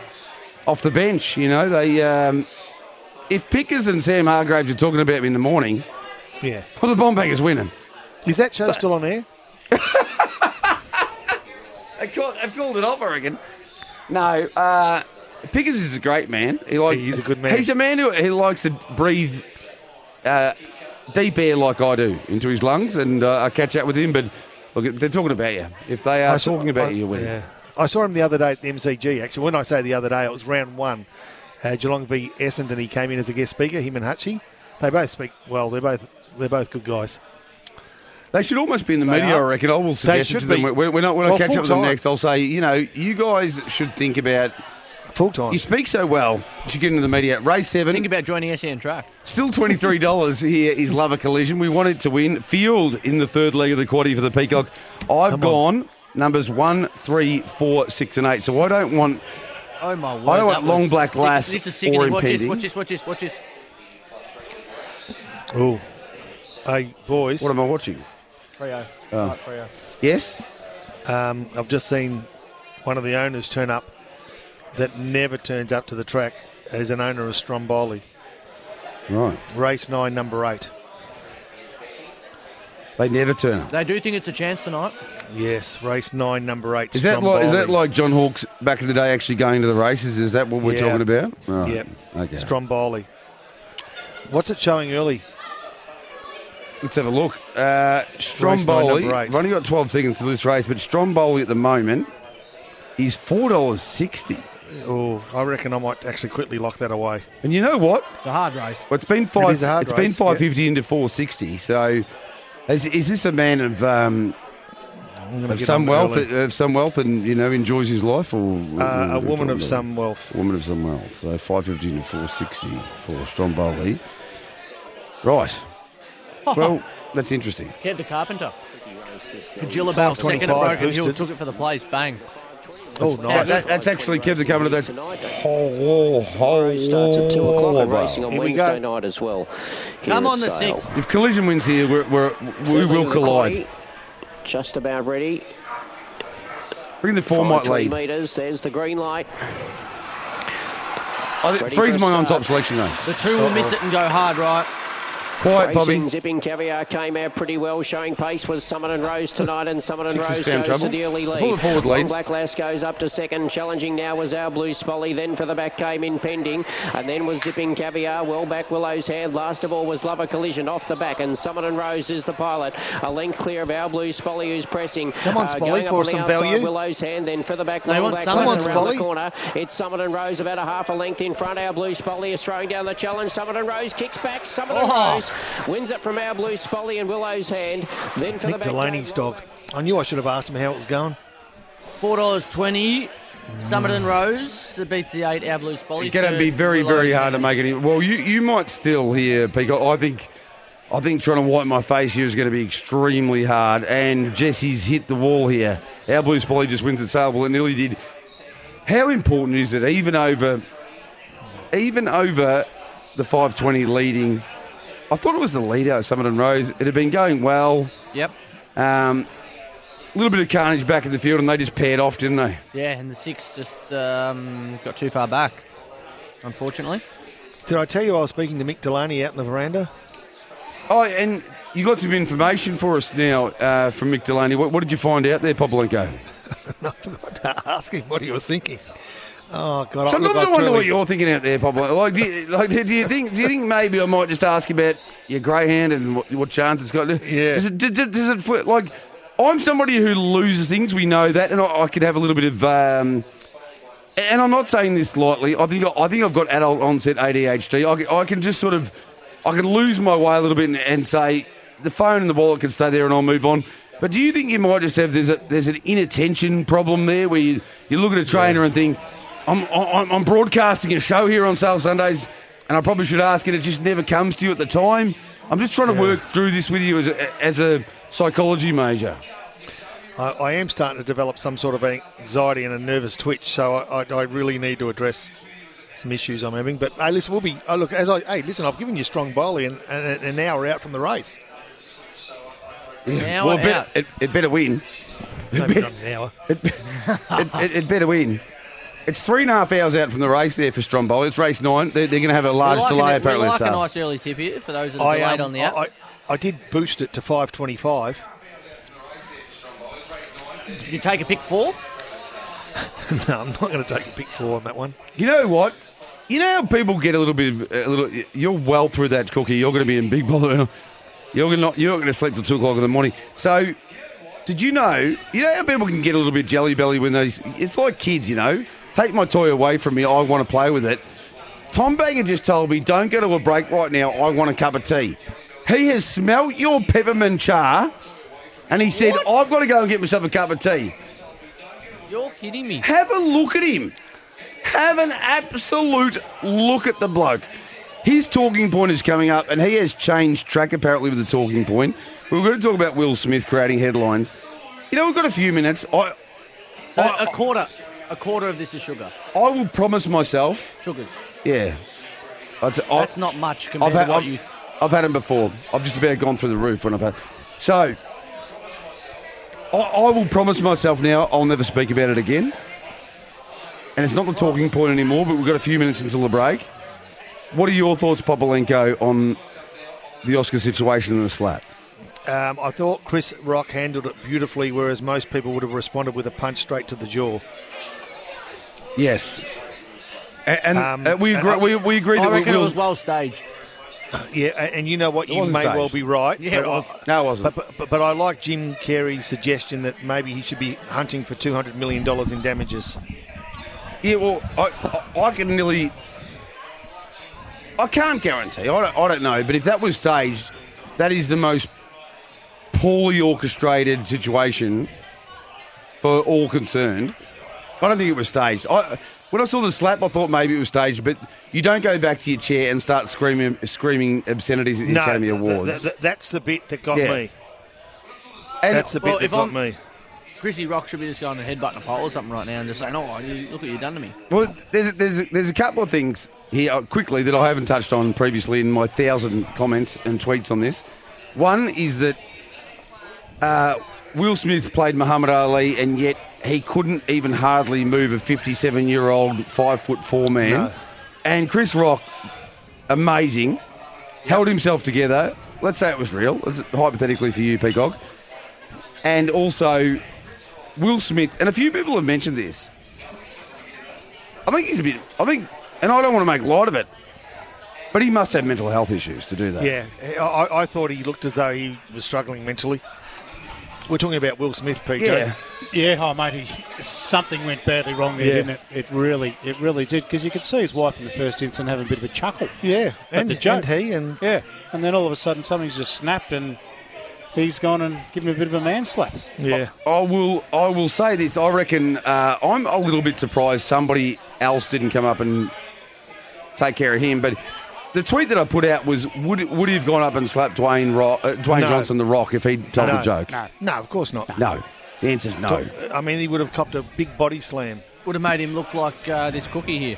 S3: off the bench. You know, they um, if Pickers and Sam Hargraves are talking about me in the morning,
S5: Yeah.
S3: well, the bomb is winning.
S5: Is that show still on air?
S3: They call, they've called it off, I reckon. No, uh, Pickers is a great man. He like,
S5: He is a good man.
S3: He's a man who he likes to breathe uh, deep air like I do into his lungs, and uh, I catch up with him. But look, they're talking about you. If they are
S5: I saw-
S3: talking about
S5: I-
S3: you, you're winning.
S5: yeah. I saw him the other day at the MCG. Actually, when I say the other day, it was round one. Uh, Geelong v Essendon. He came in as a guest speaker. Him and Hutchie. They both speak well. They're both they're both good guys.
S3: They should almost be in the media,
S5: are.
S3: I reckon. I will suggest it
S5: should
S3: to them.
S5: be.
S3: When, when I, when I
S5: Well,
S3: catch up with them
S5: full-time.
S3: next, I'll say, you know, you guys should think about.
S5: Full time.
S3: You speak so well. You should get into the media. Race seven.
S4: Think about joining SEN track.
S3: Still $23 here is Love a Collision. We want it to win. Field in the third leg of the quaddy for the Peacock. I've gone numbers one, three, four, six, and eight. So I don't want.
S4: Oh my word!
S3: want
S4: that was
S3: long black
S4: sick-
S3: lass
S4: This is
S3: or
S4: sickening. Watch this.
S3: impeding.
S4: Watch this. Watch this. Watch this.
S5: Oh, hey boys.
S3: What am I Oh. watching?
S7: Frio. Right, Frio.
S3: Yes?
S5: Um, I've just seen one of the owners turn up that never turns up to the track as an owner of Stromboli.
S3: Right.
S5: Race nine, number eight.
S3: They never turn up.
S4: They do think it's a chance tonight.
S5: Yes, race nine, number eight.
S3: Is that, like, is that
S5: Stromboli.
S3: like John Hawkes back in the day actually going to the races? Is that what we're
S5: Yeah.
S3: talking about? Right.
S5: Yep.
S3: Okay.
S5: Stromboli. What's it showing early?
S3: Let's have a look. Uh, Stromboli.
S5: number eight.
S3: I've only got 12 seconds to this race, but Stromboli at the moment is $4.60.
S5: Oh, I reckon I might actually quickly lock that away.
S3: And you know what?
S4: It's a hard race.
S3: Well, it's been five. It
S5: is a hard
S3: been
S5: race,
S3: five fifty into four sixty. So, is, is this a man of um,
S5: I'm gonna
S3: of
S5: get
S3: some
S5: on
S3: wealth?
S5: early.
S3: Of some wealth, and you know, enjoys his life, or
S5: Uh, a
S3: or-
S5: woman of
S3: or-
S5: some wealth.
S3: woman of some wealth. So five fifty into four sixty for Stromboli. Right. Well, that's interesting.
S4: Kev the Carpenter. Gajillabel second at
S5: 25
S4: Broken Hill
S5: boosted.
S4: took it for the place. Bang.
S5: Oh,
S3: That,
S5: nice.
S3: that, that's actually kept the coming to that.
S6: Starts at two o'clock
S3: Oh,
S6: and racing on
S5: Here we
S6: Wednesday
S5: go.
S6: night as well. here
S4: Come
S6: at
S4: on the
S6: Sale.
S4: six.
S3: If collision wins here, we're, we're, we
S6: Certainly
S3: will
S6: the
S3: collide.
S6: quality, Just about ready.
S3: Bring the four might
S6: three
S3: lead.
S6: metres. There's the green light.
S3: I think
S6: Ready
S3: three's
S6: for a
S3: my on
S6: start.
S3: top selection though.
S4: The two will miss it and go hard, right?
S3: Quiet, Bobby.
S6: Racing Zipping Caviar came out pretty well, showing pace with Summit and Rose tonight, and Summit and
S3: Six is
S6: Rose
S3: found
S6: goes to
S3: trouble.
S6: the early lead.
S3: Pull the forward lead.
S6: Long Black Lass goes up to second, challenging now was our Blue Spolly, then for the back came in pending, and then was Zipping Caviar, well back Willow's hand, last of all was Lover Collision off the back, and Summit and Rose is the pilot, a length clear of our Blue Spolly who's pressing. Uh,
S5: Come on, Spolly,
S6: going up
S5: for
S6: on the
S5: some
S6: outside,
S5: value.
S6: Willow's hand, then for the back,
S4: They
S6: Long
S4: want
S6: Black
S4: Summit.
S6: Lass
S5: Come on,
S6: around
S5: Spolly.
S6: the corner. It's Summit and Rose about a half a length in front, our Blue Spolly is throwing down the challenge, Summit and Rose kicks back, Summit and
S4: Oh.
S6: Rose wins it from our blue Spolly and Willow's hand. Then for the
S5: Nick
S6: back
S5: Delaney's
S6: gate,
S5: dog. I knew I should have asked him how it was going.
S4: Four dollars twenty. Summit and Rose beats the eight. Our blue Spolly.
S3: It's going to be very, very hard to make any. Well, you, you might still hear people. I think, I think trying to wipe my face here is going to be extremely hard. And Jesse's hit the wall here. Our blue spolly just wins at Sable and nearly did. How important is it, even over, even over the 520 leading? I thought it was the leader, Summit and Rose. It had been going well.
S4: Yep.
S3: Um, a little bit of carnage back in the field, and they just paired off, didn't they?
S4: Yeah, and the six just um, got too far back, unfortunately.
S5: Did I tell you I was speaking to Mick Delaney out in the veranda?
S3: Oh, and you got some information for us now uh, from Mick Delaney. What, what did you find out there, Popolenko?
S5: I forgot to ask him what he was thinking. Oh God!
S3: Sometimes
S5: look,
S3: I wonder
S5: really-
S3: what you're thinking out there, Popolenko. Like, do you, like, do you think? Do you think maybe I might just ask about your greyhound and what, what chance it's got?
S5: Yeah.
S3: Does it, does it, does it flip? Like, I'm somebody who loses things. We know that, and I, I could have a little bit of. Um, and I'm not saying this lightly. I think I think I've got adult onset ADHD. I, can- I can just sort of, I can lose my way a little bit and, and say the phone and the wallet can stay there and I'll move on. But do you think you might just have there's a there's an inattention problem there where you, you look at a trainer and think, I'm, I'm I'm broadcasting a show here on Sale Sundays, and I probably should ask, and it just never comes to you at the time. I'm just trying to work through this with you as a, as a psychology major.
S5: I, I am starting to develop some sort of anxiety and a nervous twitch, so I, I, I really need to address some issues I'm having. But hey, listen, we'll be. Oh, look, as I hey, listen, I've given you strong bowling, and, and, and now we're out from the race.
S4: Now
S3: well, it
S4: we're
S3: better,
S4: out.
S3: it, it better win.
S5: Maybe not an hour.
S3: It, it, it better win. It's three and a half hours out from the race there for Stromboli. It's race nine. They're, they're going to have a large
S4: we like
S3: delay
S4: an,
S3: apparently.
S4: We like
S3: this
S4: a
S3: half.
S4: nice early tip here for those that are delayed
S5: um,
S4: on the app.
S5: I, I did boost it to 525.
S4: Did you take a pick four?
S5: no, I'm not going to take a pick four on that one.
S3: You know what? You know how people get a little bit of a little. You're well through that cookie. You're going to be in big bother. You're not. You're not going to sleep till two o'clock in the morning. So, did you know? You know how people can get a little bit jelly belly when they. It's like kids, you know. Take my toy away from me. I want to play with it. Tom Banger just told me, don't go to a break right now. I want a cup of tea. He has smelt your peppermint char, and he said, I've got to go and get myself a cup of tea.
S4: You're kidding me.
S3: Have a look at him. Have an absolute look at the bloke. His talking point is coming up, and he has changed track apparently with the talking point. We were going to talk about Will Smith creating headlines. You know, we've got a few minutes. I,
S4: So
S3: I-
S4: a quarter, a quarter of this is sugar.
S3: I will promise myself.
S4: Sugars.
S3: Yeah. I t- I-
S4: That's not much compared to what
S3: I've,
S4: you.
S3: I've had them before. I've just about gone through the roof when I've had. So, I, I will promise myself now I'll never speak about it again. And it's not the talking point anymore, but we've got a few minutes until the break. What are your thoughts, Popolenko, on the Oscar situation and the slap?
S5: Um, I thought Chris Rock handled it beautifully, whereas most people would have responded with a punch straight to the jaw.
S3: Yes. And, and
S5: Um,
S3: uh, we,
S5: and
S3: agree,
S5: I-
S3: we, we agree
S4: I
S3: that we
S4: reckon it
S3: will.
S4: was well staged.
S5: Yeah, a- and you know what? You
S3: wasn't
S5: may
S3: staged.
S5: well be right.
S4: Yeah, it
S5: but
S4: was.
S5: I-
S3: No, it wasn't.
S5: But, but, but I like Jim Carrey's suggestion that maybe he should be hunting for $200 million in damages.
S3: Yeah, well, I, I, I can nearly. I can't guarantee. I don't, I don't know, but if that was staged, that is the most poorly orchestrated situation for all concerned. I don't think it was staged. I, when I saw the slap, I thought maybe it was staged, but you don't go back to your chair and start screaming screaming obscenities at the Academy
S5: th- th-
S3: Awards.
S5: th- that's the bit that got
S3: Yeah.
S5: me.
S3: and
S5: That's the bit
S4: Well,
S5: that
S4: if
S5: got
S4: I'm-
S5: me.
S4: Chrissy Rock should be just going and headbutting a pole or something right now and just saying, "Oh, you, look what you've done to me."
S3: Well, there's there's there's a couple of things here uh, quickly that I haven't touched on previously in my thousand comments and tweets on this. One is that uh, Will Smith played Muhammad Ali, and yet he couldn't even hardly move a 57 year old five foot four man.
S5: No.
S3: And Chris Rock, amazing, held himself together. Let's say it was real, let's- hypothetically for you, Peacock. And also, Will Smith, and a few people have mentioned this. I think he's a bit. I think, and I don't want to make light of it, but he must have mental health issues to do that.
S5: Yeah, I- I, I thought he looked as though he was struggling mentally. We're talking about Will Smith, PJ.
S3: yeah.
S7: Yeah, oh mate, he, something went badly wrong there,
S5: Yeah.
S7: didn't it? It really, it really did, because you could see his wife in the first instant having a bit of a chuckle.
S5: Yeah,
S7: But
S5: and,
S7: the joke-
S5: and he and
S7: Yeah, and then all of a sudden something's just snapped, and he's gone and given him a bit of a man slap.
S5: yeah,
S3: I will. I will say this. I reckon uh, I'm a little bit surprised somebody else didn't come up and take care of him. But the tweet that I put out was: Would would he have gone up and slapped Dwayne Ro- uh, Dwayne
S5: No.
S3: Johnson the Rock if he'd told the
S5: No.
S3: joke?
S7: No.
S5: no, of course not.
S3: No. The answer's no.
S5: I mean, he would have copped a big body slam.
S4: Would have made him look like uh, this cookie here.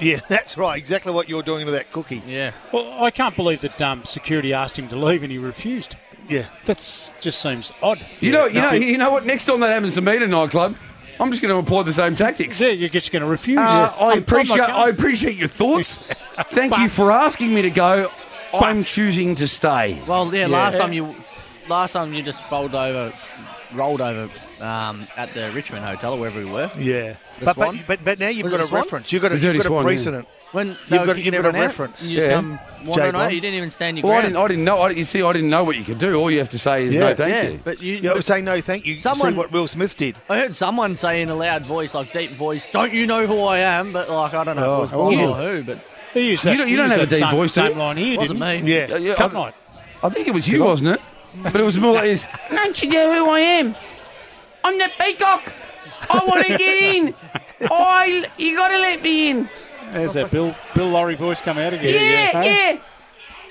S5: Yeah, that's right. Exactly what you're doing to that cookie.
S4: Yeah.
S7: Well, I can't believe that um, security asked him to leave and he refused.
S5: Yeah.
S7: That's just seems odd.
S3: You know. You know. You know what? Next time that happens to me at a nightclub, I'm just going to employ the same tactics.
S7: Yeah, you're just going to refuse.
S3: Uh, I
S7: I'm-
S3: appreciate
S7: I'm
S3: I
S7: okay.
S3: appreciate your thoughts. Thank you
S7: But-
S3: for asking me to go. I'm choosing to stay.
S4: Well, yeah. Last time you, last time you just folded over, rolled over um, at the Richmond Hotel or wherever we were.
S5: Yeah.
S4: The
S5: But,
S4: Swan?
S5: but, but, but now you've
S4: Was it
S5: got a
S4: the Swan?
S5: reference. You've got a,
S3: The Dirty
S5: you've got
S3: Swan,
S5: a
S3: yeah.
S5: precedent.
S4: When they
S5: You've
S4: were
S5: got-
S4: kicking
S5: you've got a
S4: everyone out,
S5: reference.
S4: you just
S3: Yeah.
S4: come wandering
S5: J1.
S4: away. You didn't even stand your
S3: Well, I
S4: ground.
S3: didn't. I didn't know. I, you see, I didn't know what you could do. All you have to say is no,
S5: Yeah.
S3: thank
S4: yeah,
S3: you.
S4: but you.
S5: Yeah, I
S4: but
S5: would say no, thank you.
S4: Someone-
S5: See what Will Smith did.
S4: I heard someone say in a loud voice, like deep voice, "Don't you know who I am?" But like, I don't know if it was
S7: Oh,
S4: Bond
S7: you-
S4: or who. But
S7: He used that,
S3: You don't- you
S7: he
S3: don't
S7: used
S3: have
S7: that
S3: a deep
S7: same,
S3: voice, do
S7: Same
S3: you?
S7: line here,
S4: wasn't
S7: didn't
S4: me.
S5: Yeah.
S3: Uh, yeah,
S7: Cup
S3: I,
S7: night.
S3: I think it was you, wasn't it? But it was more like this. Don't you know who I am? I'm the peacock. I want to get in. I. You got to let me in.
S7: There's that Bill Bill Laurie voice come out again. Hey?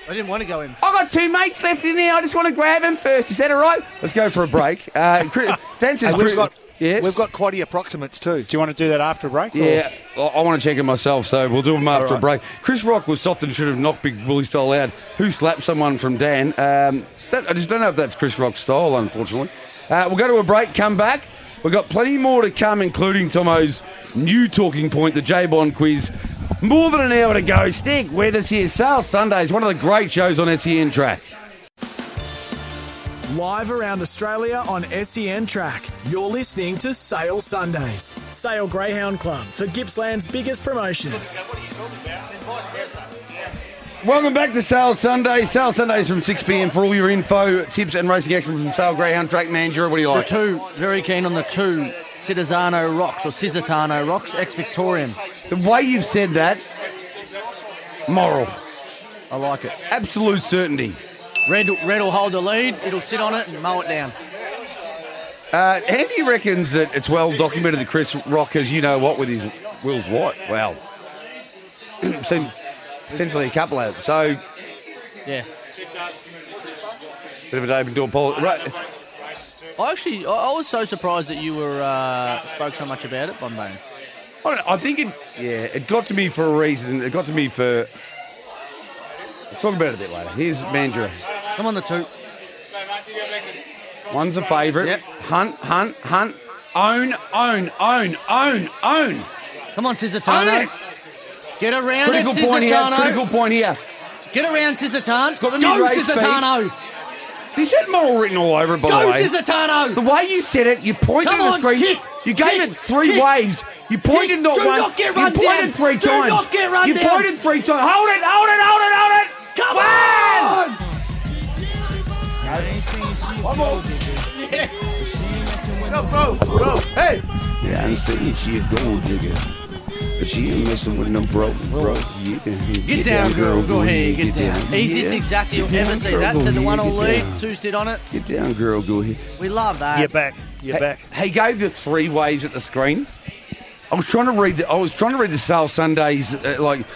S4: I didn't want to go in.
S3: I got two mates left in there. I just want to grab them first. Is that all right? Let's go for a break. Uh, Chris, Dan says,
S5: And we've
S3: Chris-
S5: got
S3: yes,
S5: we've got quite the approximates too.
S7: Do you want to do that after a break? or-
S3: Yeah, I, I want to check it myself, so we'll do them after a break. Chris Rock was soft and should have knocked Big Willie Style out. Who slapped someone from Dan? Um, that, I just don't know if that's Chris Rock's style, unfortunately. Uh, we'll go to a break, come back. We've got plenty more to come, including Tomo's new talking point, the J Bond quiz. More than an hour to go. Stick with us here. Sales Sundays, one of the great shows on SEN track.
S2: Live around Australia on SEN Track, you're listening to Sale Sundays, Sale Greyhound Club for Gippsland's biggest promotions.
S3: Welcome back to Sale Sunday. Sale Sundays from 6 pm for all your info, tips, and racing action from Sale Greyhound Track Manager. What do you
S4: The
S3: like?
S4: two, very keen on the two Citizano Rocks or Cisitano Rocks, ex Victorian.
S3: The way you've said that, moral,
S4: I like it.
S3: absolute certainty.
S4: Red, Red will hold the lead, it'll sit on it and mow it down.
S3: Uh, Andy reckons that it's well documented that Chris Rock is, you know what, with his Will's what? Wow. Seem, potentially a couple of them. So,
S4: Yeah.
S3: bit of an open door policy. Right.
S4: I actually, I, I was so surprised that you were uh, spoke so much about it, Bombay.
S3: I, don't know, I think it, yeah, it got to me for a reason. It got to me for. We'll talk about it a bit later. Here's Mandra.
S4: Come on, the two.
S3: One's a favourite.
S4: Yep.
S3: Hunt, hunt, hunt. Own, own, own, own, own.
S4: Come on,
S3: Own it.
S4: Cisitano. Get around
S3: Critical
S4: it,
S3: point here.
S4: Cisitano.
S3: Critical point here.
S4: Get around Cisitano.
S3: got the
S4: Go,
S3: mid-race speed.
S4: Cisitano.
S3: This had moral written all over it, by the
S4: Go,
S3: way.
S4: Cisitano.
S3: The way you said it, you pointed
S4: Come
S3: at the
S4: on,
S3: screen.
S4: kick,
S3: you gave
S4: kick,
S3: it three
S4: kick,
S3: waves. You pointed
S4: kick.
S3: not
S4: Do
S3: one.
S4: not get
S3: you
S4: run
S3: pointed
S4: down.
S3: three
S4: Do
S3: times.
S4: not get run
S3: you
S4: down.
S3: pointed three times. Hold it, hold it, hold it, hold it. Come on!
S10: Yeah, I ain't saying she a gold digger. But she ain't messing with no broke, broke. Yeah.
S4: Get down, girl. Go ahead. Get down.
S10: yeah.
S4: Easiest exactly you'll
S10: Get
S4: ever
S10: down,
S4: see.
S10: girl,
S4: That
S10: go
S4: to the
S10: ahead,
S4: one will
S10: get
S4: lead,
S10: down.
S4: two sit on it.
S10: Get down, girl. Go ahead.
S4: We love that.
S5: You're back. You're back.
S3: He gave the three waves at the screen. I was trying to read. The, I was trying to read the sale Sundays, uh, like,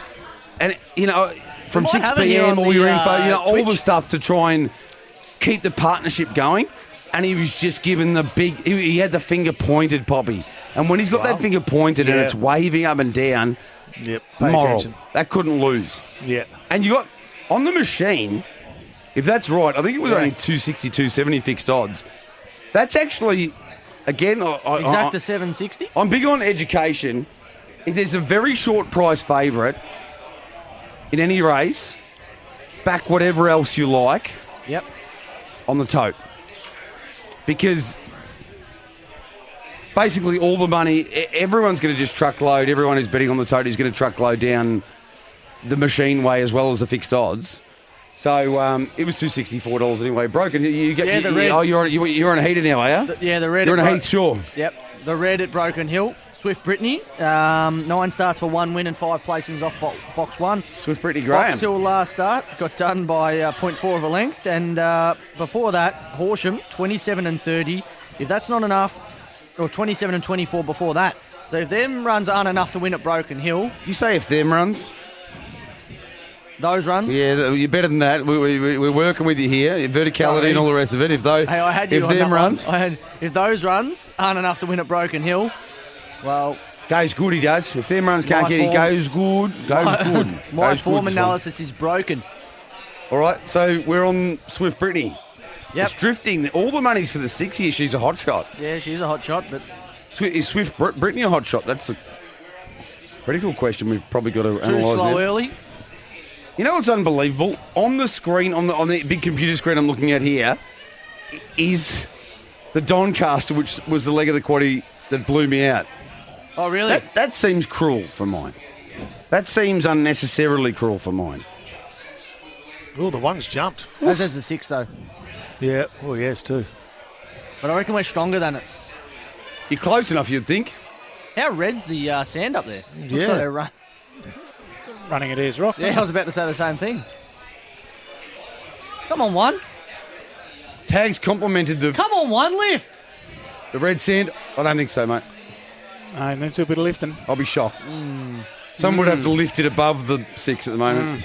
S3: and you know, from
S4: might
S3: six
S4: have it here
S3: pm
S4: on
S3: all
S4: the,
S3: your info,
S4: uh,
S3: you know, all the
S4: Twitch.
S3: stuff to try and keep the partnership going. And he was just given the big. He, he had the finger pointed, Poppy. And when he's got that finger pointed and
S5: Yeah.
S3: it's waving up and down,
S5: Yep. Pay
S3: moral
S5: attention.
S3: that couldn't lose.
S5: Yeah.
S3: And you got on the machine, if that's right, I think it was
S4: Yeah.
S3: only 260, 270 fixed odds. That's actually, again, I, I,
S4: Exact
S3: I,
S4: to 760.
S3: I'm big on education. If there's a very short price favourite in any race, back whatever else you like
S4: Yep.
S3: on the tote. Because basically all the money, e- everyone's going to just truckload. Everyone who's betting on the tote is going to truckload down the machine way as well as the fixed odds. So um, it was two sixty four dollars anyway. Broken. You, you get.
S4: Yeah, the
S3: you-
S4: red-
S3: oh, you're on. You, you're on a heater now, are you?
S4: Yeah, the red.
S3: You're on
S4: at
S3: a
S4: Bro-
S3: heat, sure.
S4: Yep. The red at Broken Hill. Swift Brittany. Um, nine starts for one win and five placings off bo- box one.
S3: Swift Brittany Graham.
S4: Box Hill last start got done by uh, 0.4 of a length, and uh, before that Horsham 27 and 30. If that's not enough, or 27 and 24 before that. So if them runs aren't enough to win at Broken Hill,
S3: You say if them runs.
S4: those runs.
S3: Yeah, th- you're better than that. We, we, we- we're working with you here. Verticality and all the rest of it. If though,
S4: Hey, I had you
S3: if
S4: on that
S3: them
S4: one.
S3: runs,
S4: I had, if those runs aren't enough to win at Broken Hill, well,
S3: goes good. He does. If them runs can't
S4: My
S3: get, it,
S4: form-
S3: goes good. Goes good.
S4: my
S3: Goes good,
S4: form
S3: this one.
S4: analysis is broken.
S3: All right, so we're on Swift Brittany.
S4: Yep.
S3: It's drifting. All the money's for the six here. She's a hot shot.
S4: Yeah, she's a hot shot, but
S3: Swi- Is Swift Brit- Brittany a hot shot? That's a pretty cool question. We've probably got to
S4: too
S3: analyse
S4: slow
S3: now.
S4: early.
S3: You know what's unbelievable? On the screen, on the on the big computer screen I'm looking at here, i- is the Doncaster, which was the leg of the quaddy that blew me out.
S4: Oh, really?
S3: That, that seems cruel for mine. That seems unnecessarily cruel for mine.
S5: Oh, the one's jumped.
S4: That's just a six, though.
S5: Yeah. Oh, yes, too.
S4: But I reckon we're stronger than it.
S3: You're close enough, you'd think.
S4: How red's the uh, sand up there? Looks
S5: Yeah.
S4: like they run-
S7: Running it is rock.
S4: Yeah, I was about to say the same thing. Come on, one.
S3: Tags complimented the,
S4: Come on, one lift.
S3: the red sand. I don't think so, mate.
S7: Uh, And then do a bit of lifting.
S3: I'll be shocked.
S4: Hmm.
S3: Someone would have to lift it above the six at the moment.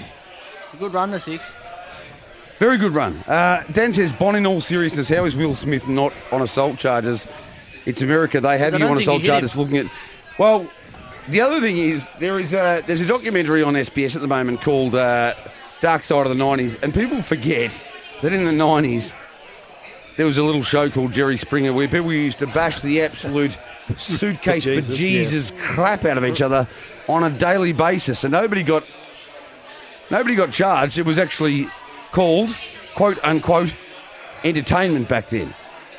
S4: Good run, the six.
S3: Very good run. Uh, Dan says, Bond, in all seriousness, how is Will Smith not on assault charges? It's America. They have
S4: I
S3: you
S4: don't
S3: on
S4: think
S3: assault
S4: he hit
S3: charges
S4: him.
S3: looking at. Well, the other thing is, there is a, there's a documentary on SBS at the moment called uh, Dark Side of the 90s, and people forget that in the 90s, there was a little show called Jerry Springer where people used to bash the absolute suitcase
S11: Bejesus,
S3: bejesus crap out of each other on a daily basis, and nobody got nobody got charged. It was actually called quote unquote entertainment back then.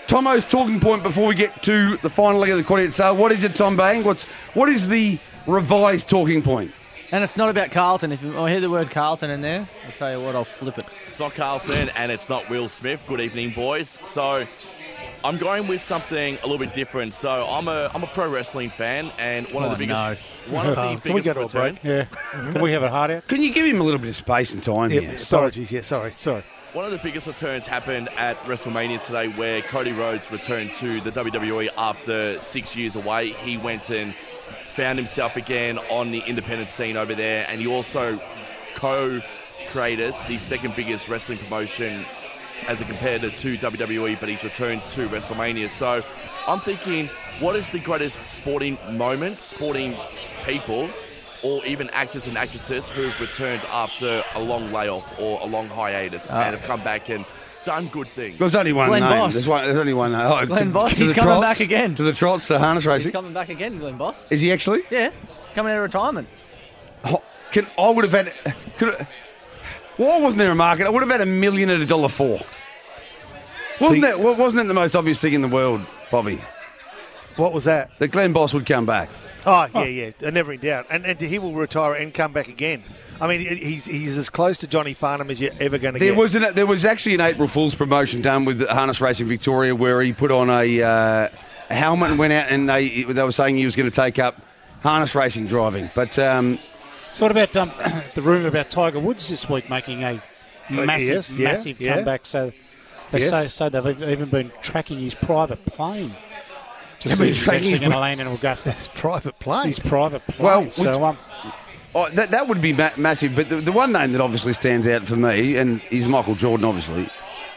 S3: Tomo's talking point before we get to the final leg of the quarter sale. What is it, Tom Bang? What's what is the revised talking point?
S4: And it's not about Carlton. If I hear the word Carlton in there, I'll tell you what, I'll flip it.
S12: It's not Carlton and it's not Will Smith. Good evening, boys. So I'm going with something a little bit different. So I'm a I'm a pro wrestling fan and one of
S4: Oh,
S12: the biggest
S4: no.
S12: one of the
S5: Uh,
S12: biggest
S5: can we get to a break?
S12: returns.
S7: Yeah. Can we have a hard out?
S3: Can you give him a little bit of space and time
S5: Yeah,
S3: here?
S5: apologies. Yeah, sorry.
S7: Sorry.
S12: One of the biggest returns happened at WrestleMania today where Cody Rhodes returned to the WWE after six years away. He went and found himself again on the independent scene over there and he also co created the second biggest wrestling promotion as a competitor to WWE, but he's returned to WrestleMania. So I'm thinking, what is the greatest sporting moment, sporting people, or even actors and actresses who've returned after a long layoff or a long hiatus and have come back and done good things?
S3: There's only one
S4: Glenn
S3: name.
S4: Boss.
S3: There's, one, there's only one. name. Oh,
S4: Glenn Boss, he's
S3: the
S4: coming
S3: trots,
S4: back again.
S3: To the trots, to harness
S4: He's
S3: racing.
S4: coming back again, Glenn Boss.
S3: Is he actually?
S4: Yeah, coming out of retirement.
S3: Oh, Can, I would have had. Could, why wasn't there a market? I would have had a million at a dollar four. Wasn't that wa- wasn't that the most obvious thing in the world, Bobby?
S5: What was that?
S3: That Glenn Boss would come back.
S5: Oh, yeah, yeah. Uh, Never in doubt. And, and he will retire and come back again. I mean, he's, he's as close to Johnny Farnham as you're ever going to
S3: There
S5: get.
S3: was an, there was actually an April Fool's promotion done with Harness Racing Victoria where he put on a, uh, a helmet and went out and they they were saying he was going to take up harness racing driving, but um,
S7: So what about um, the rumor about Tiger Woods this week making
S3: Oh,
S7: a massive,
S5: yes, yeah,
S7: massive
S5: yeah.
S7: comeback? So they
S5: Yes.
S7: say so they've ev- even been tracking his private plane to
S3: They've
S7: see
S3: been
S7: if he's
S3: tracking
S7: actually
S3: his-
S7: going to land in Augusta.
S5: private plane.
S7: His private plane.
S3: Well, we-
S7: so um,
S3: Oh, that, that would be ma- massive. But the, the one name that obviously stands out for me and is Michael Jordan. Obviously,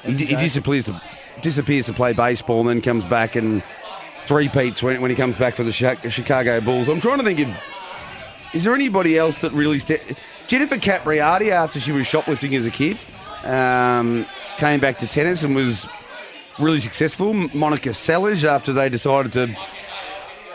S3: he, d- he disappears to disappears to play baseball and then comes back and three peats when, when he comes back for the Chi- Chicago Bulls. I'm trying to think of is there anybody else that really sta- Jennifer Capriati after she was shoplifting as a kid um, came back to tennis and was really successful. M- Monica Seles after they decided to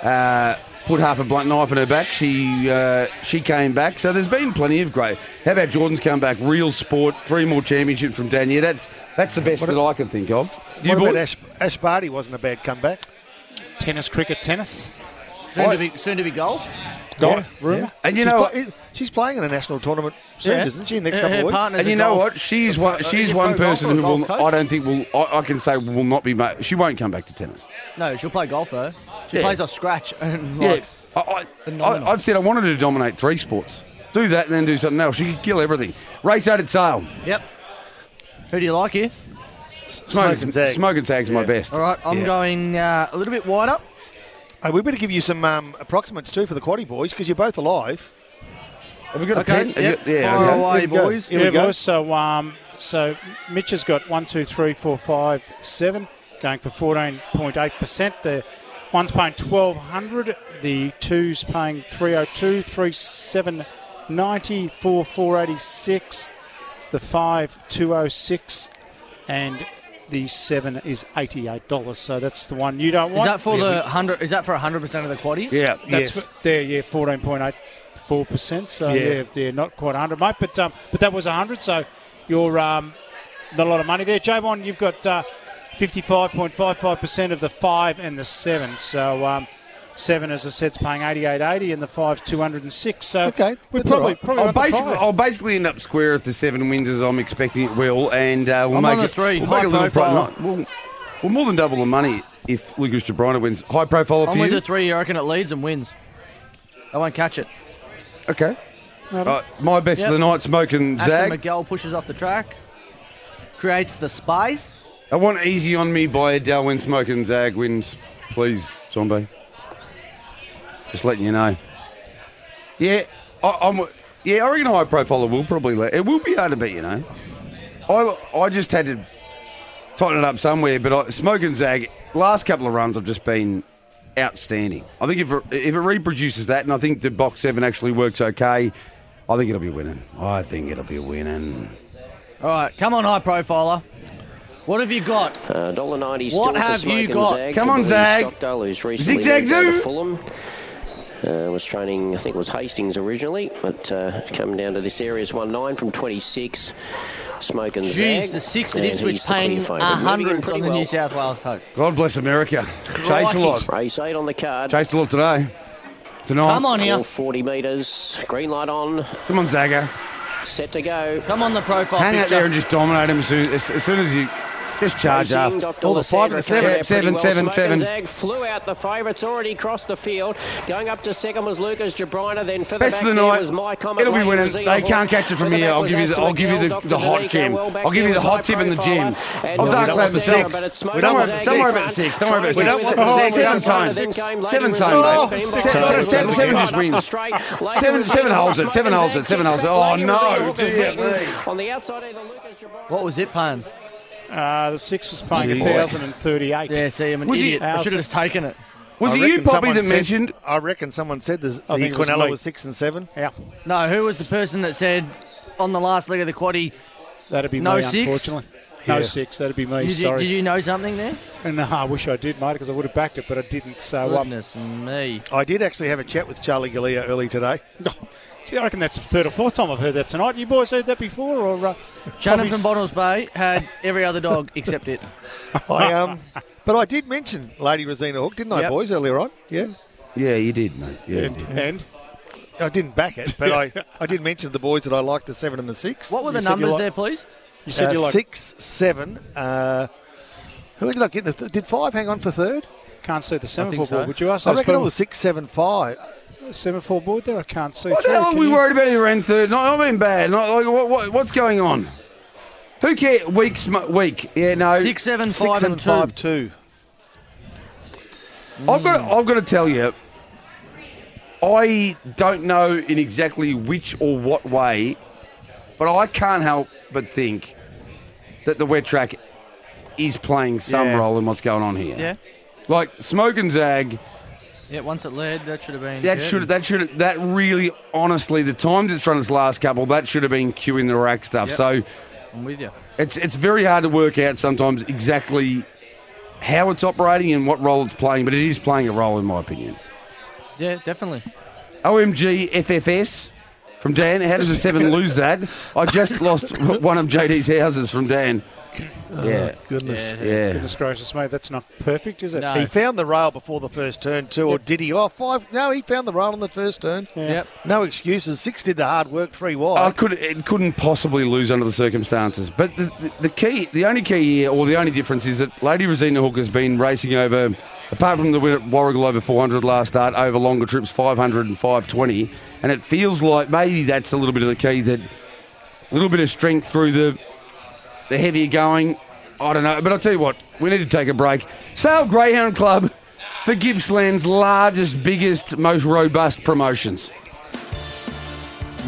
S3: uh, put half a blunt knife in her back. She uh, she came back. So there's been plenty of great. How about Jordan's come back? Real sport. Three more championships from Daniel. That's that's the best that I can think of. You
S5: What about
S3: boys?
S5: Ash, Ash Barty wasn't a bad comeback.
S7: tennis, cricket, tennis,
S4: Soon to be, soon to be golf.
S7: golf, rumor.
S3: And you
S5: she's
S3: know-
S5: pl- she's playing in a national tournament soon,
S4: Yeah.
S5: isn't she? Next
S4: Her-
S5: couple
S4: her
S5: of weeks.
S4: partner's-
S3: And
S4: a
S3: you know
S4: golf-
S3: what? She's one. She's
S4: you
S3: one
S4: play golf
S3: person
S4: or
S3: who will.
S4: golf coach?
S3: I don't think will. I, I can say will not be. Ma- she won't come back to tennis.
S4: No, she'll play golf though. She
S3: Yeah.
S4: plays off scratch and like,
S3: I, I,
S4: Phenomenal.
S3: I, I've said I wanted her to dominate three sports. Do that and then do something else. She could kill everything. Race out at sale.
S4: yep. Who do you like here?
S3: Smoke,
S5: and
S3: and
S5: tag.
S3: tag. Smoke and tag's my best.
S4: All right, I'm
S5: Yeah.
S4: going uh, a little bit wider.
S5: Hey, we better give you some um, approximates too for the quaddy boys because you're both alive.
S3: Have we got a
S4: Okay,
S3: pen? Have
S4: yep.
S3: you- yeah.
S4: far
S3: okay.
S4: away,
S5: Here we go.
S4: boys.
S5: Here we
S7: yeah,
S5: go.
S7: boys, so um, so Mitch has got one, two, three, four, five, seven, going for fourteen point eight percent. The one's paying twelve hundred, the two's paying three oh two, three seven ninety, four four eighty six, the five two oh six, and the seven is eighty eight dollars. So that's the one you don't
S4: Is
S7: want.
S4: that for the hundred? Is that for hundred percent of the quaddy?
S3: Yeah.
S7: That's
S5: Yes.
S7: f- there, yeah, fourteen point eight four percent. So
S5: Yeah.
S7: yeah. they're, not quite hundred, mate. But um, but that was hundred. So you're um, not a lot of money there, Javon. You've got uh fifty-five point five five percent of the five and the seven. So um, seven, as I said, is paying eighty-eight eighty, and the five two hundred and six. So
S5: Okay,
S7: we
S5: that's
S7: probably
S5: all right.
S7: probably
S3: I'll
S7: want the
S3: basically,
S7: five.
S3: I'll basically end up square if the seven wins as I'm expecting it will, and uh, we'll
S4: I'm
S3: make
S4: on the
S3: it,
S4: three.
S3: We'll make
S4: High
S3: a little
S4: profile.
S3: profit. We'll, we'll more than double the money if Lucas Jabrina wins. High profile for
S4: I'm with
S3: you.
S4: the three. You reckon it leads and wins? I won't catch it.
S3: okay. Uh, my best
S4: Yep.
S3: of the night, smoking
S4: Aston
S3: Zag.
S4: Miguel pushes off the track, creates the spies.
S3: I want easy on me by Adele when smoking Zag wins, please, Zombie. Just letting you know. Yeah, I, I'm. Yeah, I reckon high profile will probably. Let, it will be hard to beat, you know. I, I just had to tighten it up somewhere, but I, Smoke and Zag, last couple of runs have just been outstanding. I think if it, if it reproduces that, and I think the box seven actually works okay, I think it'll be winning. I think it'll be winning.
S4: All right, come on, high profiler. What have you got?
S6: Uh, Dollar ninety.
S4: What have you got? Come on, Zag.
S6: Who's
S4: Zig
S6: recently
S4: Zag
S6: moved out of
S4: Zoo.
S6: Fulham. Uh, was training, I think it was Hastings originally, but uh, come down to this area is 1 9 from 26. Smoke and
S4: Jeez,
S6: Zag.
S4: the six
S6: And
S4: innings
S6: he's
S4: was
S6: the clear
S4: paying
S6: favourite.
S4: a
S6: Moving in
S4: hundred on
S6: pretty
S4: the
S6: well.
S4: New South Wales host.
S3: God bless America. Chase a lot.
S6: Race 8 on the card.
S3: Chased a lot today. Tonight.
S6: Come on here. 40 metres. Green light on.
S3: Come on, Zagger.
S6: Set to go.
S4: Come on the profile
S3: Hang out there and just dominate him as soon as, as, soon as you just charge
S6: Racing,
S3: after.
S6: Dr.
S3: All the five,
S6: Lacandra came
S3: seven,
S6: out pretty
S3: seven,
S6: well.
S3: seven,
S6: Smoke
S3: seven.
S6: and Zag flew out the favourites, already crossed the field. Going up to second was Lucas Jabrina, then further
S3: Best
S6: back
S3: of the
S6: there
S3: night.
S6: was my comment.
S3: It'll be winning. They can't catch it from here. I'll give you. The, I'll give you the, the hot gem. I'll give you the hot tip in the gym. I'll dark lap the six. Don't worry, don't worry about the six. Don't worry about the six. Seven- Seven times. Seven times. Seven- Seven seven just wins. Seven seven holds it. Seven holds it. Seven holds it. Oh no! dear me.
S6: On the outside, either
S4: What was it paying?
S7: Uh, the six was paying
S3: Jeez.
S7: 1,038.
S4: Yeah, see, I'm an
S7: Was he-
S4: idiot. I should have just taken it.
S5: I reckon someone said-
S3: mentioned-
S5: I reckon someone said this,
S7: I
S5: the
S7: think it was me.
S5: Quinella was six and seven.
S7: Yeah,
S4: No, who was the person that said on the last leg of the quaddy?
S7: that'd be
S4: No
S7: me,
S4: six?
S7: unfortunately. No
S5: Yeah.
S7: six, that'd be me,
S4: Did you,
S7: sorry.
S4: did you know something there?
S7: And uh, I wish I did, mate, because I would have backed it, but I didn't. So um,
S4: Goodness me.
S5: I did actually have a chat with Charlie Galea early today.
S7: gee, I reckon that's the third or fourth time I've heard that tonight. You boys heard that before? or uh, probably
S4: Shannon from
S7: s-
S4: Bottles Bay had every other dog except it.
S5: I um, but I did mention Lady Rosina Hook, didn't I,
S4: Yep.
S5: boys, earlier on? Yeah,
S3: Yeah, you did, mate. Yeah, you
S7: And,
S3: did.
S7: and
S5: I didn't back it, but I, I did mention to the boys that I liked the seven and the six.
S4: What were the
S7: You said you
S4: numbers
S7: like-
S4: there, please?
S7: you said
S5: Uh,
S7: you like
S5: six, seven. Uh, who did I get? the- Did five hang on for third?
S7: can't see the
S4: think
S7: semaphore
S4: so.
S7: board. Would you ask
S5: I
S7: those
S5: reckon it
S7: people-
S5: was six, seven, five.
S7: semaphore board there? I can't see.
S3: What the
S7: through.
S3: hell are
S7: Can
S3: we
S7: you-
S3: worried about who ran third? Not, not being bad. Not, like, what, what, what's going on? Who cares? Weak, sm- weak. Yeah, no.
S4: Six, seven,
S5: Six
S4: five,
S5: and,
S4: and two.
S5: five, two.
S3: I've got. I've got to tell you, I don't know in exactly which or what way, but I can't help but think that the wet track is playing some
S4: Yeah.
S3: role in what's going on here.
S4: Yeah.
S3: Like smoke and zag.
S4: Yeah, once it led, that should have been.
S3: That
S4: good.
S3: should. That should. That really, honestly, the times it's run its last couple, that should have been queuing the rack stuff.
S4: Yep.
S3: So.
S4: I'm with you.
S3: It's it's very hard to work out sometimes exactly how it's operating and what role it's playing, but it is playing a role in my opinion.
S4: Yeah, definitely.
S3: OMG FFS from Dan. How does a seven lose that? I just lost one of JD's houses from Dan. Yeah,
S5: Goodness.
S3: yeah.
S7: Goodness gracious, mate, that's not perfect, is it?
S4: Uh, No.
S5: He found the rail before the first turn too, or did he? Oh, five. No, he found the rail on the first turn.
S4: Yep.
S5: No excuses. Six did the hard work. Three wide.
S3: I could it couldn't possibly lose under the circumstances. But the, the, the key, the only key here, or the only difference is that Lady Rosina Hook has been racing over, apart from the win at Warrigal over 400 last start, over longer trips 500 and 520, and it feels like maybe that's a little bit of the key that a little bit of strength through the the heavier going. I don't know, but I'll tell you what, we need to take a break. Sale Greyhound Club for Gippsland's largest, biggest, most robust promotions.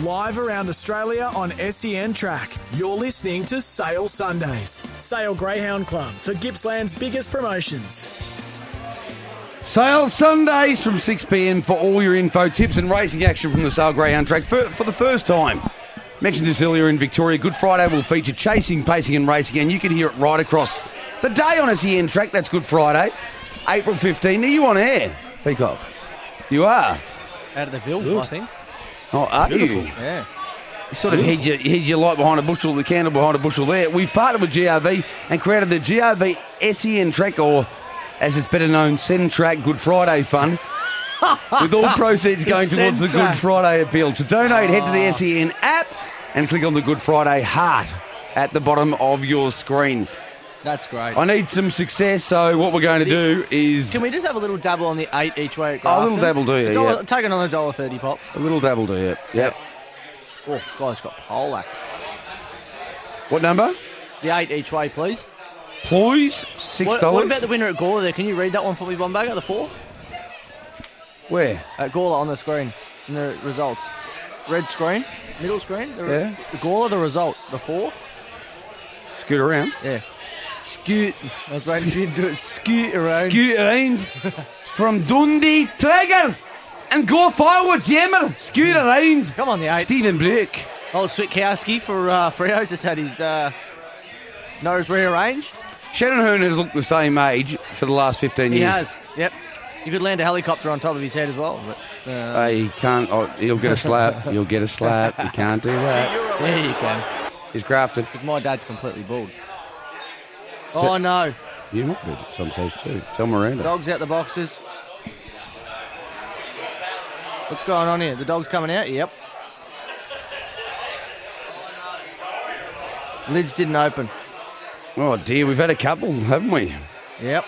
S2: Live around Australia on SEN Track, you're listening to Sale Sundays. Sale Greyhound Club for Gippsland's biggest promotions.
S3: Sale Sundays from 6 pm for all your info, tips, and racing action from the Sale Greyhound track for, for the first time. Mentioned this earlier in Victoria, Good Friday will feature chasing, pacing, and racing, and you can hear it right across the day on SEN track. That's Good Friday, April 15. Are you on air, Peacock? You are.
S4: Out of the bill, I think.
S3: Oh, are you?
S4: Yeah.
S3: sort of hid your, hid your light behind a bushel, the candle behind a bushel there. We've partnered with GRV and created the GRV SEN E Track, or as it's better known, Send Track Good Friday Fund. with all proceeds going
S4: The Ah.
S3: towards the
S4: Send Track.
S3: Good Friday appeal. To donate, head to the SEN app and click on the Good Friday heart at the bottom of your screen.
S4: That's great.
S3: I need some success, so what we're going to do is
S4: Can we just have a little dabble on the eight each way at
S3: Oh, a little
S4: Grafton?
S3: dabble, do you?
S4: A dollar-
S3: Yeah.
S4: Take another dollar thirty pop.
S3: a little dabble do it. Yep.
S4: Oh, guy's got pole axed.
S3: What number?
S4: The eight each way, please.
S3: Ploys, six
S4: What, what
S3: dollars.
S4: about the winner at Gawler there? Can you read that one for me, one bag at the four?
S3: Where?
S4: At Gawler on the screen, in the results. Red screen, middle screen. The
S3: Yeah.
S4: Gawler, the result, the four.
S3: Scoot around.
S4: Yeah.
S11: Scoot. I was waiting for you to do it. Scoot around.
S3: Scoot around. From Dundee, trigger and go forward, Jemmer. Scoot around.
S4: Come on, the eight.
S3: Stephen Brook.
S4: Old Switkowski for uh, Freo's has had his uh, nose rearranged.
S3: Shannon Hearn has looked the same age for the last 15
S4: He
S3: years.
S4: has. Yep. You could land a helicopter on top of his head as well. But, uh,
S3: Uh, he can't. Oh, he'll get a slap. He'll get a slap. He can't do that.
S4: there you go.
S3: He's grafted.
S4: Because my dad's completely bald.
S3: So-
S4: oh no!
S3: You might be at some stage too. Tell Miranda.
S4: Dogs out the boxes. What's going on here? The dog's coming out? Yep. Lids didn't open.
S3: Oh dear, we've had a couple, haven't we?
S4: Yep.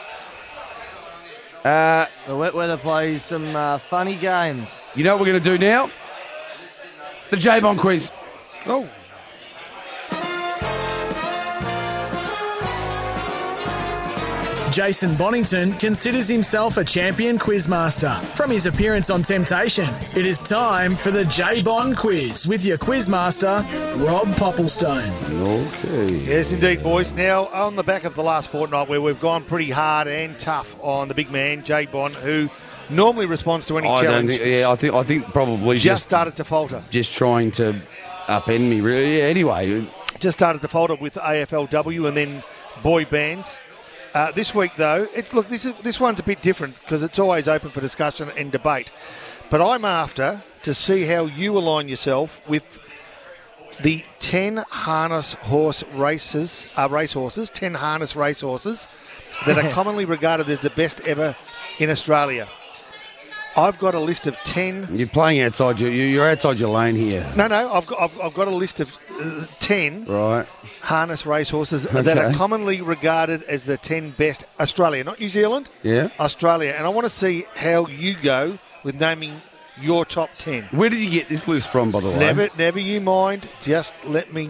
S3: Uh,
S4: The wet weather plays some uh, funny games.
S3: you know what we're going to do now? The J Bond quiz.
S5: Oh.
S2: Jason Bonington considers himself a champion quizmaster from his appearance on Temptation. It is time for the J Bon quiz with your quizmaster, Rob Popplestone.
S3: Okay.
S5: Oh, Yes, indeed, boys. Now, on the back of the last fortnight where we've gone pretty hard and tough on the big man, Jay Bond, who normally responds to any
S3: I don't
S5: challenge,
S3: think. Yeah, I think. I think probably
S5: just,
S3: just
S5: started to falter.
S3: just trying to upend me. Really. Yeah, anyway,
S5: Just started to falter with AFLW and then boy bands. Uh, this week, though, it, look, this, is, this one's a bit different because it's always open for discussion and debate. But I'm after to see how you align yourself with the 10 harness horse races, uh, racehorses, 10 harness racehorses that are commonly regarded as the best ever in Australia. I've got a list of 10.
S3: you're playing outside. Your, you- you're outside your lane here,
S5: No, no, I've got, I've, I've got a list of uh, 10
S3: right?
S5: harness racehorses that are
S3: Okay.
S5: commonly regarded as the 10 best Australia, not New Zealand,
S3: Yeah.
S5: Australia. And I want to see how you go with naming your top 10.
S3: Where did you get this list from, by the way?
S5: Never, never you mind. Just let me.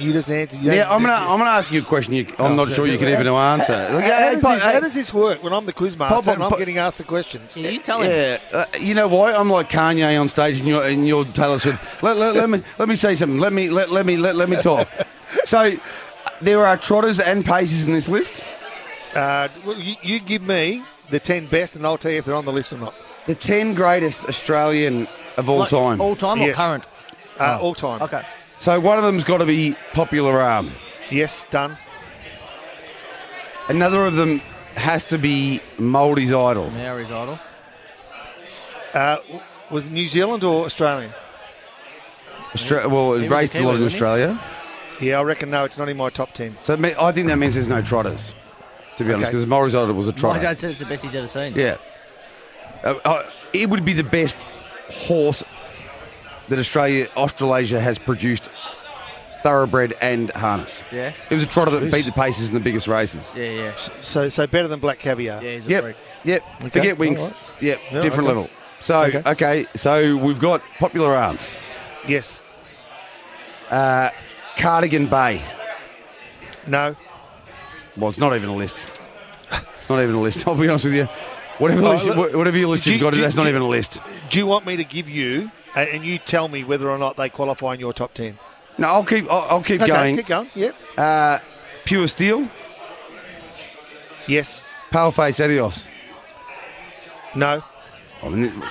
S5: You just answer. You
S3: Yeah,
S5: don't-
S3: I'm gonna I'm gonna ask you a question. You, I'm not sure you can even answer.
S5: Oh, How,
S3: Like,
S5: how
S3: hey,
S5: does
S3: Pop,
S5: this,
S3: hey,
S5: how does this work when I'm the quiz master
S3: Pop, pop,
S5: and I'm
S3: pop.
S5: getting asked the questions?
S4: Yeah, you tell him.
S3: yeah, uh, you know why I'm like Kanye on stage, and you're and you're Taylor Swift. Let, let, let me let me say something. Let me let let me let, let me talk. So uh, there are trotters and paces in this list.
S5: Uh, well, you, you give me the 10 best and I'll tell you if they're on the list or not.
S3: The ten greatest Australian of all
S4: Like,
S3: time.
S4: All time
S5: Yes.
S4: or current?
S5: Uh,
S3: Oh,
S5: All time.
S4: Okay.
S3: so one of them's got to be popular arm.
S5: Yes, done.
S3: Another of them has to be Mouldy's idol.
S4: Maori's idol.
S5: Uh, w- was it New Zealand or Australian?
S3: Austra- well,
S4: He
S3: it
S4: was a
S3: raced a lot
S4: Kiwi,
S3: in
S4: wasn't he?
S3: Australia.
S5: Yeah, I reckon no, it's not in my top 10.
S3: So it me- I think that means there's no trotters, to be honest,
S5: Okay.
S3: because Mouldy's idol was a
S4: My
S3: trotter.
S4: dad said it's the best he's ever seen.
S3: Yeah. Uh, uh, it would be the best horse that Australia, Australasia has produced, thoroughbred and harness.
S4: Yeah.
S3: It was a trotter that beat the paces in the biggest races.
S4: Yeah, yeah,
S5: So, so better than Black Caviar.
S4: yeah. He's a freak.
S3: Yep. Yep. Forget wings.
S5: all
S3: Yep.
S5: Yeah,
S3: Different
S5: okay.
S3: level. So okay.
S5: Okay.
S3: So we've got popular arm,
S5: Yes.
S3: Cardigan Bay.
S5: No.
S3: Well, it's not even a list. It's not even a list. I'll be honest with you. Whatever,
S5: Oh,
S3: list,
S5: look-
S3: whatever your list
S5: Do
S3: you've
S5: you-
S3: got,
S5: do you-
S3: that's not
S5: do you-
S3: even a list.
S5: Do you want me to give you, uh, and you tell me whether or not they qualify in your top 10?
S3: No, I'll keep. I'll, I'll keep
S5: Okay,
S3: going.
S5: keep going. Yep.
S3: Uh, Pure Steel,
S5: Yes.
S3: Paleface Adios.
S5: No.
S3: I mean,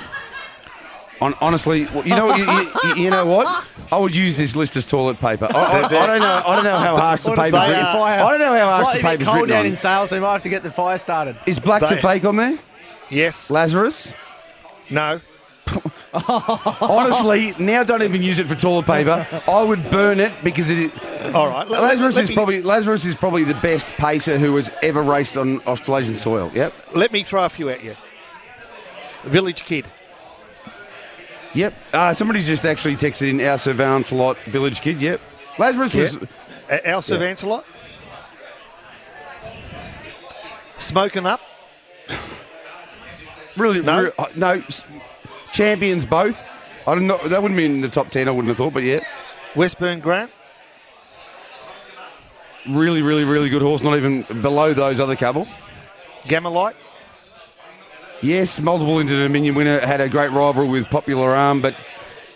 S3: on, honestly, you know, you, you, you know what? I would use this list as toilet paper. I, I, I don't know. I don't know how harsh the paper's
S5: Honestly,
S3: written.
S5: uh,
S3: I don't know how harsh
S4: Might
S3: the
S4: be a bit
S3: paper's
S4: cold
S3: written.
S4: down
S3: On.
S4: in sales, so he might have to get the fire started.
S3: Is Blacks a
S5: They-
S3: fake on there?
S5: Yes.
S3: Lazarus.
S5: No.
S3: Honestly, now don't even use it for toilet paper. I would burn it because it. Is,
S5: All right. Let-
S3: Lazarus
S5: let
S3: is
S5: me-
S3: probably Lazarus is probably the best pacer who has ever raced on Australasian soil. Yep.
S5: Let me throw a few at you. Village Kid.
S3: Yep. Uh, somebody's just actually texted in our surveillance lot village kid. Yep. Lazarus was.
S5: Uh, House of Lancelot. Smoking Up.
S3: Really?
S5: No?
S3: re- uh, no. s- Champions both. I don't know. That wouldn't be in the top ten. I wouldn't have thought. But yeah,
S5: Westburn Grant.
S3: really, really, really good horse. Not even below those other couple.
S5: Gamma Light.
S3: Yes, multiple Inter Dominion winner had a great rival with Popular Arm, but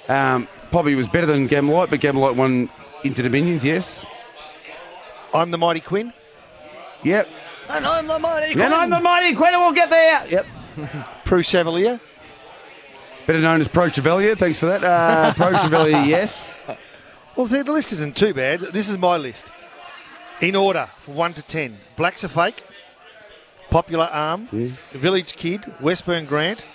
S3: um, Poppy was better than Gamelite. But Gamelite won Inter Dominions. Yes.
S5: I'm the mighty Quinn.
S3: Yep.
S5: And I'm the mighty
S3: Then I'm the mighty Quinn, and we'll get there. Yep.
S5: Prue Chevalier.
S3: Better known as Pro Chevalier. Thanks for that. Uh, Pro Chevalier, yes.
S5: Well, see, the list isn't too bad. This is my list. In order, from 1 to 10. Blacks are fake. Popular Arm.
S3: Hmm.
S5: Village Kid. Westburn Grant.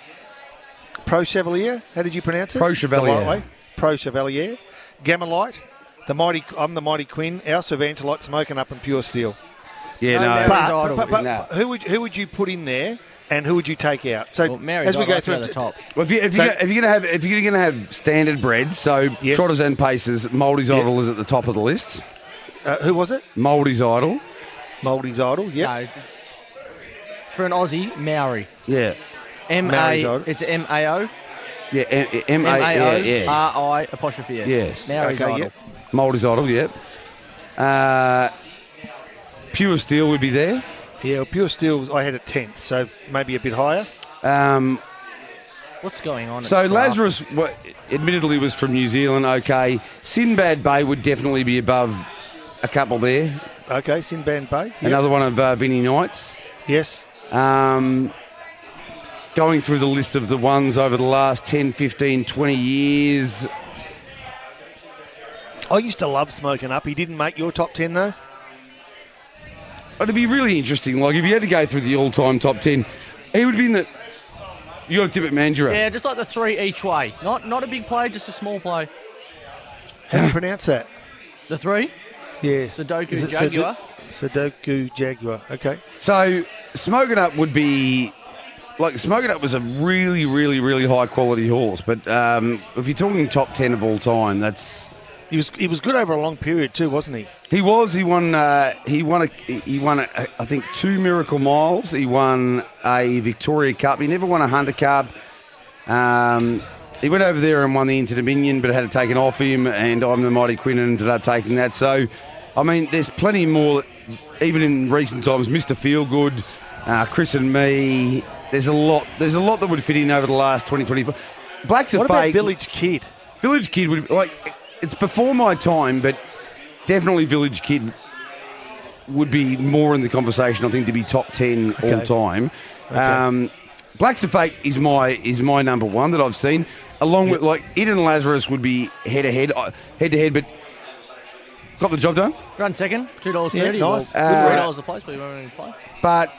S5: Pro Chevalier. How did you pronounce it?
S3: Pro Chevalier.
S5: The right way. Pro Chevalier. Gamelite. The mighty, I'm the mighty Quinn. Our Savantalite smoking up in pure steel.
S3: Yeah,
S5: But-
S3: no.
S5: But, but- but who would who would you put in there, and who would you take out? So as we go through
S3: Well, if, you, if,
S5: So-
S3: you're, gonna- if you're gonna have if you're gonna have standard bread, so trotters and paces, Mouldy's Idol is at the top of the list.
S5: Uh, who was it?
S3: Mouldy's Idol.
S5: Mouldy's Idol.
S3: Yeah.
S4: For an Aussie, Maori.
S3: Yeah.
S4: M
S3: Maori's
S4: A.
S3: idol.
S4: It's M A O.
S3: Yeah. M A.
S4: M A O Uh,
S3: Yeah. yeah.
S4: R I apostrophe S.
S3: Yes.
S4: Maori's idol.
S3: Mouldy's Idol, yep. Uh, Pure Steel would be there.
S5: Yeah, well, Pure Steel, was- I had a tenth, so maybe a bit higher.
S3: Um,
S4: What's going on?
S3: so
S4: at-
S3: Lazarus, wa admittedly, was from New Zealand, okay. Sinbad Bay would definitely be above a couple there.
S5: Okay, Sinbad Bay. yep.
S3: Another one of uh, Vinnie Knight's.
S5: Yes.
S3: Um, going through the list of the ones over the last 10, 15, 20 years.
S5: I used to love smoking up. He didn't make your top ten though.
S3: It'd be really interesting. Like, if you had to go through the all time top 10, he would be in the. You got to tip at Mandurah.
S4: Yeah, just like the three each way. Not not a big play, just a small play.
S5: How do you pronounce that?
S4: The three?
S5: Yeah.
S4: Sudoku
S5: Is it
S4: Jaguar.
S5: Sudo- Sudoku Jaguar. Okay.
S3: So smoking up would be like smoking up was a really, really, really high quality horse. But um, if you're talking top ten of all time, that's
S5: he was he was good over a long period too, wasn't he?
S3: He was. He won. Uh, he won. A, he won. A, I think two Miracle Miles. He won a Victoria Cup. He never won a Hunter Cup. Um, he went over there and won the Inter Dominion, but had it taken off him. And I'm the Mighty Quinn and ended up taking that. So, I mean, there's plenty more. that- Even in recent times, Mr. Feelgood, uh, Chris and me. There's a lot. There's a lot that would fit in over the last 20, 25. Blacks are
S5: What about
S3: fake.
S5: Village Kid?
S3: Village Kid would like. It's before my time, but definitely Village Kid would be more in the conversation. I think to be top ten all
S5: Okay.
S3: time. Um, Blacks to Fate is my is my number one that I've seen. Along with like Ed and Lazarus would be head to head, head to head, but got the job done.
S4: Run second, two dollars
S3: Yeah,
S4: thirty.
S3: nice.
S4: Well,
S3: Uh,
S4: three dollars a place. What do you want me to play?
S3: But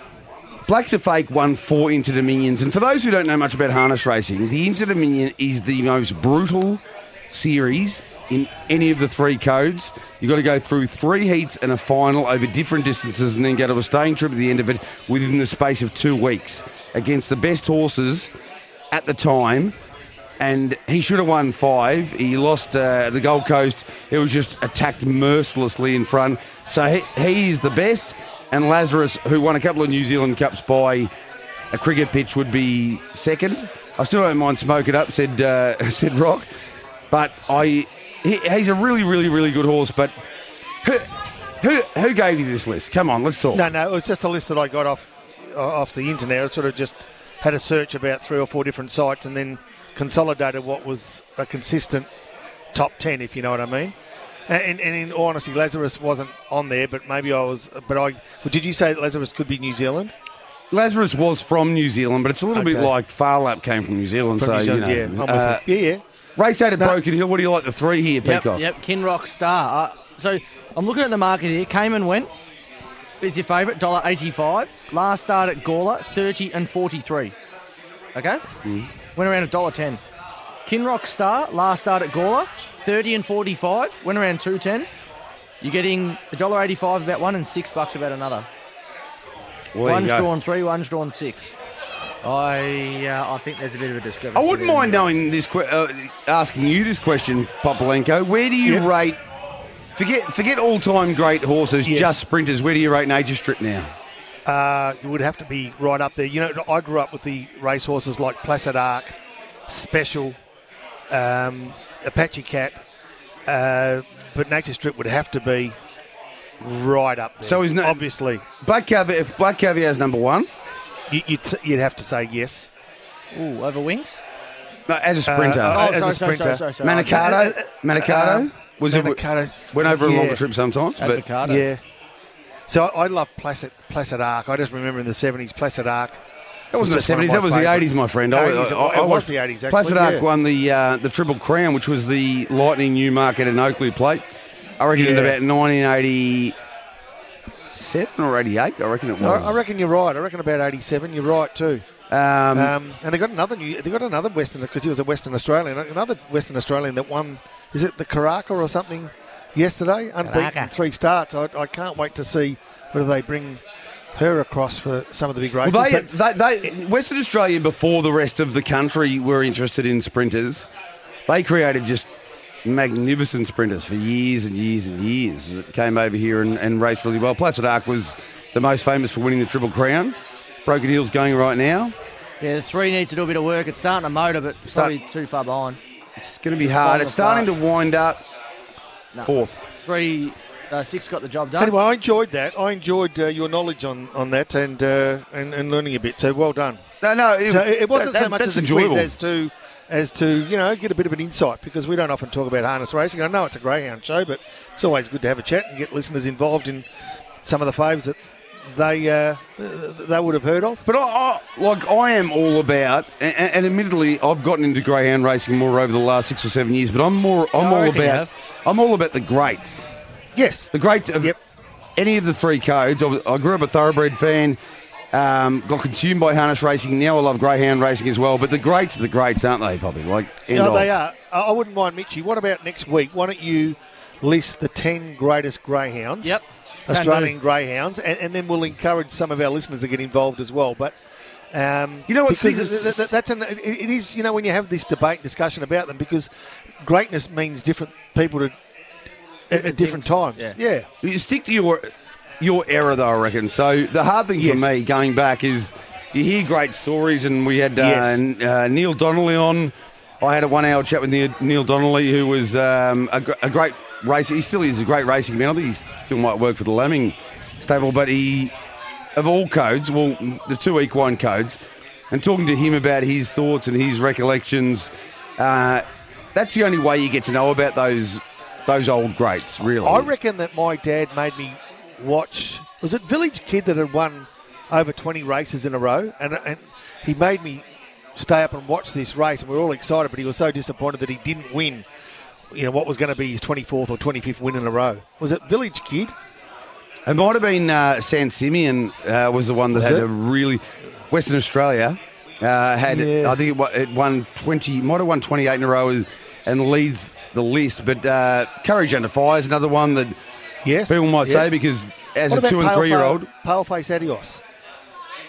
S3: Blacks are Fake won four Inter Dominions. And for those who don't know much about harness racing, the Inter Dominion is the most brutal series in any of the three codes. You've got to go through three heats and a final over different distances and then go to a staying trip at the end of it within the space of two weeks against the best horses at the time. And he should have won five. He lost uh, the Gold Coast. It was just attacked mercilessly in front. So he, he is the best. And Lazarus, who won a couple of New Zealand Cups by a cricket pitch, would be second. I still don't mind smoking up, said uh, said Rock. But I, he, he's a really, really, really good horse. But who, who, who gave you this list? Come on, let's talk.
S5: No, no, it was just a list that I got off uh, off the internet. I sort of just had a search about three or four different sites and then consolidated what was a consistent top ten, if you know what I mean. And, and in all honesty, Lazarus wasn't on there, but maybe I was. But I well, did you say that Lazarus could be New Zealand?
S3: Lazarus was from New Zealand, but it's a little bit
S5: Okay.
S3: like Farlap came from New Zealand.
S5: From
S3: so
S5: New Zealand,
S3: you know, uh,
S5: yeah, I'm with you. yeah, yeah.
S3: Race out at Broken Hill. What do you like? The three here,
S4: Yep,
S3: Peacock.
S4: yep. Kinrock Star. Uh, so I'm looking at the market here. Came and went. Is your favourite dollar eighty-five? Last start at Gawler, thirty and forty-three. Okay.
S3: Mm.
S4: Went around a dollar ten. Kinrock Star, last start at Gawler, thirty and forty-five. Went around two ten. You're getting a dollar eighty-five about one and six bucks about another.
S3: Well, there you
S4: one's
S3: go.
S4: drawn three, one's drawn six. I uh, I think there's a bit of a discrepancy.
S3: I wouldn't
S4: there.
S3: mind knowing this, que- uh, asking you this question, Popolenko. Where do you rate? Forget forget all time great horses,
S5: Yes.
S3: just sprinters. Where do you rate Nature Strip now?
S5: Uh, you would have to be right up there. You know, I grew up with the racehorses like Placid Arc, Special, um, Apache Cat, uh, but Nature Strip would have to be right up there.
S3: So he's not-
S5: obviously
S3: Black Caviar. If Black Caviar is number one,
S5: you, you'd, s- you'd have to say yes.
S4: Ooh, over wings.
S3: No, as a sprinter,
S4: Oh,
S5: Uh, as
S4: sorry,
S5: a
S4: sorry,
S5: sprinter,
S4: sorry, sorry, Uh, sorry.
S3: Manicato, Manicato
S5: Um,
S3: was it-
S5: Manicato.
S3: went over a
S5: Yeah.
S3: longer trip sometimes, but
S5: Yeah, So I, I love Placid, Placid Arc. I just remember in the 70s, Placid Arc.
S3: That wasn't
S5: just
S3: the
S5: one of
S3: 70s. That was the
S5: favourite-
S3: 80s, my friend. I-
S5: 80s,
S3: I-
S5: oh, it
S3: I- I
S5: was
S3: watched-
S5: the 80s, actually.
S3: Placid Arc
S5: yeah.
S3: won the uh, the Triple Crown, which was the Lightning Newmarket and Oakley plate. I reckon in
S5: Yeah.
S3: about 1987 or 88, I reckon it
S5: No,
S3: was.
S5: I reckon you're right. I reckon about 87. You're right too.
S3: Um,
S5: Um, and they got another new. They got another Western because he was a Western Australian. Another Western Australian that won. Is it the Karaka or something? Yesterday, unbeaten
S3: Karaka.
S5: three starts. I, I can't wait to see whether they bring her across for some of the big
S3: Well,
S5: races.
S3: they,
S5: But
S3: they, they, Western Australia, before the rest of the country were interested in sprinters, they created just magnificent sprinters for years and years and years that came over here and, and raced really well. Placid Arc was the most famous for winning the Triple Crown. Broken Hill's going right now.
S4: Yeah, the three needs to do a bit of work. It's starting to motor, but it's
S3: Start-
S4: probably too far behind.
S3: It's going to be hard. It's starting to wind up. Fourth.
S4: Three, uh, six got the job done.
S5: anyway, I enjoyed that. I enjoyed uh, your knowledge on, on that and, uh, and and learning a bit. So well done.
S3: No, no, it,
S5: So it it wasn't
S3: that-
S5: so much
S3: that's
S5: as a
S3: enjoyable.
S5: quiz as to as to you know get a bit of an insight because we don't often talk about harness racing. I know it's a greyhound show, but it's always good to have a chat and get listeners involved in some of the faves that they uh, they would have heard of.
S3: But I, I like I am all about, and, and admittedly, I've gotten into greyhound racing more over the last six or seven years. But I'm more, I'm
S5: No, I
S3: all
S5: reckon you
S3: about,
S5: have.
S3: I'm all about the greats.
S5: Yes,
S3: the greats of any of the three codes. I, was- I grew up a thoroughbred fan. Um, got consumed by harness racing. Now I love greyhound racing as well. But the greats are the greats, aren't they, Poppy? Like, end
S5: no,
S3: of.
S5: they are. I I wouldn't mind, Mitchy. What about next week? Why don't you list the ten greatest greyhounds?
S4: Yep. Can
S5: Australian
S4: do.
S5: greyhounds, and, and then we'll encourage some of our listeners to get involved as well. But um,
S3: you know
S5: what? Because
S3: things-
S5: th- th- that's an, it it is. You know, when you have this debate discussion about them, because greatness means different people to, at, at different times. yeah.
S3: You stick to your your era, though, I reckon. So the hard thing
S5: Yes.
S3: for me going back is you hear great stories, and we had uh,
S5: Yes.
S3: n- uh, Neil Donnelly on. I had a one hour chat with Neil, Neil Donnelly, who was um, a, gr- a great racer. He still is a great racing man. I think he still might work for the Lemming stable, but he, of all codes, well, the two equine codes, and talking to him about his thoughts and his recollections. Uh, that's the only way you get to know about those those old greats, really.
S5: I reckon that my dad made me watch. Was it Village Kid that had won over 20 races in a row? And, and he made me stay up and watch this race, and we were all excited, but he was so disappointed that he didn't win. You know what was going to be his 24th or 25th win in a row? Was it Village Kid?
S3: It might have been uh, San Simeon uh, was the one that
S5: Was
S3: had
S5: it?
S3: a really Western Australia uh, had I think it, wa- it won twenty might have won twenty eight in a row and leads the list. But uh, Courage Under Fire is another one that
S5: yes
S3: people might
S5: yeah.
S3: say because as a
S5: What about
S3: two and
S5: Palefa-
S3: three year old
S5: Paleface Adios.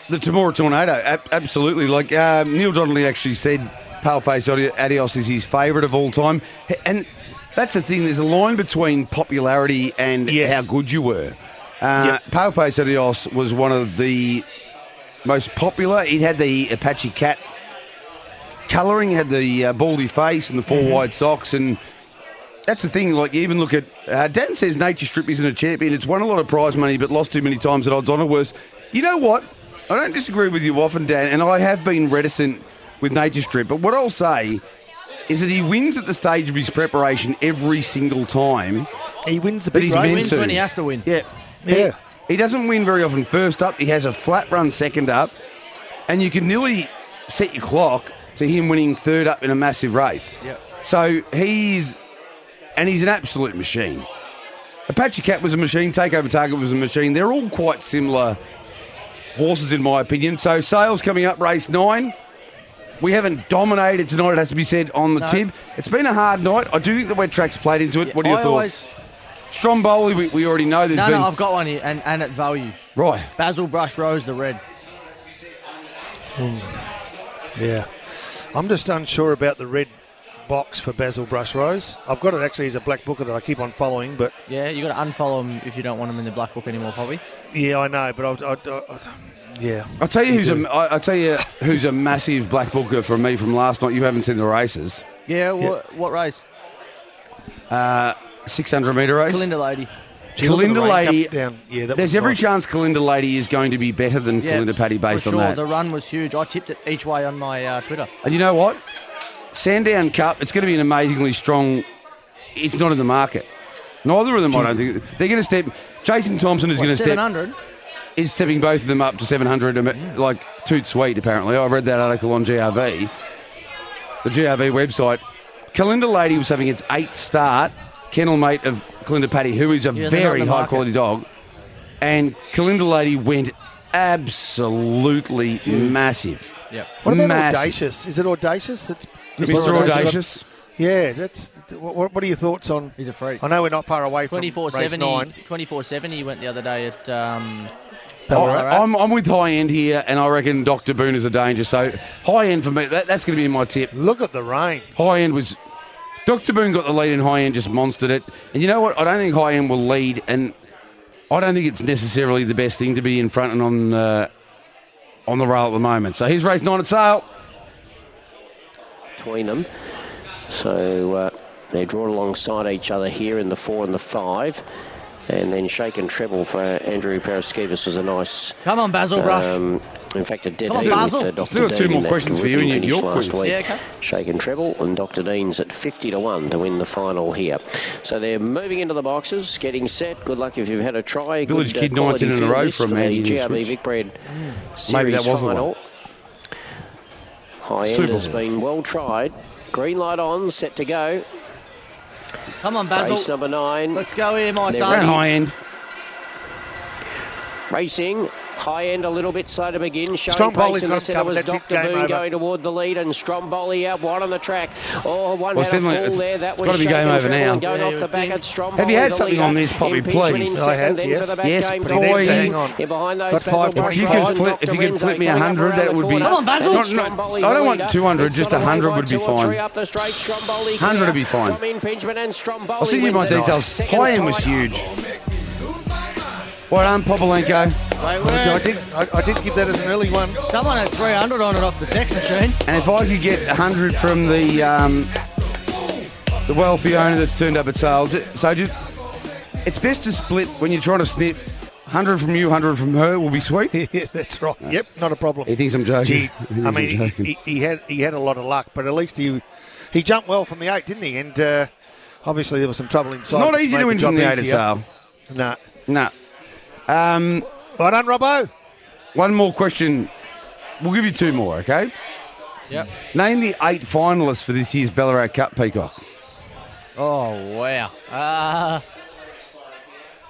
S3: the Tamora Tornado, ab- absolutely. Like uh, Neil Donnelly actually said, Paleface Adi- Adios is his favourite of all time, H- and that's the thing. There's a line between popularity and
S5: Yes.
S3: how good you were. Uh, Paleface Adios was one of the most popular. He had the Apache cat colouring, had the uh, baldy face and the 4 wide socks, and that's the thing. Like, you even look at uh, Dan says Nature Strip isn't a champion. It's won a lot of prize money, but lost too many times at odds on or worse. You know what? I don't disagree with you often, Dan, and I have been reticent with Nature Strip. But what I'll say is that he wins at the stage of his preparation every single time.
S5: He wins the
S3: but
S5: big
S3: he's
S5: race.
S3: meant
S5: Wins
S3: to.
S5: when he
S4: has to win.
S3: Yeah, yeah. He, he doesn't win very often. First up, he has a flat run. Second up, and you can nearly set your clock to him winning third up in a massive race.
S13: Yep.
S3: So he's, and he's an absolute machine. Apache Cat was a machine. Takeover Target was a machine. They're all quite similar horses, in my opinion. So sales coming up, race nine. We haven't dominated tonight. It has to be said on the
S4: No.
S3: tip. It's been a hard night. I do think the wet track's played into it. what are your
S4: I
S3: thoughts? Stromboli, we, we already know. There's
S4: no,
S3: been
S4: no, I've got one here, and, and at value.
S3: right.
S4: Basil Brush Rose, the red.
S5: Yeah. I'm just unsure about the red box for Basil Brush Rose. I've got it actually as a black booker that I keep on following, but
S4: Yeah, you got to unfollow him if you don't want him in the black book anymore, probably.
S5: yeah, I know. But I, I, I, yeah.
S3: I'll tell you
S5: You
S3: who's
S5: do.
S3: a, I, I'll tell you who's a massive black booker for me from last night. You haven't seen the races.
S4: Yeah, what, what race?
S3: Uh, 600 meter race.
S4: Kalinda Lady.
S3: Kalinda Lady. There's every chance
S4: chance.
S3: Kalinda Lady is going to be better than
S4: Yeah,
S3: Kalinda Patty based
S4: for
S3: on
S4: sure.
S3: that.
S4: The run was huge. I tipped it each way on my uh, Twitter.
S3: And you know what? Sandown Cup, it's going to be an amazingly strong. It's not in the market. Neither of them, I don't think. They're going to step. Jason Thompson is
S4: What,
S3: going to step.
S4: 700?
S3: Is stepping both of them up to 700, um, like toot sweet, apparently. I read that article on GRV, the GRV website. Kalinda Lady was having its eighth start, kennel mate of Kalinda Patty, who is a
S13: Yeah, they're not
S3: very
S13: in the
S3: high
S13: market.
S3: quality dog. And Kalinda Lady went absolutely
S13: Mm.
S3: massive.
S5: Yep. What about
S3: massive.
S5: audacious? Is it audacious? That's
S3: Mr. Audacious?
S5: Yeah, that's. What, what are your thoughts on? He's a freak. I know we're not far away from race
S4: 2470,
S5: nine.
S4: 2470 he went the other day at um, Ballarat.
S3: I, I'm, I'm with high end here, and I reckon Dr. Boone is a danger. So high end for me, that, that's going to be my tip.
S5: Look at the rain.
S3: High end was. Dr. Boone got the lead, and high end just monstered it. And you know what? I don't think high end will lead, and I don't think it's necessarily the best thing to be in front and on uh, on the rail at the moment. So he's race nine at sale.
S6: between them. So uh, they're drawn alongside each other here in the four and the five. And then shake and treble for Andrew Paraskevas was a nice.
S4: Come on,
S3: Um,
S4: Basil Brush.
S6: Um, in fact, a dead
S4: Come on,
S6: heat
S4: Basil.
S6: with uh, Dr.
S4: Still got two
S6: Dean
S4: more
S6: in that
S4: questions for you
S6: ripping
S4: in your-
S6: finish
S4: your
S6: last
S4: quiz.
S6: week.
S4: Yeah, okay.
S6: Shake and treble, and Dr. Dean's at 50 to 1 to win the final here. So they're moving into the boxes, getting set. Good luck if you've had a try.
S3: Village
S6: Good, uh,
S3: Kid
S6: quality
S3: 19 in a
S6: field
S3: row
S6: list
S3: from
S6: for the
S3: Andy
S6: GRB
S3: Ipswich.
S6: Vic Bread
S3: Maybe
S6: Series
S3: that was the one.
S6: final. High end
S3: Super
S6: has been well tried. Green light on, set to go.
S4: Come on, Basil.
S6: Race number nine.
S4: Let's go here, my
S6: They're
S4: son.
S6: ready.
S3: High end.
S6: Racing, high end a little bit slow to begin. Showing
S5: Stromboli's
S6: pace
S5: got
S6: in the
S5: him
S6: centre
S5: covered.
S6: was
S5: That's it,
S6: Dr.
S5: game
S6: Boone
S5: over.
S6: going toward the lead, and Stromboli out wide on the track. Oh, one
S3: Well, it's
S6: had a fall
S3: definitely- it's-
S6: there. That
S3: it's
S6: was
S3: gotta be
S6: Shake
S3: game
S6: and
S3: over
S6: Treble
S3: now.
S6: and Going
S3: Yeah,
S6: off the back at Stromboli.
S3: Have you had
S6: the
S3: something
S6: leader.
S3: on this, Poppy,
S6: Impinge went in
S3: please? I
S6: second,
S3: have,
S6: then
S3: yes.
S6: for the back
S3: Yes,
S6: game,
S3: but he needs to
S6: Goldie.
S3: hang on.
S6: Yeah, behind those
S3: Got
S6: Basil
S3: five
S6: Brush
S3: If you
S6: Brothers
S3: could
S6: and
S3: flip, if
S6: Dr.
S3: you could
S6: Renzo
S3: flip me
S6: coming up
S3: 100,
S6: around
S3: that
S6: the
S3: would be.
S6: corner.
S3: Come on, Basil.
S6: Then
S3: Not- not-
S6: Stromboli
S3: I don't
S6: the
S3: want
S6: leader.
S3: 200,
S6: It's
S3: just
S6: got away
S3: 100
S6: by
S3: would be
S6: two or three
S3: fine.
S6: up the straight. Stromboli
S3: 100 would
S6: clear
S3: be fine.
S6: From impingement and Stromboli.
S3: I'll send you my
S6: wins it.
S3: details.
S6: Second
S3: High end was
S6: side.
S3: huge. Well done, Popolenko.
S4: I
S3: did,
S5: I, I did give that as an early one.
S4: Someone had 300 on it off the text machine.
S3: And if I could get 100 from the um, the wealthy owner that's turned up at sale, ju- so just it's best to split when you're trying to snip. 100 from you, 100 from her will be sweet.
S5: yeah, that's right. Yep, not a problem.
S3: He thinks I'm joking.
S5: Gee,
S3: He thinks
S5: I
S3: I'm
S5: mean,
S3: joking.
S5: he, he had he had a lot of luck, but at least he he jumped well from the eight, didn't he? And uh, obviously there was some trouble inside.
S3: not
S5: which
S3: easy to
S5: made
S3: win
S5: job
S3: from the eight at
S5: easier.
S3: sale.
S5: No.
S3: No. Um,
S5: well done, Robbo.
S3: One more question. We'll give you two more, okay?
S4: Yep.
S3: Name the eight finalists for this year's Ballarat Cup, Peacock.
S4: Oh, wow. Uh,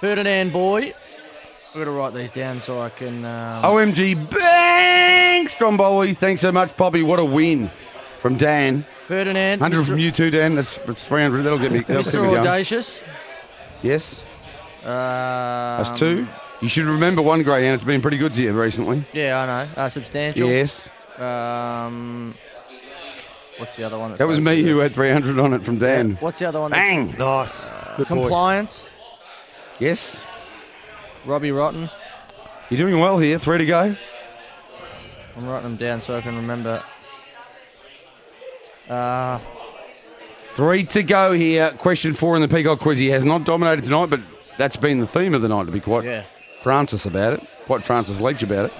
S4: Ferdinand Boy. I'm going to write these down so I can.
S3: Oh.
S4: Um,
S3: OMG, bang! Stromboli, thanks so much, Poppy. What a win from Dan.
S4: Ferdinand.
S3: 100
S4: Mr.
S3: from you too, Dan. That's, that's 300. That'll get me, that'll keep
S4: Mr.
S3: me going.
S4: Audacious.
S3: Yes,
S4: Um,
S3: that's two. You should remember one greyhound. It's been pretty good to you recently.
S4: Yeah, I know. Uh, substantial.
S3: Yes.
S4: Um, what's the other one?
S3: That was me who had 300 on it from Dan.
S4: What's the other one? that's-
S3: Bang!
S5: Nice. Good boy.
S4: Compliance.
S3: Yes.
S4: Robbie Rotten.
S3: You're doing well here. Three to go.
S4: I'm writing them down so I can remember. Uh,
S3: Three to go here. Question four in the Peacock quiz. He has not dominated tonight, but that's been the theme of the night, to be quite
S4: Yeah.
S3: Francis about it. Quite Francis Leach about it.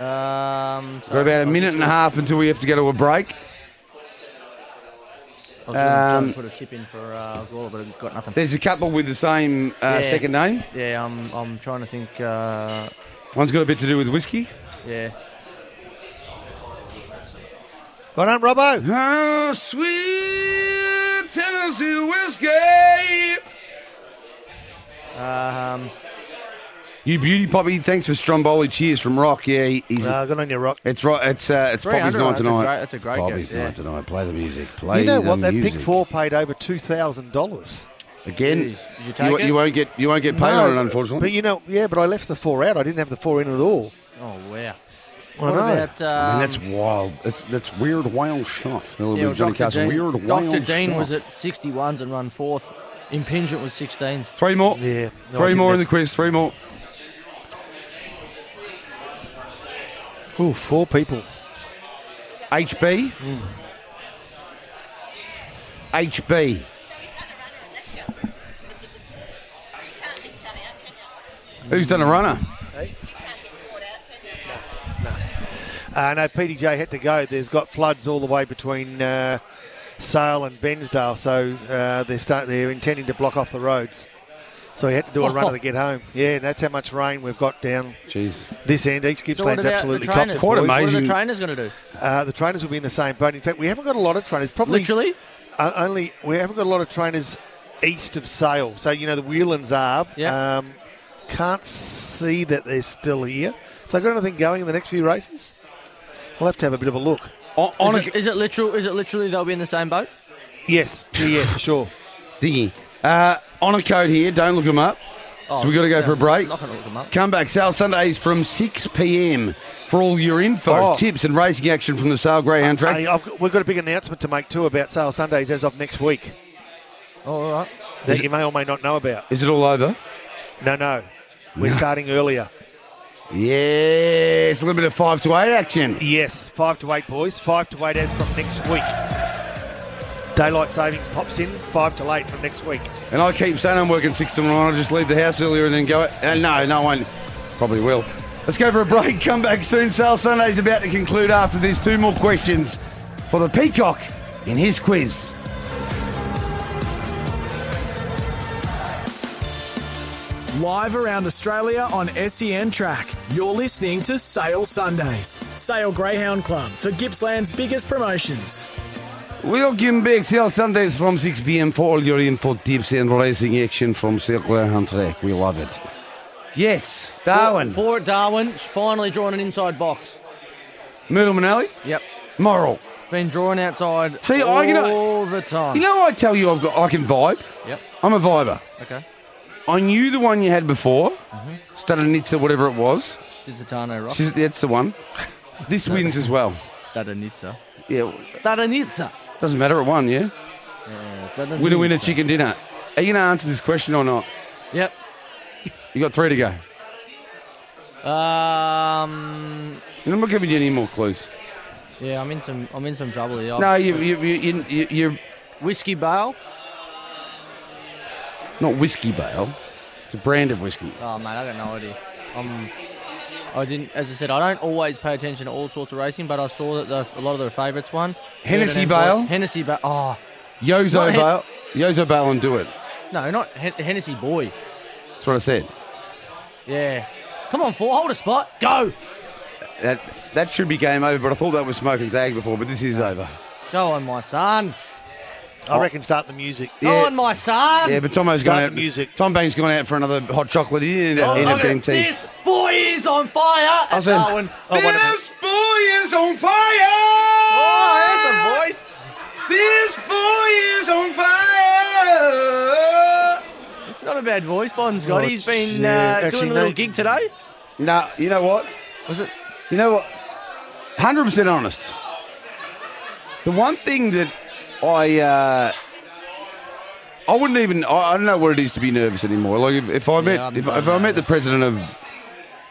S4: um,
S3: Got about a minute and a half until we have to go to a break.
S4: I was gonna
S3: Um,
S4: try and put a tip in for uh, Gawler, but I've got nothing.
S3: There's a couple with the same uh,
S4: Yeah.
S3: second name.
S4: Yeah, I'm, I'm trying to think. Uh,
S3: One's got a bit to do with whiskey.
S4: yeah.
S5: Well done, Robbo.
S3: Oh, sweet Tennessee whiskey.
S4: Um,
S3: You beauty, Poppy. Thanks for Stromboli. Cheers from Rock. Yeah, he- he's.
S5: Uh, good on your rock.
S3: it's right. It's uh, it's Poppy's
S4: 300,
S3: night
S4: that's a
S3: tonight.
S4: great- that's a
S3: It's
S4: great
S3: Poppy's
S4: gift, yeah.
S3: night tonight. Play the music. Play
S5: you know what?
S3: the
S5: That
S3: music.
S5: Big Four paid over two thousand dollars.
S3: Again,
S4: Jeez, did you
S3: you,
S4: take
S3: won't-
S4: it?
S3: you won't get you won't get paid on it, unfortunately.
S5: But you know, yeah, but I left the four out. I didn't have the four in at all.
S4: Oh wow.
S5: I
S4: what
S5: know.
S4: about? Um,
S3: I mean, that's wild. That's that's weird, wild stuff. A little
S4: yeah,
S3: bit
S4: well,
S3: of Johnny
S4: Dr.
S3: Carson.
S4: Dean,
S3: Weird, wild
S4: Dr. Dean
S3: stuff.
S4: was at 61s and run fourth. Impingent was 16s.
S3: Three more.
S5: Yeah. No, I
S3: Three
S5: didn't
S3: more in the
S5: have-
S3: quiz. Three more.
S5: Ooh, four people.
S3: HB. HB. Who's done a runner?
S5: Uh, no, PDJ had to go. There's got floods all the way between uh, Sale and Bensdale, so uh, they're start, they're intending to block off the roads. So we had to do a runner to get home. Yeah, and that's how much rain we've got down.
S3: Jeez,
S5: this end, East Gippsland's absolutely
S4: the trainers?
S5: copped
S4: What
S5: it, boys.
S4: are the trainers going to do?
S5: Uh, the trainers will be in the same boat. In fact, we haven't got a lot of trainers. Probably
S4: literally
S5: uh, only we haven't got a lot of trainers east of Sale. So you know the Wheelands are. Um, can't see that they're still here. So got anything going in the next few races? I'll have to have a bit of a look.
S4: is, it, is it literal? Is it literally they'll be in the same boat?
S5: Yes, yeah, for sure.
S3: Diggy. Uh, on a code here, don't look them up.
S4: Oh,
S3: so we've got to go
S4: yeah,
S3: for a break.
S4: not gonna look 'em up.
S3: Come back, Sale Sundays from 6 p.m. for all your info,
S5: Oh.
S3: tips, and racing action from the Sale Greyhound track.
S5: Hey, I've got, we've got a big announcement to make too about Sale Sundays as of next week
S4: Oh, All right.
S5: that you may or may not know about.
S3: Is it all over?
S5: No, no, we're starting earlier.
S3: Yes, a little bit of 5 to 8 action.
S5: Yes, five to eight, boys. Five to eight as from next week. Daylight savings pops in five to eight from next week.
S3: And I keep saying I'm working 6 to 9. I'll just leave the house earlier and then go. Uh, no, no one probably will. Let's go for a break. Come back soon. Sale Sunday's about to conclude after this. Two more questions for the Peacock in his quiz.
S2: Live around Australia on SEN Track, you're listening to Sale Sundays, Sale Greyhound Club for Gippsland's biggest promotions.
S3: Welcome back, Sale Sundays from 6 pm for all your info, tips, and racing action from Circular Hunt Track. We love it. Yes, Darwin.
S4: For, for Darwin, finally drawn an inside box.
S3: Myrtle Manelli?
S4: Yep.
S3: Moral.
S4: Been drawn outside
S3: See,
S4: all
S3: I can-
S4: the time.
S3: You know, I tell you, I've got, I can vibe.
S4: Yep.
S3: I'm a viber.
S4: Okay. Mm-hmm.
S3: I knew the one you had before, mm whatever it was.
S4: Cizitano, right?
S3: She's, that's the one. This wins as well.
S4: Stadanitsa.
S3: Yeah,
S4: Stadanitsa.
S3: doesn't matter. It won, yeah?
S4: Yeah, Stadanitsa.
S3: Winner, winner, chicken dinner. Are you going to answer this question or not?
S4: uh, Yep.
S3: you got three to go.
S4: Um.
S3: And I'm not giving you any more clues.
S4: Yeah, I'm in some. I'm in some trouble here.
S3: No, you, you, you, you, you, you're
S4: Whiskey Bale.
S3: not whiskey bale. It's a brand of whiskey.
S4: Oh man, I got no idea. Um, I didn't. As I said, I don't always pay attention to all sorts of racing, but I saw that the, a lot of the favourites won.
S3: Hennessy
S4: Ferdinand
S3: Bale?
S4: Boyd- Hennessy Bale. Oh
S3: Yozo
S4: Not
S3: bale. Yozo bale and do it.
S4: no, not Hen- Hennessy Boy.
S3: That's what I said.
S4: Yeah. Come on, four. Hold a spot. Go.
S3: That that should be game over, but I thought that was smoke and zag before, but this is over.
S4: Go on, my son.
S5: I reckon start the music.
S4: Go on, my son.
S3: Yeah, but Tomo's
S5: Start
S3: gone
S5: the
S3: out.
S5: music.
S3: Tom Bane's gone out for another hot chocolate. He ended up,
S4: Oh,
S3: ended
S4: look
S3: up
S4: at
S3: getting
S4: it.
S3: tea.
S4: This boy is on fire.
S3: I
S4: At
S3: said-
S4: Darwin.
S3: Oh, wait a minute.
S4: This
S3: boy is on fire.
S4: Oh, there's a voice.
S3: This boy is on fire.
S4: It's not a bad voice, Bond's got.
S5: Oh,
S4: He's been
S5: yeah,
S4: uh,
S5: actually,
S4: doing a
S5: no,
S4: little
S5: you-
S4: gig today.
S3: No, you know what?
S4: Was it?
S3: You know what? Hundred percent honest. The one thing that I uh, I wouldn't even I, I don't know what it is to be nervous anymore. Like if, if I met
S4: I'm-
S3: if,
S4: I'm
S3: if I met
S4: nervous.
S3: the president of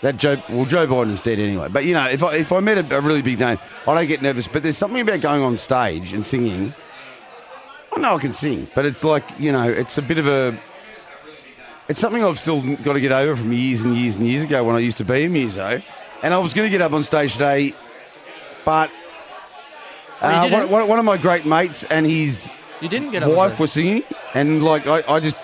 S3: that Joe well Joe Biden's dead anyway. But you know if I if I met a, a really big name, I don't get nervous. But there's something about going on stage and singing. I know I can sing, but it's like you know it's a bit of a it's something I've still got to get over from years and years and years ago when I used to be a muso. And I was going to get up on stage today, but uh,
S4: Oh, didn't?
S3: one, one- one of my great mates and his
S4: You didn't get up.
S3: wife
S4: was
S3: were singing, and like I, I just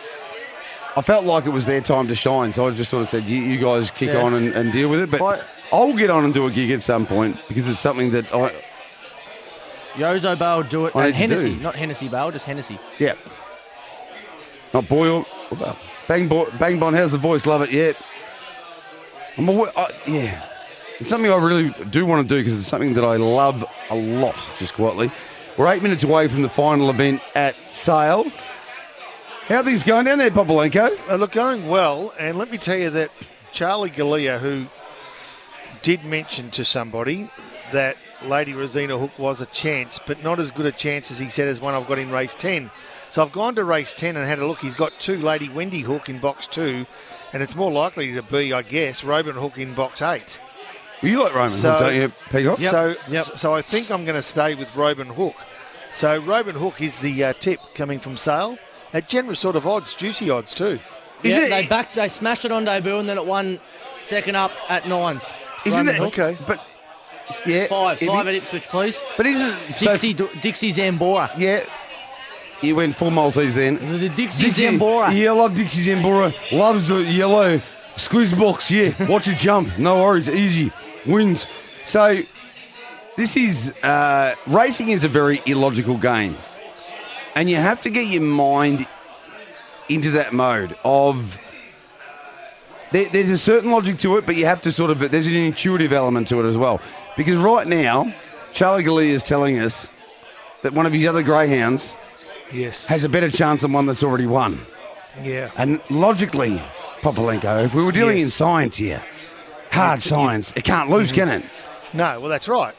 S3: I felt like it was their time to shine, so I just sort of said, "You, you guys kick
S4: Yeah.
S3: on and, and deal with it." But
S4: Quite-
S3: I'll get on and do a gig at some point because it's something that I
S4: Yozo Bale do it.
S3: I
S4: and
S3: need to do.
S4: Hennessy, not Hennessy Bale, just Hennessy.
S3: yeah. Not Boyle, bang Bo- bang Bon. How's the voice? Love it. Yeah. I'm awa- I, yeah. It's something I really do want to do because it's something that I love a lot, just quietly. We're eight minutes away from the final event at Sale. How are things going down there, Popolenko?
S5: Uh, look, going well, and let me tell you that Charlie Galea, who did mention to somebody that Lady Rosina Hook was a chance, but not as good a chance as he said as one I've got in race 10. So I've gone to race 10 and had a look. He's got two Lady Wendy Hook in box two, and it's more likely to be, I guess, Robin Hook in box eight.
S3: You like Roman,
S5: So-
S3: don't you, Peacock?
S5: So, so I think I'm going to stay with Robin Hook. So Robin Hook is the uh, tip coming from sale at generous sort of odds, juicy odds too.
S3: Is
S4: yeah,
S3: it-
S4: they backed, they smashed it on debut, and then it won second up at nines.
S3: Isn't
S4: Roman
S3: it?
S4: Hook.
S5: Okay.
S3: But yeah,
S4: Five,
S3: it
S4: five
S3: is-
S4: at Ipswich, please.
S3: But isn't so-
S4: Dixie, Dixie Zambora.
S3: Yeah, He went full Maltese then.
S4: The Dixie,
S3: Zambora. Yeah, I love Dixie Zambora. Loves the yellow. Squeeze box, yeah. Watch it jump. No worries. Easy. Wins. So, this is. Uh, racing is a very illogical game. And you have to get your mind into that mode of. There, there's a certain logic to it, but you have to sort of. There's an intuitive element to it as well. Because right now, Charlie Glee is telling us that one of his other greyhounds
S5: Yes.
S3: has a better chance than one that's already won.
S5: Yeah.
S3: And logically, Popolenko, if we were dealing in
S5: Yes.
S3: science here, hard science, it can't lose, can it?
S5: No, well, that's right.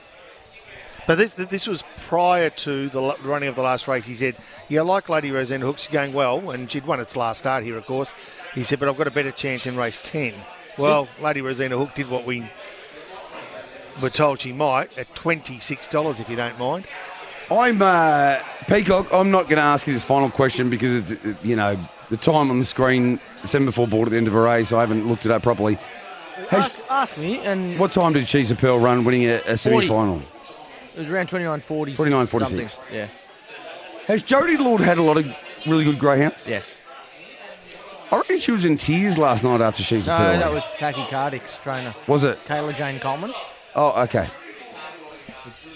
S5: But this, this was prior to the l- running of the last race. He said, Yeah, I like Lady Roseanne Hook. She's going well, and she'd won its last start here, of course. He said, But I've got a better chance in race 10. Well, Lady Rosina Hook did what we were told she might at $26, if you don't mind.
S3: I'm uh, Peacock. I'm not going to ask you this final question because it's uh, you know the time on the screen semaphore board at the end of a race. I haven't looked it up properly.
S4: Ask, ask me, and
S3: What time did Cheese of Pearl run winning a, a
S4: 40.
S3: semi-final?
S4: it was around 29.40.
S3: 29.46.
S4: something. Yeah.
S3: Has Jodie Lord had a lot of really good greyhounds?
S4: Yes.
S3: I reckon she was in tears last night after Cheese
S4: No,
S3: of Pearl.
S4: that was Tachycardic's trainer.
S3: Was it?
S4: Taylor Jane Coleman.
S3: Oh, okay.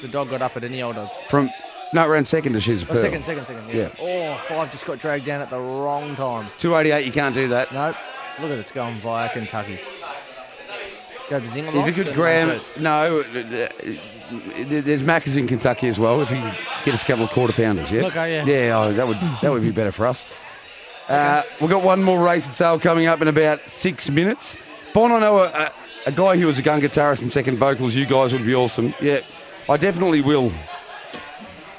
S4: The dog got up at any old odds.
S3: From no, it ran second to Cheese of
S4: Oh,
S3: Pearl.
S4: second, second, second. Yeah. Oh, five just got dragged down at the wrong time.
S3: 288. You can't do that.
S4: Nope. Look at it, it's going via Kentucky. Go to Zingle.
S3: If you could, Graham. No, uh, uh, there's Macca's in Kentucky as well. If you could get us a couple of quarter pounders, yeah.
S4: Okay, yeah.
S3: Yeah, oh, that would that would be better for us. Uh, we've got one more race and sale coming up in about six minutes. Bon, I know a, a, uh, a guy who was a gun guitarist and second vocals. You guys would be awesome. Yeah, I definitely will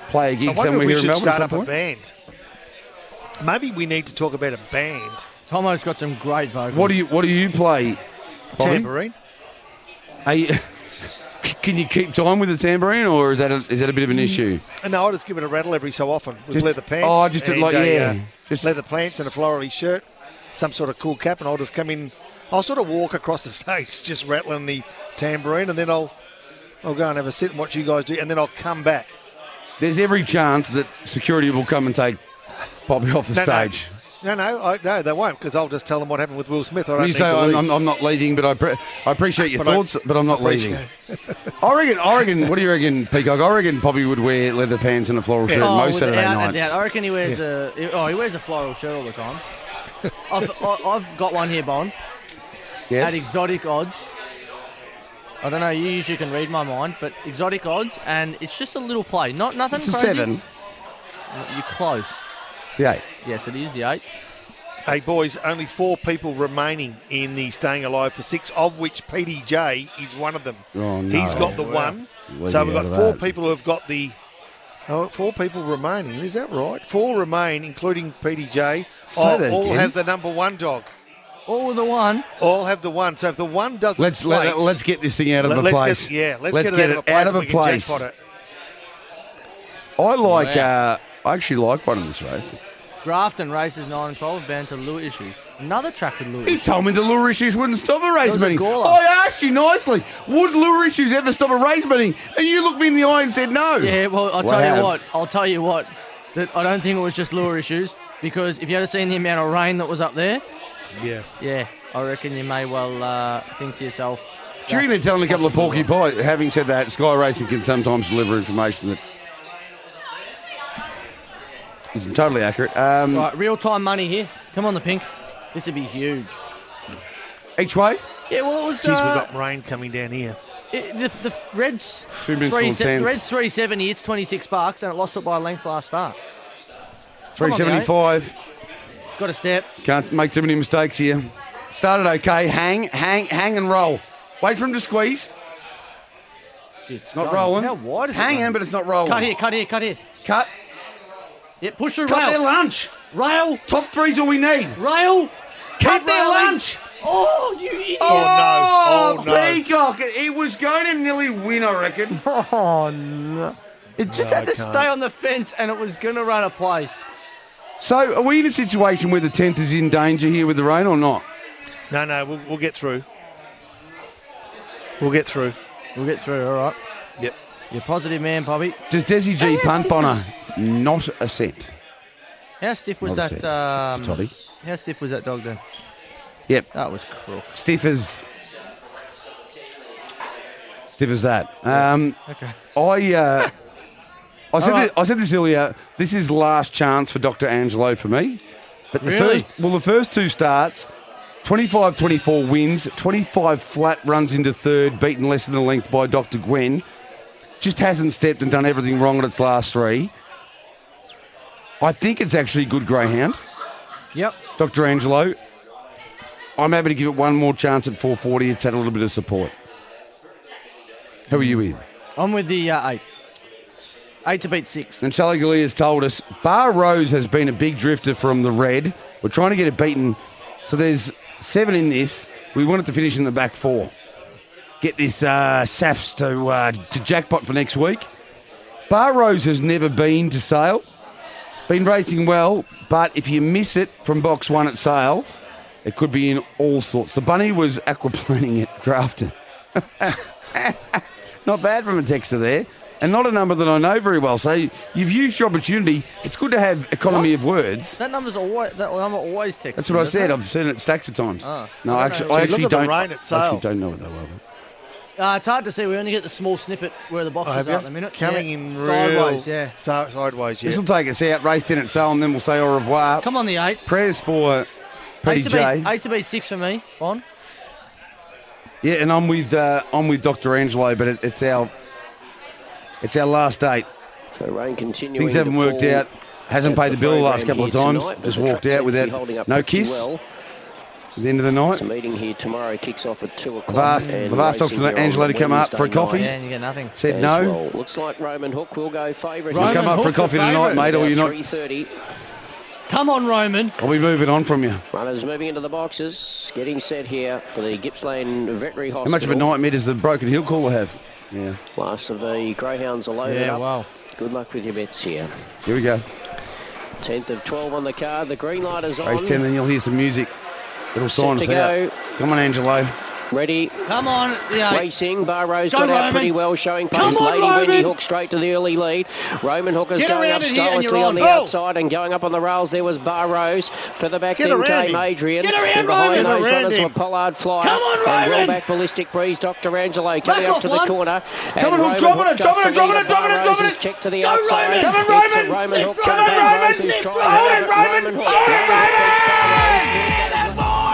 S3: play a
S5: I
S3: gig
S5: wonder
S3: somewhere
S5: if we
S3: here in
S5: should
S3: Melbourne. at
S5: start
S3: some
S5: up a
S3: point.
S5: band. Maybe we need to talk about a band.
S4: Tomo's got some great vocals.
S3: What do you What do you play? Bobby?
S5: Tambourine.
S3: Are you, can you keep time with the tambourine, or is that a, is that a bit of
S5: Mm.
S3: an issue?
S5: Uh, No, I just give it a rattle every so often with
S3: Just-
S5: leather pants.
S3: oh, just a-
S5: and
S3: like,
S5: a,
S3: yeah,
S5: just leather pants and a florally shirt, some sort of cool cap, and I'll just come in. I'll sort of walk across the stage, just rattling the tambourine, and then I'll I'll go and have a sit and watch you guys do, and then I'll come back.
S3: There's every chance that security will come and take Bobby off the
S5: No, no.
S3: stage.
S5: No, no, I, no, they won't, because I'll just tell them what happened with Will Smith. I don't
S3: You
S5: need
S3: say
S5: to
S3: I'm,
S5: leave."
S3: I'm, I'm not leaving, but I, pre- I appreciate your
S5: But I-
S3: thoughts, but I'm not leaving.
S5: Appreciate
S3: I reckon, I reckon, what do you reckon, Peacock? I reckon Bobby would wear leather pants and a floral shirt
S4: oh,
S3: most Saturday
S4: without a
S3: nights.
S4: doubt. I reckon he wears a. Oh, he wears a floral shirt all the time. I've, I- I've got one here, Bon. At
S3: Yes.
S4: exotic odds. I don't know. You usually can read my mind, but exotic odds, and it's just a little play. Not nothing.
S3: It's a
S4: crazy.
S3: seven.
S4: You're close.
S3: It's the eight.
S4: Yes, it is the eight.
S5: Hey, boys, only four people remaining in the Staying Alive for Six, of which PDJ is one of them.
S3: Oh, no.
S5: He's got the
S3: Wow.
S5: one.
S3: Leave
S5: so
S3: me
S5: we've
S3: out
S5: got
S3: of
S5: four
S3: that.
S5: people who have got the. Oh, four people remaining. Is that right? Four remain, including PDJ.
S3: Say
S5: all
S3: that
S5: all
S3: again.
S5: have the number one dog.
S4: All the one.
S5: All have the one. So if the one doesn't
S3: Let's
S5: place,
S3: let, let's get this thing out of
S5: Let-
S3: the
S5: let's
S3: place.
S5: get- yeah, let's,
S3: let's
S5: get,
S3: get
S5: it
S3: it out of a
S5: we can
S3: place.
S5: jackpot it.
S3: I like.
S4: Wow.
S3: Uh, I actually like one in this race.
S4: Grafton races nine and twelve bound to lure issues. Another track with lure
S3: You
S4: issues.
S3: told me the lure issues wouldn't stop a race
S4: was a
S3: meeting.
S4: caller.
S3: I asked you nicely, would lure issues ever stop a race meeting? And you looked me in the eye and said no.
S4: Yeah, well, I'll
S3: Wow.
S4: tell you what. I'll tell you what. That I don't think it was just lure issues because if you had seen the amount of rain that was up there,
S5: Yeah.
S4: yeah, I reckon you may well uh, think to yourself.
S3: During the
S4: that's
S3: telling a couple of
S4: possible.
S3: porky pie. Having said that, Sky Racing can sometimes deliver information that isn't totally accurate. Um,
S4: Right, real time money here. Come on, the pink. This would be huge.
S3: Each way,
S4: Yeah, well, it was.
S5: Jeez,
S4: Uh,
S5: we've got rain coming down here.
S4: it, the, the Reds.
S3: Two minutes
S4: three
S3: on
S4: se-
S3: ten.
S4: the Reds 370, it's 26 bucks, and it lost it by a length last start.
S3: three seventy-five.
S4: Got a step.
S3: Can't make too many mistakes here. Started okay. Hang, hang, hang, and roll. Wait for him to squeeze.
S4: It's
S3: Not rolling.
S4: How wide is it
S3: Hanging,
S4: running?
S3: but it's not rolling.
S4: Cut here, cut here, cut here.
S3: Cut.
S4: Yeah, push through
S3: Cut their
S4: rail.
S3: lunch.
S4: Rail,
S3: Top three's all we need.
S4: rail.
S3: Cut their
S4: railing.
S3: lunch.
S4: Oh, you idiot.
S5: Oh, no. Oh, no.
S3: Peacock! He was going to nearly win, I reckon.
S4: Oh, no. It just had to stay on the fence, and it was going to run a place.
S3: So, are we in a situation where the tenth is in danger here with the rain or not?
S5: No, no, we'll, we'll get through. We'll get through.
S4: We'll get through, all right. Yep. You're a positive man, Bobby.
S3: Does Desi G
S4: yes,
S3: punt
S4: yes.
S3: Bonner? Not a cent.
S4: How stiff was
S3: Another
S4: that?
S3: set to-
S4: Um,
S3: to Toddy.
S4: how stiff was that dog then?
S3: Yep.
S4: That was crook.
S3: Stiff as. Stiff as that. Um,
S4: Okay.
S3: I. Uh, I said,
S4: All
S3: thi- I said this earlier. This is last chance for Dr. Angelo for me. But the
S4: Really?
S3: first, well, the first two starts, 25-24 wins, 25 flat runs into third, beaten less than the length by Dr. Gwen. Just hasn't stepped and done everything wrong at its last three. I think it's actually good greyhound.
S4: Yep.
S3: Dr. Angelo. I'm happy to give it one more chance at 440. It's had a little bit of support. Who are you with?
S4: I'm with the uh, eight. Eight to beat six.
S3: And Sally Gilly has told us Bar Rose has been a big drifter from the red. We're trying to get it beaten. So there's seven in this. We want it to finish in the back four. Get this uh, SAFs to, uh, to jackpot for next week. Bar Rose has never been to sale. Been racing well, but if you miss it from box one at sale, it could be in all sorts. The bunny was aquaplaning at Grafton. not bad from a texter there, and not a number that I know very well. So you've used your opportunity. It's good to have economy of words.
S4: That number's always that number always texts.
S3: That's what I said. I've seen it stacks of times.
S4: Ah.
S3: no,
S4: I don't
S3: actually,
S4: know.
S3: I
S4: Gee, look
S3: actually
S4: at the
S3: don't.
S4: rain at
S3: I actually
S4: Sale.
S3: don't know it that well.
S4: Uh, it's hard to see. We only get the small snippet where the boxes
S5: Oh, have
S4: are
S5: you?
S4: at the minute.
S5: Coming
S4: Yeah.
S5: in real
S4: sideways. Yeah.
S5: So, sideways, yeah.
S3: This will take us out. Race ten at Sale, and then we'll say au revoir. Come
S4: on, the eight.
S3: Prayers for Petty
S4: eight to
S3: J.
S4: beat eight to beat six for me. On.
S3: Yeah, and I'm with uh, I'm with Dr. Angelo, but it, it's our it's our last date.
S6: So rain continuing.
S3: Things haven't
S6: to
S3: worked
S6: fall
S3: out. Hasn't
S6: at
S3: paid the bill the last couple
S6: program
S3: of
S6: here
S3: times.
S6: tonight, but
S3: Just
S6: the track
S3: walked
S6: seems to
S3: out
S6: be holding
S3: without
S6: up
S3: no
S6: pretty
S3: kiss.
S6: well.
S3: At the end of the night.
S6: The meeting here tomorrow kicks off at two o'clock.
S3: I've asked,
S6: and
S3: I've asked
S6: racing
S3: Dr.
S6: here on
S3: Angelo to come up
S6: Wednesday
S3: for a
S5: Oh,
S3: coffee.
S6: night.
S3: Said
S6: As
S3: no.
S6: well. Looks like Roman Hook will go favourite.
S3: You'll come up for a coffee tonight, mate, or you're not.
S6: Three thirty.
S4: Come on, Roman.
S3: I'll be moving on from you.
S6: Runners moving into the boxes, getting set here for the Gippsland Veterinary Hospital.
S3: How much of a nightmare does the broken heel caller have? Yeah.
S6: Last of the greyhounds are loaded
S3: Yeah,
S6: up. Good luck with your bets here.
S3: Here we go.
S6: Tenth of twelve on the card. The green light is on.
S3: Race 10, then you'll hear some music. It'll sign
S6: Oh,
S3: us
S6: Set to
S3: out. Come on, Angelo.
S6: Ready.
S4: Come on. Yeah.
S6: Racing. Barrows
S4: Go,
S6: got out
S4: Roman.
S6: pretty well, showing
S4: Come
S6: pace.
S4: on,
S6: Lady
S4: Roman.
S6: Wendy Hook straight to the early lead. Roman Hook is
S4: Get
S6: going
S4: around
S6: up
S4: it here and
S6: stylishly
S4: you're
S6: on the
S4: on. Go.
S6: outside and going up on the rails. There was Barrows. For the back
S4: Get
S6: then
S4: around
S6: came
S4: him.
S6: Adrian.
S4: Get around,
S6: and behind
S4: Roman.
S6: those
S4: Get around
S6: runners
S4: him.
S6: were Pollard Flyer
S4: Come on,
S6: and
S4: Roman.
S6: well back Ballistic Breeze. Dr. Angelo coming up
S4: off
S6: to the
S4: one.
S6: corner.
S4: Come on, Hook,
S6: Roman
S4: drop it, drop
S6: Hook just
S4: it,
S6: the
S4: drop
S6: lead
S4: it,
S6: of
S4: drop it,
S6: Barrows
S4: drop it.
S6: is checked to the
S4: Go,
S6: outside.
S4: Roman. Come on,
S6: It's
S4: Roman.
S6: a Roman Hook
S4: Come on,
S6: coming back.
S4: Roman.
S6: Barrows who's
S4: Lift
S6: trying
S4: Roman.
S6: hard, but
S4: Roman.
S6: Roman Hook.
S4: Go,
S6: Roman Hook
S4: Roman.
S6: keeps Barrows.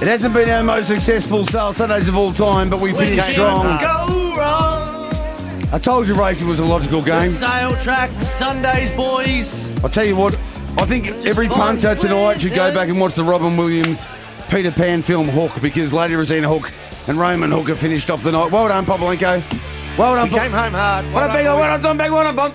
S3: It hasn't been our most successful sale Sundays of all time, but we finished strong.
S4: Go wrong.
S3: I told you racing was a logical game.
S4: Sale track Sundays, boys.
S3: I'll tell you what, I think every punter tonight should go back and watch the Robin Williams Peter Pan film Hook because Lady Rosina Hook and Raymond Hook have finished off the night. Well done, Popolenko. Well done.
S5: We came home hard.
S3: What a
S5: Well
S3: big
S5: done,
S3: one.
S5: boys.
S3: Well done, big one. Bob.